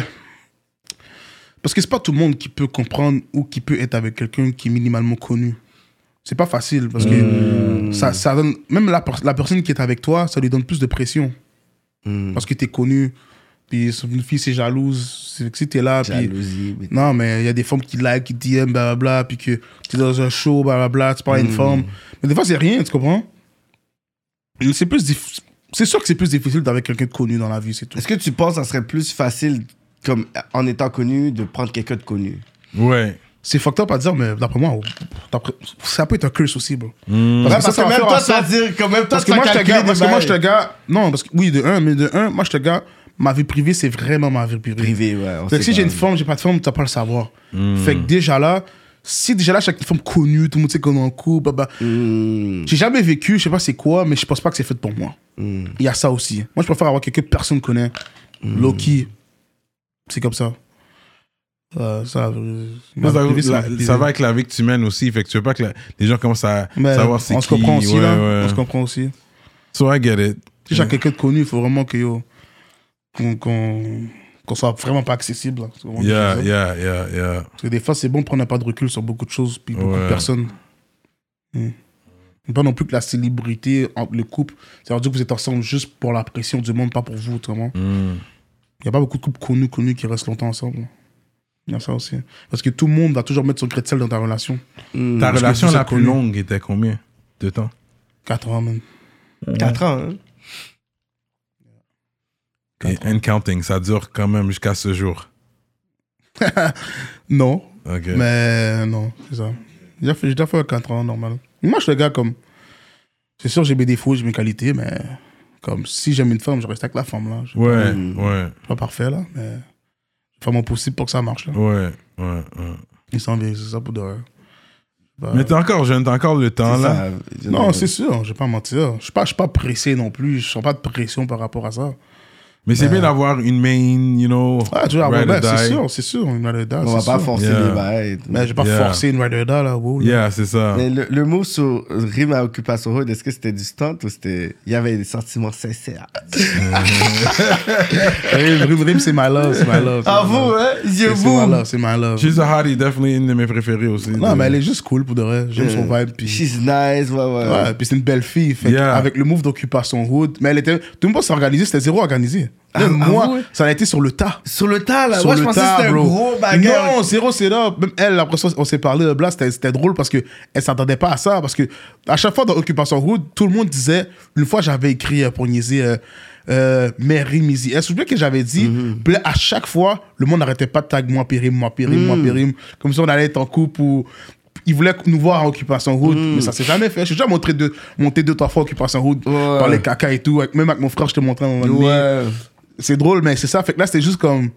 Parce que c'est pas tout le monde qui peut comprendre ou qui peut être avec quelqu'un qui est minimalement connu. C'est pas facile parce que ça, ça donne. Même la, per- la personne qui est avec toi, ça lui donne plus de pression.
Hmm.
Mm. Parce que t'es connu. Puis si une fille, c'est jalouse. C'est que si t'es là. puis-
Jalousie. mais-
non, mais il y a des femmes qui like, qui DM, blablabla, puis que tu es dans un show, blablabla, tu parles à une femme. Mais des fois, c'est rien, tu comprends? Mais C'est plus dif- C'est sûr que c'est plus difficile d'être avec quelqu'un de connu dans la vie, c'est tout.
Est-ce que tu penses que ça serait plus facile, comme en étant connu, de prendre quelqu'un de connu
Ouais.
C'est fucked up à dire, mais d'après moi, d'après- ça peut être un curse aussi, bro.
Parce que
ça va
même
faire
toi,
en
tu vas
sorte-
dire, quand même, toi,
parce que
tu vas
moi, je te
calculer
gars,
des
parce que moi, je te
bails.
gars, non, parce que oui, de un, mais de un, moi, je te gars, ma vie privée, c'est vraiment ma vie privée.
Privé, ouais. on
Fait
sait Hmm.
que si j'ai
quand
une forme, j'ai pas de forme, t'as pas le savoir. Fait que déjà là, si déjà là, chaque forme connue, tout le monde sait qu'on est en couple, bah, bah,
même.
J'ai jamais vécu, je sais pas c'est quoi, mais je pense pas que c'est fait pour moi. Il
mm,
y a ça aussi. Moi, je préfère avoir quelqu'un que personne connaît.
Hmm.
Loki, c'est comme ça. Euh, ça, euh,
Ça, ça-
ma vie, c'est
la-
ma vie.
ça va avec la vie que tu mènes aussi, fait que tu veux pas que la- les gens commencent à
Mais
savoir c'est
on
qui.
se comprend aussi,
ouais,
là.
ouais.
On se comprend aussi.
So I get it.
Si
Hmm.
j'ai quelqu'un de connu, il faut vraiment que, yo, qu'on qu'on- qu'on soit vraiment pas accessible. là. C'est vraiment
Yeah,
difficile.
yeah, yeah, yeah.
Parce que des fois, c'est bon de prendre un pas de recul sur beaucoup de choses, puis beaucoup
Ouais.
de personnes. Hmm. Pas non plus que la célébrité, en- le couple, c'est-à-dire que vous êtes ensemble juste pour la pression du monde, pas pour vous, autrement. Il
Mm.
n'y a pas beaucoup de couples connus, connus qui restent longtemps ensemble. Il y a ça aussi. Parce que tout le monde va toujours mettre son grain de sel dans ta relation.
Mm.
Ta
Parce que
relation
vous
la
êtes
plus
connus.
longue était combien de temps
4 ans, man.
4 ans, hein?
Et And counting, ça dure quand même jusqu'à ce jour.
Non,
Ok.
mais non, c'est ça. J'ai déjà fait- j'ai déjà fait 4 ans, normal. Moi, je suis le gars comme. C'est sûr, j'ai mes défauts, j'ai mes qualités, mais comme si j'aime une femme, je reste avec la femme, là. Je-
Ouais, ouais,
pas parfait là, mais je vais faire mon possible pour que ça marche là.
ouais, ouais, ouais.
Il s'en vient, c'est ça pour de vrai. Bah,
Mais t'es encore jeune, t'as encore le temps là.
Ça,
non, c'est sûr, je vais pas mentir. Je suis pas, je suis pas pressé non plus, je sens pas de pression par rapport à ça.
Mais c'est bien d'avoir une main, you know.
Ah, tu vois,
ride or
ouais,
die.
c'est sûr, c'est sûr, une ride or die,
On va
c'est
pas
sûr.
forcer
Yeah.
les bails.
Mais je vais pas
Yeah.
forcer une ride or die, là, wow, là.
Yeah, c'est ça.
Mais le, le mot sur rime à Occupation Road, est-ce que c'était du stunt ou c'était. Il y avait des sentiments sincères.
Hey, Rim, Rim, c'est my love, c'est my love. c'est
Ah,
my
vous,
love.
hein? Yeux
C'est c'est my
boum!
love, c'est my love.
She's a hottie, definitely une de mes préférées aussi.
Non, mais elle est juste cool pour de vrai. J'aime son vibe. Puis...
She's euh, nice, ouais, ouais.
Ouais, puis c'est une belle fille. Fait que
Yeah.
Avec le move d'occupation hood. Mais elle était. Tout le monde s'est organisé, c'était zéro organisé. Même
ah
moi,
ouais?
ça a été sur le tas.
Sur le tas, là,
Sur
moi, je
le
pensais
tas,
que c'était un
bro.
gros bagarre.
Non, zéro, c'est là. Même elle, après ça, on s'est parlé de blast. C'était c'était drôle parce qu'elle s'attendait pas à ça. Parce que à chaque fois dans Occupation Hood, tout le monde disait. Une fois, j'avais écrit euh, pour niaiser euh, euh, Mary Mizzy. Elle se souvient que j'avais dit.
Mm-hmm.
puis là, à chaque fois, le monde n'arrêtait pas de tag moi périm, moi périm,
Mm.
moi périm. Comme si on allait être en couple ou. Ils voulaient nous voir en Occupation Hood,
Mm.
mais ça s'est jamais fait. J'ai déjà montré deux, monté deux, trois fois Occupation Hood,
Ouais.
par les caca et tout. Avec- Même avec mon frère, je te montrais un moment donné
Ouais.
c'est drôle, mais c'est ça. Fait que là, c'était juste comme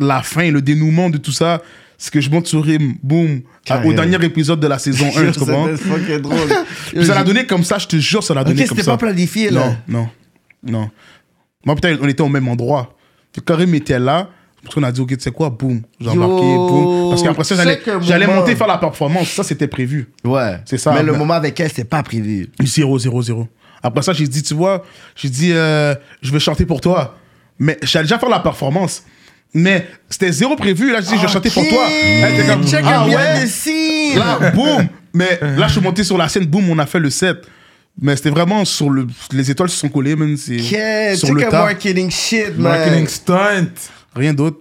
la fin, le dénouement de tout ça. Ce que je monte sur Rim, boum, à- au
Carré.
dernier épisode de la saison 1, tu comprends?
C'était fucking drôle.
Puis ça l'a donné comme ça, je te jure, ça l'a donné
Ok,
comme
c'était
ça.
pas planifié, là.
non, non, non. Moi, putain, on était au même endroit. Fait que quand Rim était là, c'est pour ça qu'on a dit, ok, tu sais quoi, boum, j'ai embarqué, boum. Parce qu'après ça,
tu sais
j'allais-
que
j'allais
moment-
monter faire la performance. Ça, c'était prévu.
Ouais.
C'est ça,
Mais le
mais-
moment avec elle, c'est pas prévu.
0 0 0. Après ça, j'ai dit, tu vois, j'ai dit, euh, je vais chanter pour toi. Mais j'allais déjà faire la performance. Mais c'était zéro prévu. Là, j'ai dit, je vais chanter pour toi. Elle était comme,
Check
ah
out
ouais.
the scene.
Là, boum. Mais là, je suis monté sur la scène, boum, on a fait le set. Mais c'était vraiment sur le. Les étoiles se sont collées, même. c'est
Yeah,
sur
check
le
out
tas.
marketing shit, man.
Marketing stunt.
Rien d'autre.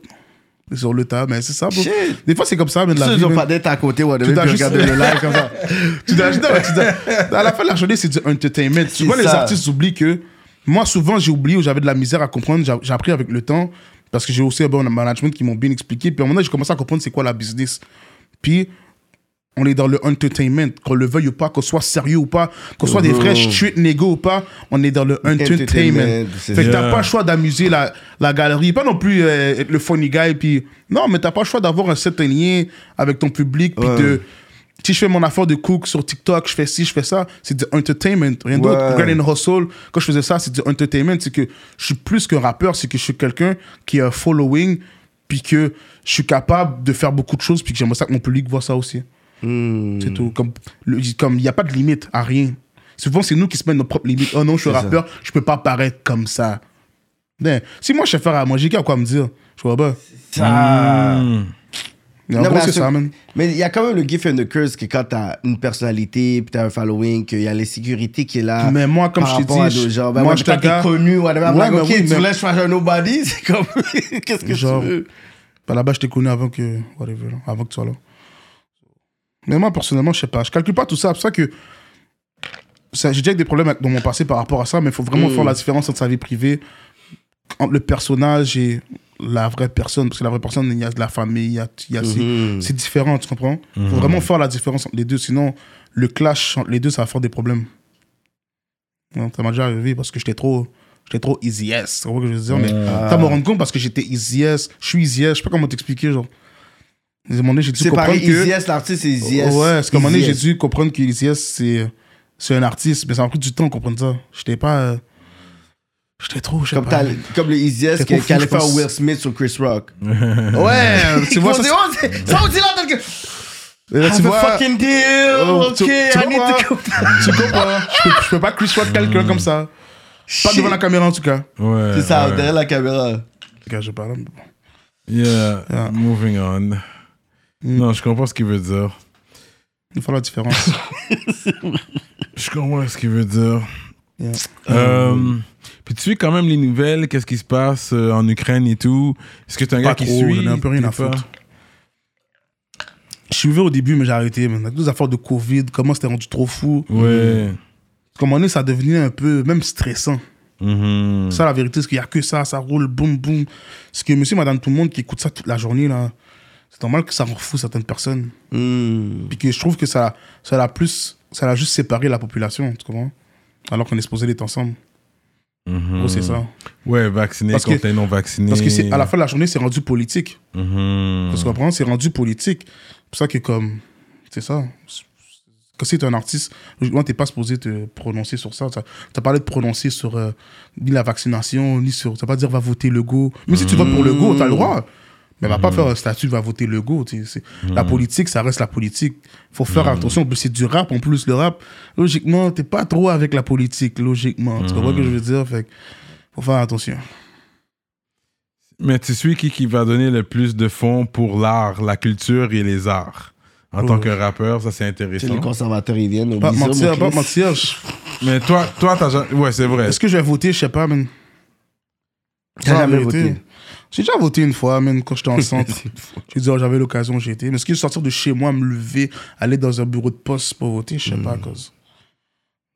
Sur le tas. Mais c'est ça, bro.
Shit.
Des fois, c'est comme ça, mais de la
Ceux
vie,
qui ont
man.
pas d'être à côté, ouais, de
Tu
même,
dois
puis
juste-
regarder le live comme ça.
tu dois, non, mais tu dois- à la fin de la journée, c'est du entertainment. Souvent, les
ça.
artistes oublient que. Moi, souvent, j'ai oublié ou j'avais de la misère à comprendre. J'a- J'ai appris avec le temps parce que j'ai aussi un bon management qui m'ont bien expliqué. Puis à un moment donné, j'ai commencé à comprendre c'est quoi la business. Puis. On est dans le entertainment, qu'on le veuille ou pas, qu'on soit sérieux ou pas, qu'on soit des
Bro.
vrais street négos ou pas, on est dans le entertainment.
Oh. Entertainment,
fait
c'est
que
ça.
t'as pas le choix d'amuser la, la galerie, pas non plus euh, être le funny guy, puis non, mais t'as pas le choix d'avoir un certain lien avec ton public, puis de si je fais mon affaire de cook sur TikTok, je fais ci, je fais ça, c'est du entertainment, rien d'autre. Grand and Hustle, quand je faisais ça, c'est du entertainment. C'est que je suis plus qu'un rappeur, c'est que je suis quelqu'un qui a un following, puis que je suis capable de faire beaucoup de choses, puis que j'aimerais ça que mon public voit ça aussi. C'est tout. Comme il comme, n'y a pas de limite à rien. Souvent, c'est nous qui se mettent nos propres limites. Oh non, je suis rappeur, je peux pas paraître comme ça. Ben, si moi, je sais faire à manger, qu'il y a quoi me dire Je vois pas.
Ça.
Mm. Mais en
Non,
gros,
mais
c'est
à ce-
ça, man.
Mais il y a quand même le gift and the curse que quand t'as une personnalité, puis t'as un following, qu'il y a l'insécurité qui est là.
Mais moi, comme
par
je t'ai
rapport à
dit,
d'autres
je-
gens. Ben
moi,
ouais,
je
mais quand
te gars-
t'es connu, whatever,
Ouais,
like,
mais
ok,
oui,
tu
mais-
me laisses faire un nobody, c'est comme. Qu'est-ce que
Genre-
tu veux?
Bah, là-bas, je t'ai connu avant que, whatever, là, avant que tu sois là. Mais moi, personnellement, je sais pas. Je calcule pas tout ça. C'est pour ça que ça- j'ai déjà eu des problèmes avec- dans mon passé par rapport à ça, mais il faut vraiment
Hmm.
faire la différence entre sa vie privée, entre le personnage et la vraie personne. Parce que la vraie personne, il y a de la famille, il y a, il y a- c'est-
Hmm.
c'est différent, tu comprends Il faut vraiment faire la différence entre les deux. Sinon, le clash entre les deux, ça va faire des problèmes. Non, ça m'a déjà arrivé parce que j'étais trop. J'étais trop easy yes. C'est vrai que je veux dire, mais
Hmm.
ça me rendre compte parce que j'étais easy yes. Je suis easy yes. Je sais pas comment t'expliquer, genre. À un moment donné, j'ai dû
C'est
comprendre
pareil,
que.
Easy S, l'artiste, c'est Easy S.
Ouais, parce qu'à un moment donné,
Easy
j'ai
S.
dû comprendre que Easy S, c'est c'est un artiste. Mais ça m'a pris du temps de comprendre ça. J'étais pas. euh, J'étais trop. je sais
Comme,
pas. Euh,
t'as- comme le Easy S
C'est
qui
trop fou,
qui allait
je pense.
faire Will Smith sur Chris Rock.
Ouais, tu vois, ça.
Ils
c'est-
vont dire, oh, c'est- ça on dit là, tel que.
Là, tu
Have
vois,
a fucking deal,
oh,
ok,
tu- tu
I need
comprends. hein.
to go.
tu comprends. Je peux- je peux pas Chris Rock quelqu'un comme ça. Pas
Shit.
devant la caméra, en tout cas.
Ouais,
C'est ça,
ouais.
derrière la caméra.
Les gars, je parle. mais bon.
Yeah,
Ah.
moving on.
Mm.
Non, je comprends ce qu'il veut dire.
Il faut la différence.
Je comprends ce qu'il veut dire.
Yeah.
Euh,
Hmm.
puis tu suis quand même les nouvelles, qu'est-ce qui se passe euh, en Ukraine et tout. Est-ce que t'es un
Pas
gars qui
trop,
suit
j'en ai un peu rien
t'es
à
pas-
foutre. Je suis ouvert au début, mais j'ai arrêté. Man. Avec toutes les affaires de Covid, comment c'était rendu trop fou.
Ouais.
Comme on est, ça devenait un peu même stressant.
Mhm.
Ça, la vérité, c'est qu'il n'y a que ça, ça roule, boum, boum. Ce que monsieur, madame, tout le monde qui écoute ça toute la journée, là, c'est normal que ça en fout certaines personnes. Puis que je trouve que ça, ça l'a plus, ça l'a juste séparé la population, tu comprends Alors qu'on est supposé d'être ensemble. En gros, c'est ça.
Mhm. Ouais, vacciné
Parce que-
contre les non-vaccinés.
Parce que c'est, à la fin de la journée, c'est rendu politique.
Mhm.
Hmm.
Parce qu'on comprend, c'est rendu politique. C'est pour ça que, comme, c'est ça. C'est- Que si t'es un artiste, logiquement, t'es pas supposé te prononcer sur ça. T'as t'as pas l'air de prononcer sur euh, ni la vaccination, ni sur. T'as pas dire va voter le go. Mais si tu votes pour le go, t'as le droit. Mais va
Hmm.
pas faire un statut va voter le go. tu sais, c'est- La politique, ça reste la politique. Faut faire
Hmm.
attention. C'est du rap en plus, le rap. Logiquement, t'es pas trop avec la politique, logiquement. Tu
Hmm.
comprends ce que je veux dire? Fait que faut faire attention.
Mais tu suis qui, qui va donner le plus de fonds pour l'art, la culture et les arts. En
Oh.
tant que rappeur, ça c'est
Tu
intéressant.
sais, les conservateurs, ils viennent.
Pas
oublie ça,
mentir,
mon
pas
Chris.
mentir. je-
Mais toi, toi t'as jamais- Ouais, c'est vrai.
Est-ce que je vais voter? Je sais pas, man.
T'as
Ah,
jamais
la vérité.
voté.
J'ai déjà voté une fois, même quand j'étais en centre. J'ai dit, oh, j'avais l'occasion, j'ai été. Mais ce qui est sortir de chez moi, me lever, aller dans un bureau de poste pour voter, je sais pas, cause.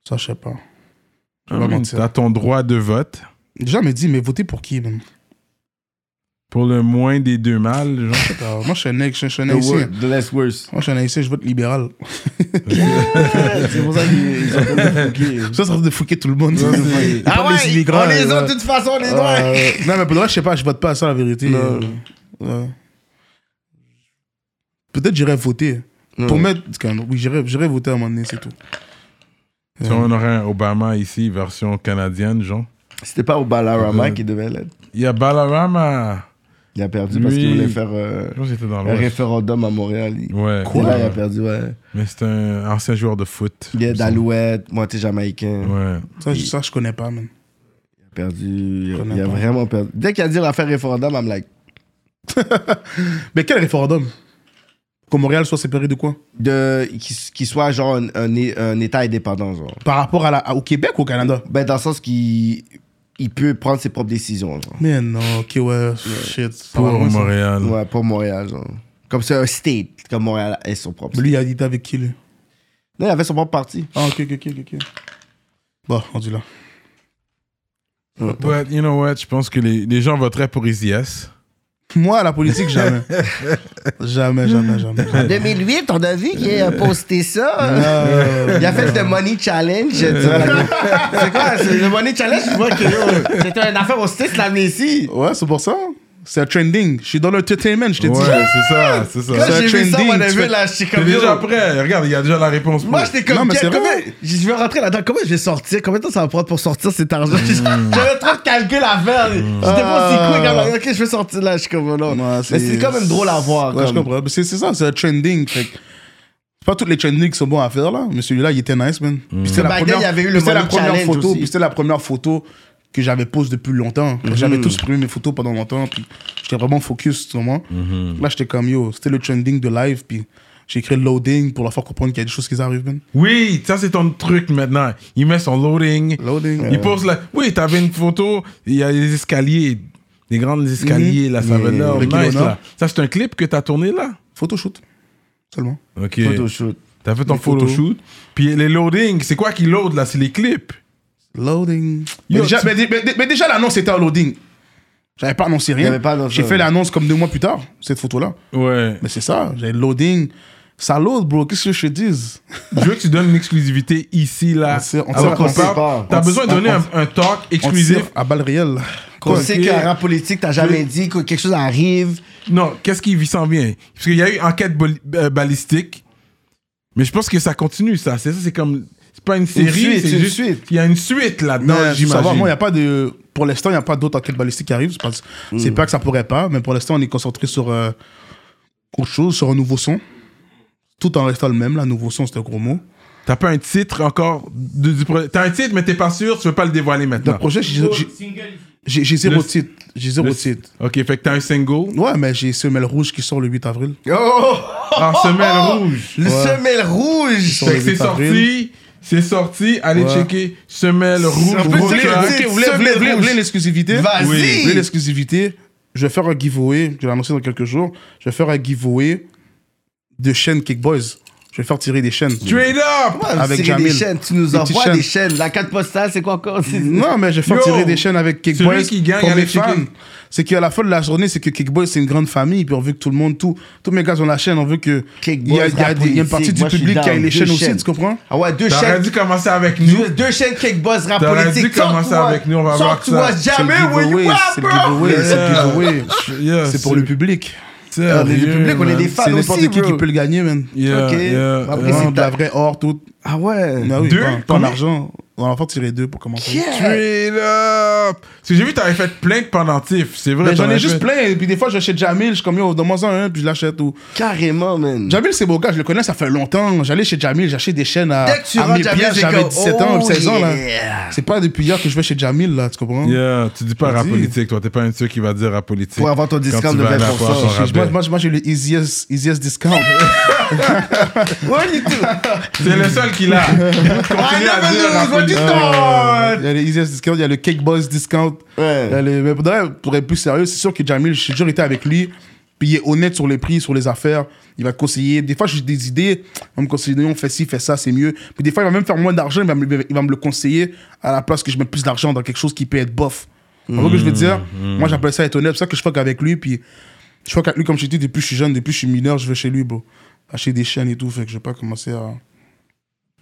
Ça, je sais pas.
Ah,
pas
man,
mentir.
T'as ton droit de vote.
J'ai jamais dit, mais voter pour qui, même
Pour le moins des deux mâles, genre.
Moi, je suis un nègre, je suis un
The,
haïtien.
wor- the less worse.
Moi, je suis un haïtien, je vote libéral.
C'est pour ça qu'ils sont comme
Ça, ça serait de fouquer tout le monde.
Ah
Pas
ouais,
les immigrants.
on les
euh,
a de toute façon, on les
euh,
doigts.
Non, mais pour le reste, je sais pas, je vote pas à ça, la vérité. Euh, ouais. Peut-être j'irai voter. Pour mettre. Oui, j'irai j'irai voter à un moment donné, c'est tout.
Si on aurait un Obama ici, version canadienne, genre.
C'était pas au Balarama qui devait l'être.
Il y a Balarama.
Il a perdu parce
Lui-
qu'il voulait faire euh,
Moi, j'étais dans
un
l'Ouest.
référendum à Montréal. Il-
Ouais.
C'est là, il a perdu, ouais.
Mais c'est un ancien joueur de foot.
Il est d'Alouette, moitié jamaïcain.
Ouais.
Ça, je- ça, je connais pas, man.
Il a perdu. Il a,
connais
il a
pas.
vraiment perdu. Dès qu'il a dit l'affaire référendum, I'm like,
Mais quel référendum Que Montréal soit séparé de quoi
de, qu'il qu'il soit genre un, un é- un État indépendant, genre.
Par rapport à la- à- au Québec ou au Canada
Ben, dans le sens qu'il il peut prendre ses propres décisions, genre.
Mais non, ok, ouais, shit. ça
Pour
va loin, ça.
Montréal.
Ouais, pour Montréal, genre. Comme c'est un state, comme Montréal est son propre.
Mais lui, il a dit avec qui, lui
Non, il avait son propre parti.
Ah, ok, ok, ok, ok, ok. Bon, rendu là.
But, you know what? Je pense que les, les gens voteraient pour ICS.
Moi, la politique, jamais. jamais, jamais, jamais.
En 2008, on a vu qu'il a posté ça.
Euh,
Il a fait le Money Challenge. je dirais la- c'est quoi? c'est Le Money Challenge, je vois que yo, c'était une affaire au state l'amnésie.
Ouais, c'est pour ça. C'est un trending. Je suis dans l'entertainment, je t'ai
Ouais,
dit.
c'est ça, c'est
Quand
ça.
C'est
j'ai vu ça,
trending,
on a
tu
vu
fais-
là, je suis
T'es
comme yo.
déjà prêt. Regarde, il y a déjà la réponse. pour.
Moi, j'étais comme,
Non, mais
quel-
c'est vrai.
comment- je je vais rentrer là-dedans. Comment je vais sortir? Combien de temps ça va prendre pour sortir cet argent?
Hmm.
J'avais trop de calculs à faire. J'étais pas aussi quick. alors, Ok, je vais sortir là. Je suis comme, non.
Ah. Ouais,
mais c'est quand même drôle à voir.
Ouais, je
comme.
comprends. Mais C'est c'est ça, c'est un trending. Fait que- c'est pas toutes les trendings qui sont bons à faire, là. Mais celui-là, il était nice, man. Puis c'était
Baguette, Bah, il y avait eu
puis
le
c'était la
Money
première
Challenge
photo.
aussi. Mm-hmm.
Puis c'était la première photo que j'avais pose depuis longtemps. J'avais tous supprimé mes photos pendant longtemps. Puis j'étais vraiment focus, tu comprends? Là, j'étais comme, yo, c'était le trending de live. Puis j'ai écrit loading pour leur faire comprendre qu'il y a des choses qui arrivent, man.
Oui, ça c'est ton truc maintenant. Il met son loading.
Loading.
Il pose la. Oui, t'avais une photo. Il y a les escaliers, des grandes escaliers là, ça va
Yeah.
là,
Ricky
nice,
Lona.
là. Ça c'est un clip que t'as tourné là.
Photoshoot. Seulement.
Ok.
Photoshoot.
T'as fait ton
Des photos.
photoshoot. Puis les loading, c'est quoi qui load là C'est les clips.
Loading.
Yo,
mais, déjà,
tu-
mais dé- mais dé- mais déjà, l'annonce était en loading. J'avais pas annoncé rien.
Y'avait pas annoncé,
J'ai
ouais.
fait l'annonce comme deux mois plus tard, cette photo-là.
Ouais.
Mais c'est ça, j'ai loading. Ça load, bro. Qu'est-ce que je te dise?
Je veux que tu donnes une exclusivité ici là.
On sait- on
Alors
sait
qu'on
qu'on sait
parle.
pas.
T'as
On
besoin de
sait-
donner
on
un,
sait-
un talk
On
exclusif.
tire à balles réelles.
On
Quoi?
sait
Ok.
qu'en rap politique, t'as jamais dit que quelque chose arrive.
Non, qu'est-ce qui vit s'en vient Parce qu'il y a eu enquête boli- euh, balistique, mais je pense que ça continue, ça. C'est ça, c'est comme. C'est pas une série,
suite,
c'est
une
juste.
suite.
Il y a une suite là-dedans,
Non,
j'imagine.
j'imagine. Moi, y a pas de. Pour l'instant, il n'y a pas d'autres enquêtes balistiques qui arrivent. C'est parce- C'est pas que ça pourrait pas, mais pour l'instant, on est concentré sur euh, autre chose, sur un nouveau son. Tout en restant le même, là. Nouveau son, c'est un gros mot.
T'as pas un titre encore du, du pro- T'as un titre, mais t'es pas sûr, tu veux pas le dévoiler
Le
maintenant.
projet, j'ai- j'ai- j'ai j'ai zéro
Le-
titre. J'ai zéro
Le-
titre.
Ok, fait que t'as un single
Ouais, mais j'ai Semelle Rouge qui sort le 8 avril.
Oh!
en Ah, semelle rouge.
Le semelle rouge!
Sur
Fait
le
que c'est
8 avril.
sorti, c'est sorti. Allez
Ouais.
checker semelle rouge.
peut
Vous
gros
voulez,
dire-
track.
ok, vous voulez- vous voulez- vous voulez- vous voulez l'exclusivité
Vas-y.
Vous voulez l'exclusivité Je vais faire un giveaway. Je vais l'annoncer dans quelques jours. Je vais faire un giveaway de chaînes Kickboys. Je vais faire tirer des chaînes.
Straight up.
Ouais,
Avec
c'est
Jamil.
des chaînes, tu nous
Des
envoies
petites Mm.
des chaînes. La carte postale, c'est quoi encore? C'est-
Non, mais je vais faire
Yo,
tirer des chaînes avec Kickboys.
celui qui gagne,
pour
allez
mes fans.
checker.
C'est qu'à la fin de la journée, c'est que Kickboys, c'est une grande famille. Puis on veut que tout le monde, tout, tous mes gars ont la chaîne. On veut que. Il y a, il y a
rap
des- il y a une
politique.
partie du
Moi, je suis
public qui a
down.
les chaînes
Deux
aussi, tu comprends
Ah ouais, deux
T'aurais
chaînes.
dû commencer avec nous.
Deux chaînes kickboss rap
T'aurais dû
politique.
commencer
Sors-toi.
avec nous, on va voir
Sors-toi
ça.
jamais,
C'est le
where you
giveaway,
at,
c'est le
bro?
giveaway, c'est le giveaway.
Yeah,
C'est pour le public.
sérieux,
On est du public, on est
man.
des fans
C'est n'importe
aussi,
qui
bro.
qui peut le gagner, man.
Yeah,
Ok.
yeah.
Après,
Ouais,
c'est
de
ta-
la vraie or, tout.
Ah ouais.
Ah oui,
Deux?
pas- pas
Combien
d'argent. On va faire tirer deux pour commencer.
Straight up! Parce que j'ai vu, t'avais fait plein de pendentifs, c'est vrai.
Mais Ben, j'en
t'en as
ai juste
fait.
plein. Et puis des fois, j'achète Jamil. Je suis comme, yo, donne-moi-en un, puis je l'achète. Ou...
Carrément, man.
Jamil, c'est beau gars, je le connais, ça fait longtemps. J'allais chez Jamil, j'achète des chaînes à,
Dès que tu
à
rentres,
mes
Jamil,
pieds.
c'est
J'avais
comme,
17 ans,
oh
16 ans, là.
yeah.
C'est pas depuis hier que je vais chez Jamil, là, tu comprends?
Yeah, tu dis pas
Je
rap
dis.
politique, toi. T'es pas un de ceux qui va dire rap politique.
Pour avoir ton
Quand
discount
tu
de
vas aller
20%.
avoir ton
Moi,
rabais.
moi, moi, j'ai le easiest, easiest discount.
Ouais, du tout.
C'est le seul qui l'a. Continue à dire rap politique.
Euh, Il y a le easiest discount, il y a le cake boss discount.
Ouais.
Il y a le- Mais pour, de vrai, pour être plus sérieux, c'est sûr que Jamil, j'ai toujours été avec lui. Puis il est honnête sur les prix, sur les affaires. Il va te conseiller. Des fois, j'ai des idées. On me conseille, non, fais ci, fais ça, c'est mieux. Puis des fois, il va même faire moins d'argent. Il, va me- il va me le conseiller à la place que je mette plus d'argent dans quelque chose qui peut être bof. Tu vois ce que je veux dire? Moi, j'appelle ça être honnête. C'est ça que je fuck avec lui. Puis je fuck avec lui, comme je t'ai dit, depuis que je suis jeune, depuis que je suis mineur, je vais chez lui, bro. Acheter des chaînes et tout. Fait que je vais pas commencer à.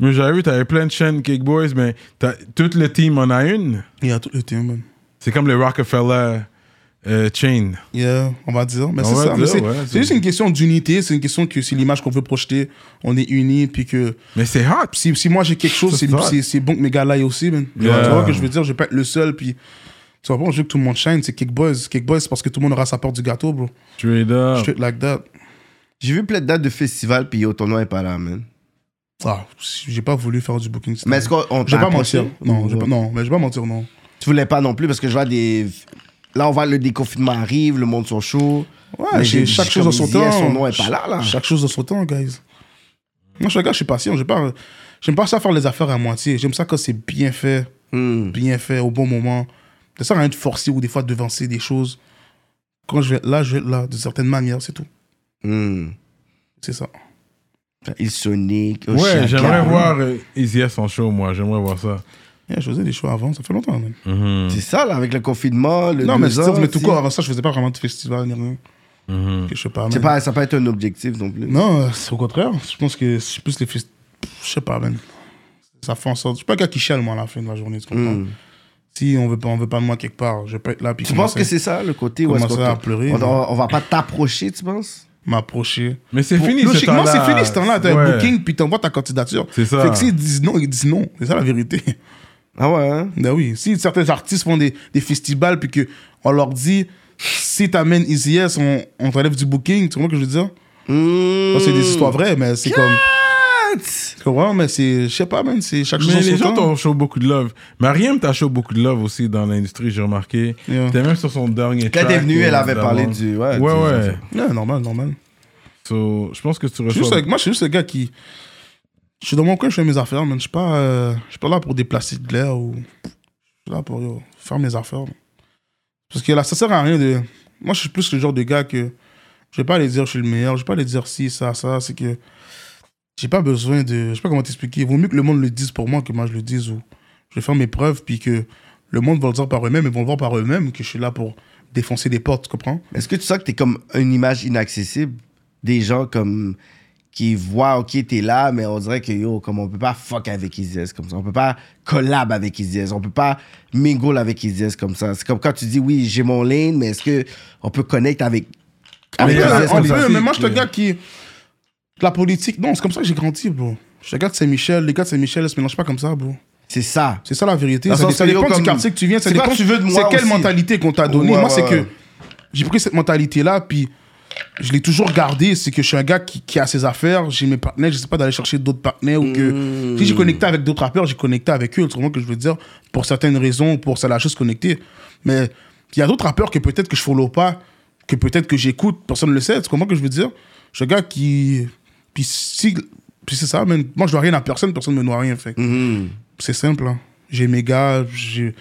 Mais j'avais vu, t'avais plein de chaînes Kickboys, mais t'as- tout le team en a une.
Il y a tout le temps, man.
C'est comme le Rockefeller euh, Chain.
Yeah, on va dire. Mais
On
c'est
va
ça.
dire,
Mais c'est
ouais,
c'est
c'est-
juste une question d'unité. C'est une question que c'est l'image qu'on veut projeter. On est unis. Puis que
Mais c'est hot.
si, si moi j'ai quelque chose,
Ça,
c'est-
c'est vrai.
c'est c'est bon que mes gars l'aillent aussi. man. Tu vois-
Yeah.
Tu vois ce que je veux dire Je vais pas être le seul. Puis tu vois, bon, je veux que tout le monde shine. C'est Kickboys. Kickboys, c'est parce que tout le monde aura sa part du gâteau, bro.
Straight up.
Straight like that.
J'ai vu plein de dates de festivals, puis yo, ton nom est pas là, man.
Ah, si- j'ai pas voulu faire du booking.
Mais est-ce qu'on on
Je vais
t'a
pas mentir.
approché?
Non, je vais pas- non, mais je vais pas mentir, non.
Tu voulais pas non plus, parce que je vois des. Là, on voit le déconfinement arrive, le monde sont chaud.
Ouais,
Mais
j'ai
j'ai-
chaque
j'ai
chose
comme
en son
dit,
temps.
son nom est pas là, là.
Chaque chose en son temps, guys. Moi, je suis un gars, je suis patient. J'ai pas- J'aime pas ça faire les affaires à moitié. J'aime ça quand c'est bien fait.
Hmm.
bien fait au bon moment. Ça sert à rien de forcer ou des fois de devancer des choses. Quand je vais être là, je vais être là, de certaines manières, c'est tout.
Hmm.
C'est ça.
Il sonique. oh,
Ouais,
Chaka.
j'aimerais voir euh, Easy S en show, moi. J'aimerais voir ça.
Yeah, je faisais des choses avant, ça fait longtemps. man.
C'est ça, là, avec le confinement. Le
Non, mais,
deux
je veux dire,
ans,
mais tout
tu-
court, avant ça, je faisais pas vraiment de festival ni rien. Que Je sais pas,
Je sais
man.
pas, ça peut être un objectif non plus.
Non, euh, c'est au contraire. Je pense que c'est plus les festivals. Je sais pas, man. Ça fait en sorte. Je suis pas un gars qui chiale, moi, à la fin de la journée, tu comprends?
Hmm.
Si on veut pas, on veut pas de moi quelque part, je vais pas être là. Puis
Tu penses
commencer
que c'est ça, le côté où est-ce
Commencer
qu'on
à
te-
pleurer,
on,
mais-
on- on va pas t'approcher, tu penses
m'approcher.
Mais c'est
Pour-
fini, ce
Logiquement,
temps-là.
c'est fini ce temps-là. T'as
Ouais.
un booking, puis t'envoies ta candidature.
C'est ça.
Fait que s'ils disent non, ils disent non. C'est ça la vérité.
Ah ouais, hein
Ben oui. Si certains artistes font des, des festivals, puis que on leur dit si t'amènes ICS, on, on t'enlève du booking, tu comprends ce que je veux dire? Ça, c'est
Hmm.
des histoires vraies, mais c'est comme. Tu comprends? Mais c'est. Je sais pas, man. C'est chaque chose
Mais
en
les
son
gens
temps.
t'ont show beaucoup de love. Mariam t'a show beaucoup de love aussi dans l'industrie, j'ai remarqué.
Yeah.
T'es même sur son dernier
Quand
track.
elle est venue,
euh,
elle avait parlé
d'avant.
du- ouais,
ouais,
du-
ouais.
Ouais, normal, normal.
So, je pense que tu
Je suis
reçois...
juste un- moi, je suis juste le gars qui. Je suis dans mon coin, je fais mes affaires, man. Je suis pas, euh, je suis pas là pour déplacer de l'air ou. Je suis là pour yo, faire mes affaires. man. Parce que là, ça sert à rien de. Moi, je suis plus le genre de gars que. Je vais pas aller dire je suis le meilleur, je vais pas aller dire si, ça, ça. C'est que. J'ai pas besoin de. Je sais pas comment t'expliquer. Il vaut mieux que le monde le dise pour moi que moi je le dise ou. Je vais faire mes preuves, puis que le monde va le dire par eux-mêmes, ils vont le voir par eux-mêmes que je suis là pour défoncer des portes, tu comprends?
Est-ce que tu sens que t'es comme une image inaccessible des gens comme qui voient, ok, t'es là, mais on dirait que yo, comme on peut pas fuck avec Isis comme ça, on peut pas collab avec Isis, on peut pas mingle avec Isis comme ça. C'est comme quand tu dis oui, j'ai mon lane, mais est-ce que on peut connect avec,
On
avec
peut,
Isis
on
comme ça?
peut, mais moi, je suis un gars qui. La politique, non, c'est comme ça que j'ai grandi, bro. Je suis un gars de Saint-Michel, les gars de Saint-Michel, ils se mélangent pas comme ça, bro.
C'est ça.
C'est ça la vérité.
Dans
Ça,
le sens
ça
que yo,
dépend du
comme-
quartier que tu viens, ça
c'est quoi
dépend.
que tu veux de moi
C'est quelle
aussi.
mentalité qu'on t'a donnée.
Ouais,
moi,
ouais,
c'est
ouais.
que j'ai pris cette mentalité-là, puis je l'ai toujours gardé, c'est que je suis un gars qui, qui a ses affaires, j'ai mes partenaires, je sais pas d'aller chercher d'autres partenaires ou
Hmm.
que si j'ai connecté avec d'autres rappeurs, j'ai connecté avec eux, autrement que je veux dire, pour certaines raisons, pour ça la chose connectée. Mais il y a d'autres rappeurs que peut-être que je follow pas, que peut-être que j'écoute, personne ne le sait, tu comprends ce que je veux dire Je suis un gars qui puis si puis c'est ça, man. moi je dois rien à personne, personne me doit rien fait. que
Mhm.
C'est simple. hein. J'ai mes gars, j'ai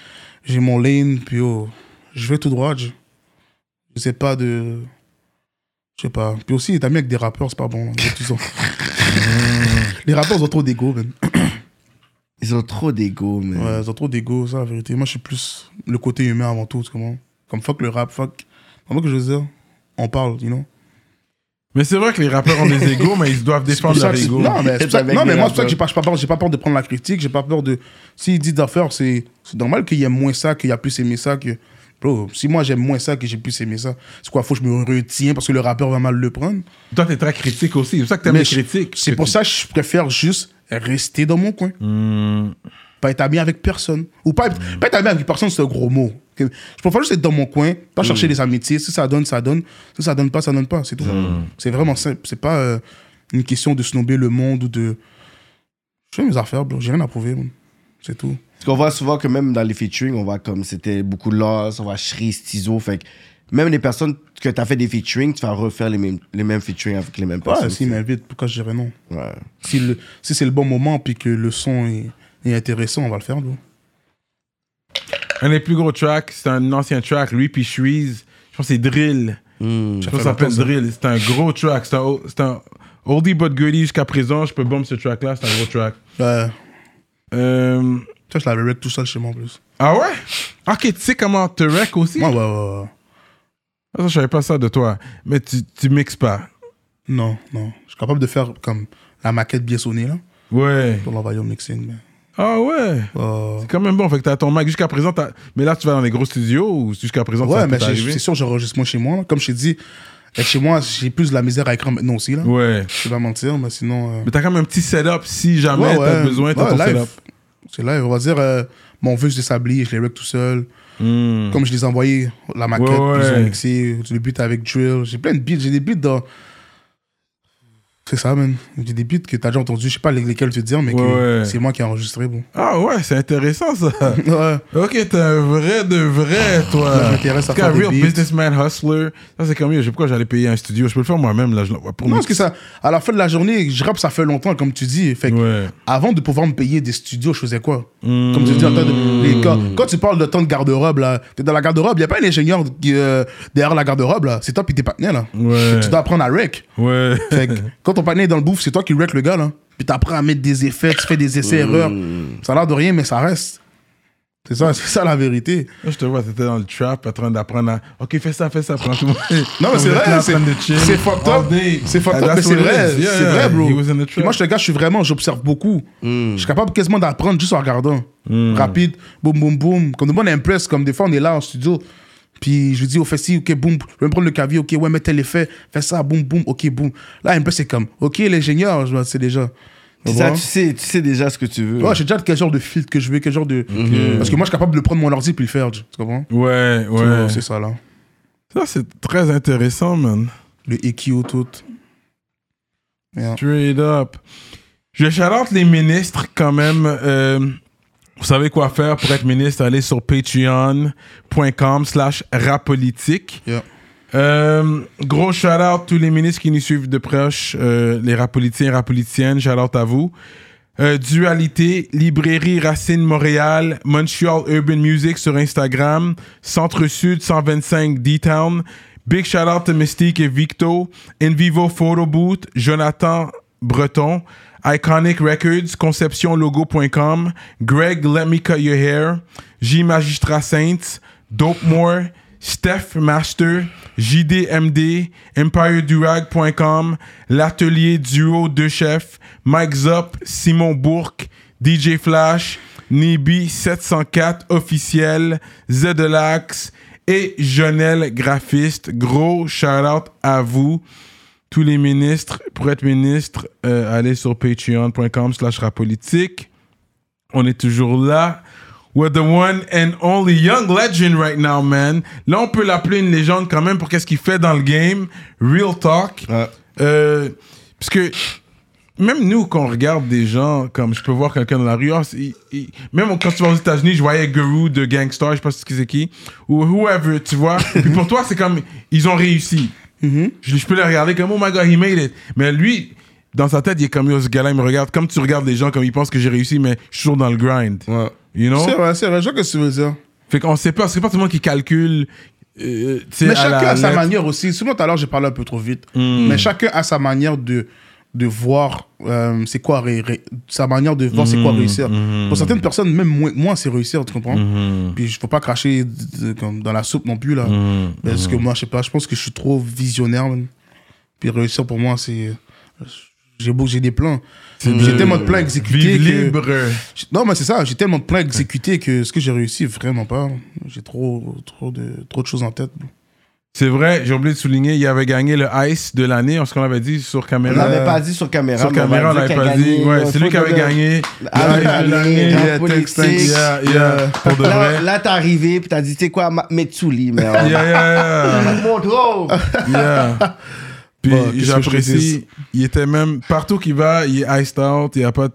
j'ai mon lane, puis oh, je vais tout droit. Je, je sais pas de je sais pas. Puis aussi, t'as mis avec des rappeurs, c'est pas bon. là. Ils ont- les rappeurs, ils ont trop d'ego, man.
Ils ont trop d'ego, man.
Ouais, ils ont trop d'ego, ça, la vérité. Moi, je suis plus le côté humain avant tout, tu comprends Comme fuck le rap, fuck. Comment que je veux dire On parle, you know
Mais c'est vrai que les rappeurs ont des égos, mais ils doivent
C'est pour
défendre
ça
leur
que c'est-
ego.
Non, mais, c'est pour ça-
Avec
non, mais
les
moi, c'est pour ça que j'ai
rappeurs.
pas, j'ai pas peur, j'ai pas peur de prendre la critique, j'ai pas peur de. S'il dit d'affaires, c'est c'est normal qu'il y ait moins ça, qu'il y a plus aimé ça, que. Bro, si moi j'aime moins ça, que j'ai plus aimé ça, c'est quoi Faut que je me retiens parce que le rappeur va mal le prendre.
Toi, t'es très critique aussi. C'est pour ça que t'aimes
Mais
les
je-
critiques.
C'est pour ça que je préfère juste rester dans mon coin. Pas être ami avec personne. Ou pas, pas être ami avec personne, c'est un gros mot. Que- Je préfère juste être dans mon coin, pas chercher des amitiés. Si ça donne, ça donne. Si ça donne pas, ça donne pas. C'est tout. C'est vraiment simple. C'est pas euh, une question de snober le monde ou de. Je fais mes affaires, bro. J'ai rien à prouver, bro. C'est tout.
Parce qu'on voit souvent que même dans les featuring, on voit comme c'était beaucoup Lost, on voit Shreeze, Tizo. Fait que même les personnes que t'as fait des featuring, tu vas refaire les mêmes, les mêmes featuring avec les mêmes
Ouais,
personnes.
s'il m'invite, pourquoi je dirais non
Ouais.
Si, le- si c'est le bon moment puis que le son est, est intéressant, on va le faire, bro.
Un des plus gros tracks, c'est un ancien track, lui puis Shreeze. Je pense que c'est Drill.
Hmm.
Je pense que ça s'appelle Drill. C'est un gros track. C'est un, o- c'est un oldie but goodie jusqu'à présent. Je peux bomber ce track-là. C'est un gros track.
Ouais.
Euh,
Ça, je l'avais rec tout seul chez moi, en plus.
Ah ouais? Ok, tu sais comment te rec aussi?
Ouais, ouais, ouais, ouais.
Ah, ça, je savais pas ça de toi. Mais tu, tu mixes pas.
Non, non. Je suis capable de faire comme la maquette bien sonnée, là,
Ouais.
pour l'envoyer au mixing. Mais,
Ah ouais?
euh,
C'est quand même bon. Fait que t'as ton Mac jusqu'à présent. t'as- Mais là, tu vas dans les gros studios ou jusqu'à présent, ça
ouais,
peut
mais j'ai-
t'arriver?
c'est sûr, j'enregistre moi chez moi. là. Comme je t'ai dit, et chez moi, j'ai plus de la misère à écrire maintenant aussi, là.
Ouais.
Je vais pas mentir, mais sinon. euh,
Mais t'as quand même un petit setup si jamais
ouais,
t'as
ouais.
besoin, t'as
Ouais,
ton
live.
setup.
C'est live. On va dire, euh, mon vœu, je les sablis, je les rec tout seul.
Hmm.
Comme je les ai envoyés, la maquette,
Ouais, ouais.
puis ils ont mixé. J'ai des beats avec Drill. J'ai plein de beats. J'ai des beats dans. C'est ça, man. J'ai des beats que t'as déjà entendu. Je sais pas les- lesquels te dire, mais que
Ouais, ouais.
c'est moi qui ai enregistré, bon.
Ah ouais, c'est intéressant ça.
ouais.
ok, t'es un vrai de vrai, toi.
Ça m'intéresse à
T'es un
faire des
real
beats.
businessman hustler. Ça, c'est comme mieux. Je sais pourquoi j'allais payer un studio. Je peux le faire moi-même, là. Je l'envoie pour
Non,
moi.
parce que ça, à la fin de la journée, je rappe, ça fait longtemps, comme tu dis. Fait que
Ouais. Hmm.
avant de pouvoir me payer des studios, je faisais quoi Comme tu dis, en temps de- les- quand, quand tu parles de temps de garde-robe, là, t'es dans la garde-robe, y a pas un ingénieur qui, euh, derrière la garde-robe, là. C'est toi puis tes partenaires, là.
Ouais.
Tu dois apprendre à rec.
Ouais.
Fait que quand ton partenaire est dans le bouffe, c'est toi qui rec le gars, là. Puis t'apprends à mettre des effets, tu fais des essais-erreurs.
Hmm.
Ça a l'air de rien, mais ça reste. C'est ça, c'est ça la vérité.
Là, je te vois, t'étais dans le trap en train d'apprendre à. Ok, fais ça, fais ça, prends tout.
Non, mais c'est vrai, c'est c'est fucked up. C'est fucked up, mais c'est vrai. C'est vrai, bro. Puis Moi, je te gars, je suis vraiment, j'observe beaucoup. Je suis capable quasiment d'apprendre juste en regardant. Rapide, boum, boum, boum. Comme des bonnes impress, comme des fois, on est là en studio. Puis je lui dis, oh, fais ci, ok, boum. Je vais me prendre le cavier, ok, ouais, mets tel effet, fais ça, boum, boum, ok, boum. Là, impress, c'est comme, ok, l'ingénieur, je c'est déjà.
C'est Ça, tu sais, tu sais déjà ce que tu veux.
Ouais, j'ai déjà quel genre de filtre que je veux, quel genre de. Parce que moi, je suis capable de prendre mon ordi puis le faire, tu comprends?
Ouais, ouais.
C'est ça, là.
Ça, c'est très intéressant, man.
Le EQ, tout. Yeah.
Straight up. Je chalote les ministres quand même. Euh, vous savez quoi faire pour être ministre. Allez sur patreon.com slash rapolitique.
Yeah.
Euh, gros shout-out tous les ministres qui nous suivent de proche, euh, les rapolitiens, rapolitiennes, shout-out à vous. Euh, Dualité, Librairie Racine Montréal, Montreal Urban Music sur Instagram, Centre Sud 125 D-Town, Big shout out to Mystique et Victo, Invivo Photo Boot, Jonathan Breton, Iconic Records, ConceptionLogo.com, Greg Let Me Cut Your Hair, J Magistrat Saints, Dope More, Steph Master, JDMD, EmpireDurag.com, L'Atelier Duo de Chef, Mike Zop, Simon Bourque, DJ Flash, Nibi704 officiel, Zedelax et Jonel Graphiste. Gros shout-out à vous, tous les ministres. Pour être ministre, euh, allez sur patreon.com slash rapolitique. On est toujours là. We're the one and only young legend right now, man. Là, on peut l'appeler une légende quand même pour qu'est-ce qu'il fait dans le game. Real talk.
Ouais.
Euh, parce que même nous, quand on regarde des gens, comme je peux voir quelqu'un dans la rue, ah, c'est- il- il- même quand tu vas aux États-Unis, je voyais Guru de Gangstar, je sais pas ce que c'est qui, ou whoever, tu vois. Puis pour toi, c'est comme, ils ont réussi.
Mm-hmm.
je, je peux le regarder comme, oh my god, he made it. Mais lui, dans sa tête, il est comme, yo, ce gars-là, il me regarde. Comme tu regardes les gens, comme ils pensent que j'ai réussi, mais je suis toujours dans le grind.
Ouais.
You know?
C'est vrai, c'est vrai. Je vois ce que tu veux dire.
Fait qu'on sait pas, c'est pas tout le monde qui calcule. euh, tu sais,
Mais
à la
chacun a sa
lettre. Hmm.
manière aussi. Souvent, tout à l'heure, j'ai parlé un peu trop vite. Mais chacun a sa manière de, de voir euh, c'est quoi ré- ré- sa manière de voir
Hmm.
c'est quoi réussir. Pour certaines personnes, même moins, moins c'est réussir, tu comprends
Hmm.
Puis je faut pas cracher d- d- comme dans la soupe non plus là. Parce
Hmm.
que moi, je sais pas, je pense que je suis trop visionnaire. man. Puis réussir pour moi, c'est j'ai beau, j'ai des plans. J'ai tellement de plans
Mm.
exécutés.
Vive
que-
libre.
J- Non, mais c'est ça, j'ai tellement de plans exécutés que ce que j'ai réussi, vraiment pas. J'ai trop, trop, de, trop de choses en tête.
C'est vrai, j'ai oublié de souligner, il avait gagné le Ice de l'année, on- ce qu'on avait dit sur
On
caméra.
l'avait pas dit sur caméra.
Euh, Sur
mais on
caméra, on
avait
l'avait pas
dit qu'il a
dit.
gagné,
Ouais,
là,
c'est lui qui avait
Faudrait-
gagné.
Ah,
le Ice de l'année.
gagné,
Yeah,
en politique. Euh,
thanks, yeah, yeah, pour de
Là,
vrai.
là, t'es arrivé, puis t'as dit, tu sais quoi, ma- Metsuli, merde.
Yeah, yeah,
Mon drôle.
yeah, yeah. Puis
Bon, qu'est-ce que je te
j'apprécie,
dis?
il était même, partout qu'il va, il est iced out, il n'y a, pas de-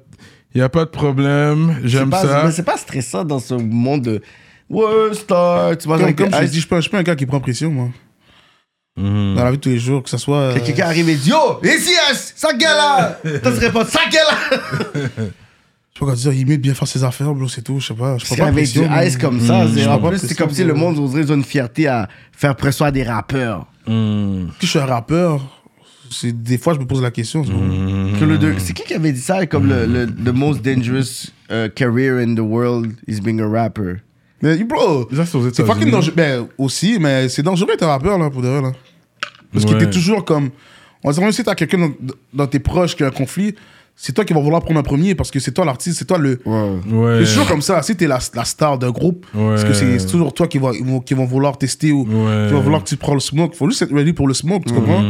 il y a pas de problème,
C'est
j'aime
pas-
ça.
Mais c'est pas stressant dans ce monde de ouais, star, tu vois,
Comme,
genre,
comme
ah,
je dis, je suis pas- je suis pas un gars qui prend pression, moi. Dans la vie de tous les jours, que ce soit. euh,
c'est quelqu'un arrive et dit Yo, ici, ça gala T'as cette réponse, ça gala
Je sais pas quoi dire, il mérite bien faire ses affaires, bro, c'est tout, je sais pas. Je prends
C'est Ah,
pas
avec du
pression.
ice comme ça, c'est-
prends
en
pas
Hmm, plus, c'est
pression,
comme si le
bro.
monde oserait une fierté à faire pression à des rappeurs.
Que je suis un rappeur, c'est- des fois, je me pose la question. c'est bon.
Que le de- C'est qui qui avait dit ça comme le, le the most dangerous euh, career in the world is being a rapper?
Mais bro,
Ça, c'est aux
c'est fucking
États-Unis.
dangereux. Ben, aussi, mais c'est dangereux d'être un rappeur, là, pour de vrai, là. Parce que
Ouais.
t'es toujours comme. On dirait même si t'as quelqu'un dans, dans tes proches qui a un conflit, c'est toi qui vas vouloir prendre un premier parce que c'est toi l'artiste, c'est toi le.
Wow.
Ouais.
C'est toujours comme ça. Si t'es la, la star d'un groupe,
Ouais.
parce que c'est toujours toi qui va, ils vont, qui vont vouloir tester ou
Ouais.
qui vont vouloir que tu prends le smoke. Faut juste être ready pour le smoke, tu comprends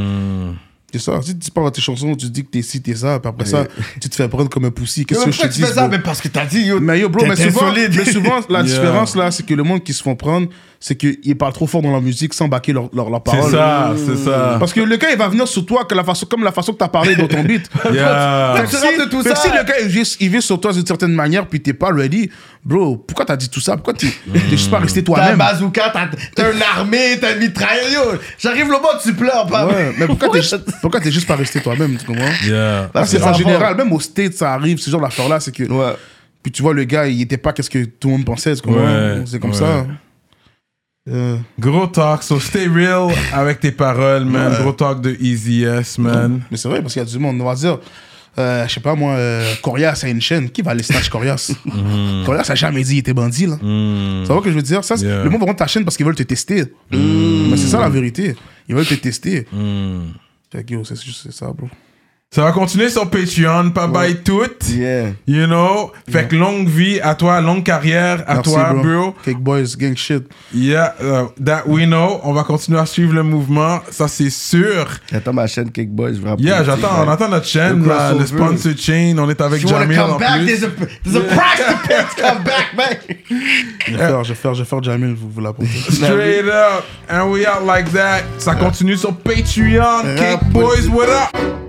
C'est ça. Si tu parles dans tes chansons, tu dis que t'es ci, t'es ça, puis après ça, tu te fais prendre comme un poussi. Qu'est-ce que je te dis bro?
parce que t'as dit, yo,
Mais yo, bro, mais
T'étais
souvent,
solide.
mais souvent, la
Yeah.
différence là, c'est que le monde qui se font prendre, c'est qu'ils parlent trop fort dans la musique sans baquer leur, leur, leur
C'est
parole. Mmh.
ça, c'est ça.
Parce que le gars, il va venir sur toi que la façon, comme la façon que t'as parlé dans ton beat.
Yeah.
Fait que
Tu rates
si,
de tout
fait que
ça.
si le gars il vient, il vient sur toi d'une certaine manière puis t'es pas ready, bro, pourquoi t'as dit tout ça Pourquoi t'es
Mmh.
t'es juste pas resté
T'as un
toi-même
bazooka, t'as- t'as une armée, t'as une mitraille, yo. J'arrive le monde, tu pleures, pas.
Ouais, mais pourquoi t'es juste- pourquoi t'es juste pas resté toi-même, tu comprends
Yeah. Ah,
Parce que
que
en
Bah, ça
général, même au state, ça arrive, ce genre d'affaire là, c'est que
Ouais.
puis tu vois le gars, il était pas qu'est-ce que tout le monde pensait, tu comprends
Ouais,
C'est comme
ouais.
ça. Euh,
Gros talk, so stay real avec tes paroles, man. Gros talk de Easy S, man.
mais c'est vrai parce qu'il y a du monde, on va dire. euh, je sais pas moi, euh, Corias a une chaîne. Qui va aller snatch Corias Corias a jamais dit il était bandit là. Ça va que je veux dire ça c'est-
Yeah.
Le monde va prendre ta chaîne parce qu'ils veulent te tester. Mais c'est ça la vérité. Ils veulent te tester. Fait que, yo, c'est juste c'est ça, bro.
Ça va continuer sur Patreon, pas bye toutes.
Yeah.
You know, fait que longue vie à toi, longue carrière à
Merci,
toi, bro.
Cake boys, gang shit.
Yeah, uh, that we know. On va continuer à suivre le mouvement, ça c'est sûr.
J'attends ma chaîne Kickboy, je vais rappeler.
Yeah, j'attends, on attend notre chaîne,
Le
là, le,
crossover.
sponsor chain. On est avec
If you wanna
Jamil en
come back,
plus.
there's a, there's a price to pay to come back, man.
Je
Euh,
vais faire, je vais faire, je vais faire Jamil, vous, vous l'apportez.
Straight up, and we out like that. Ça continue sur Patreon. Cake Boys, what up?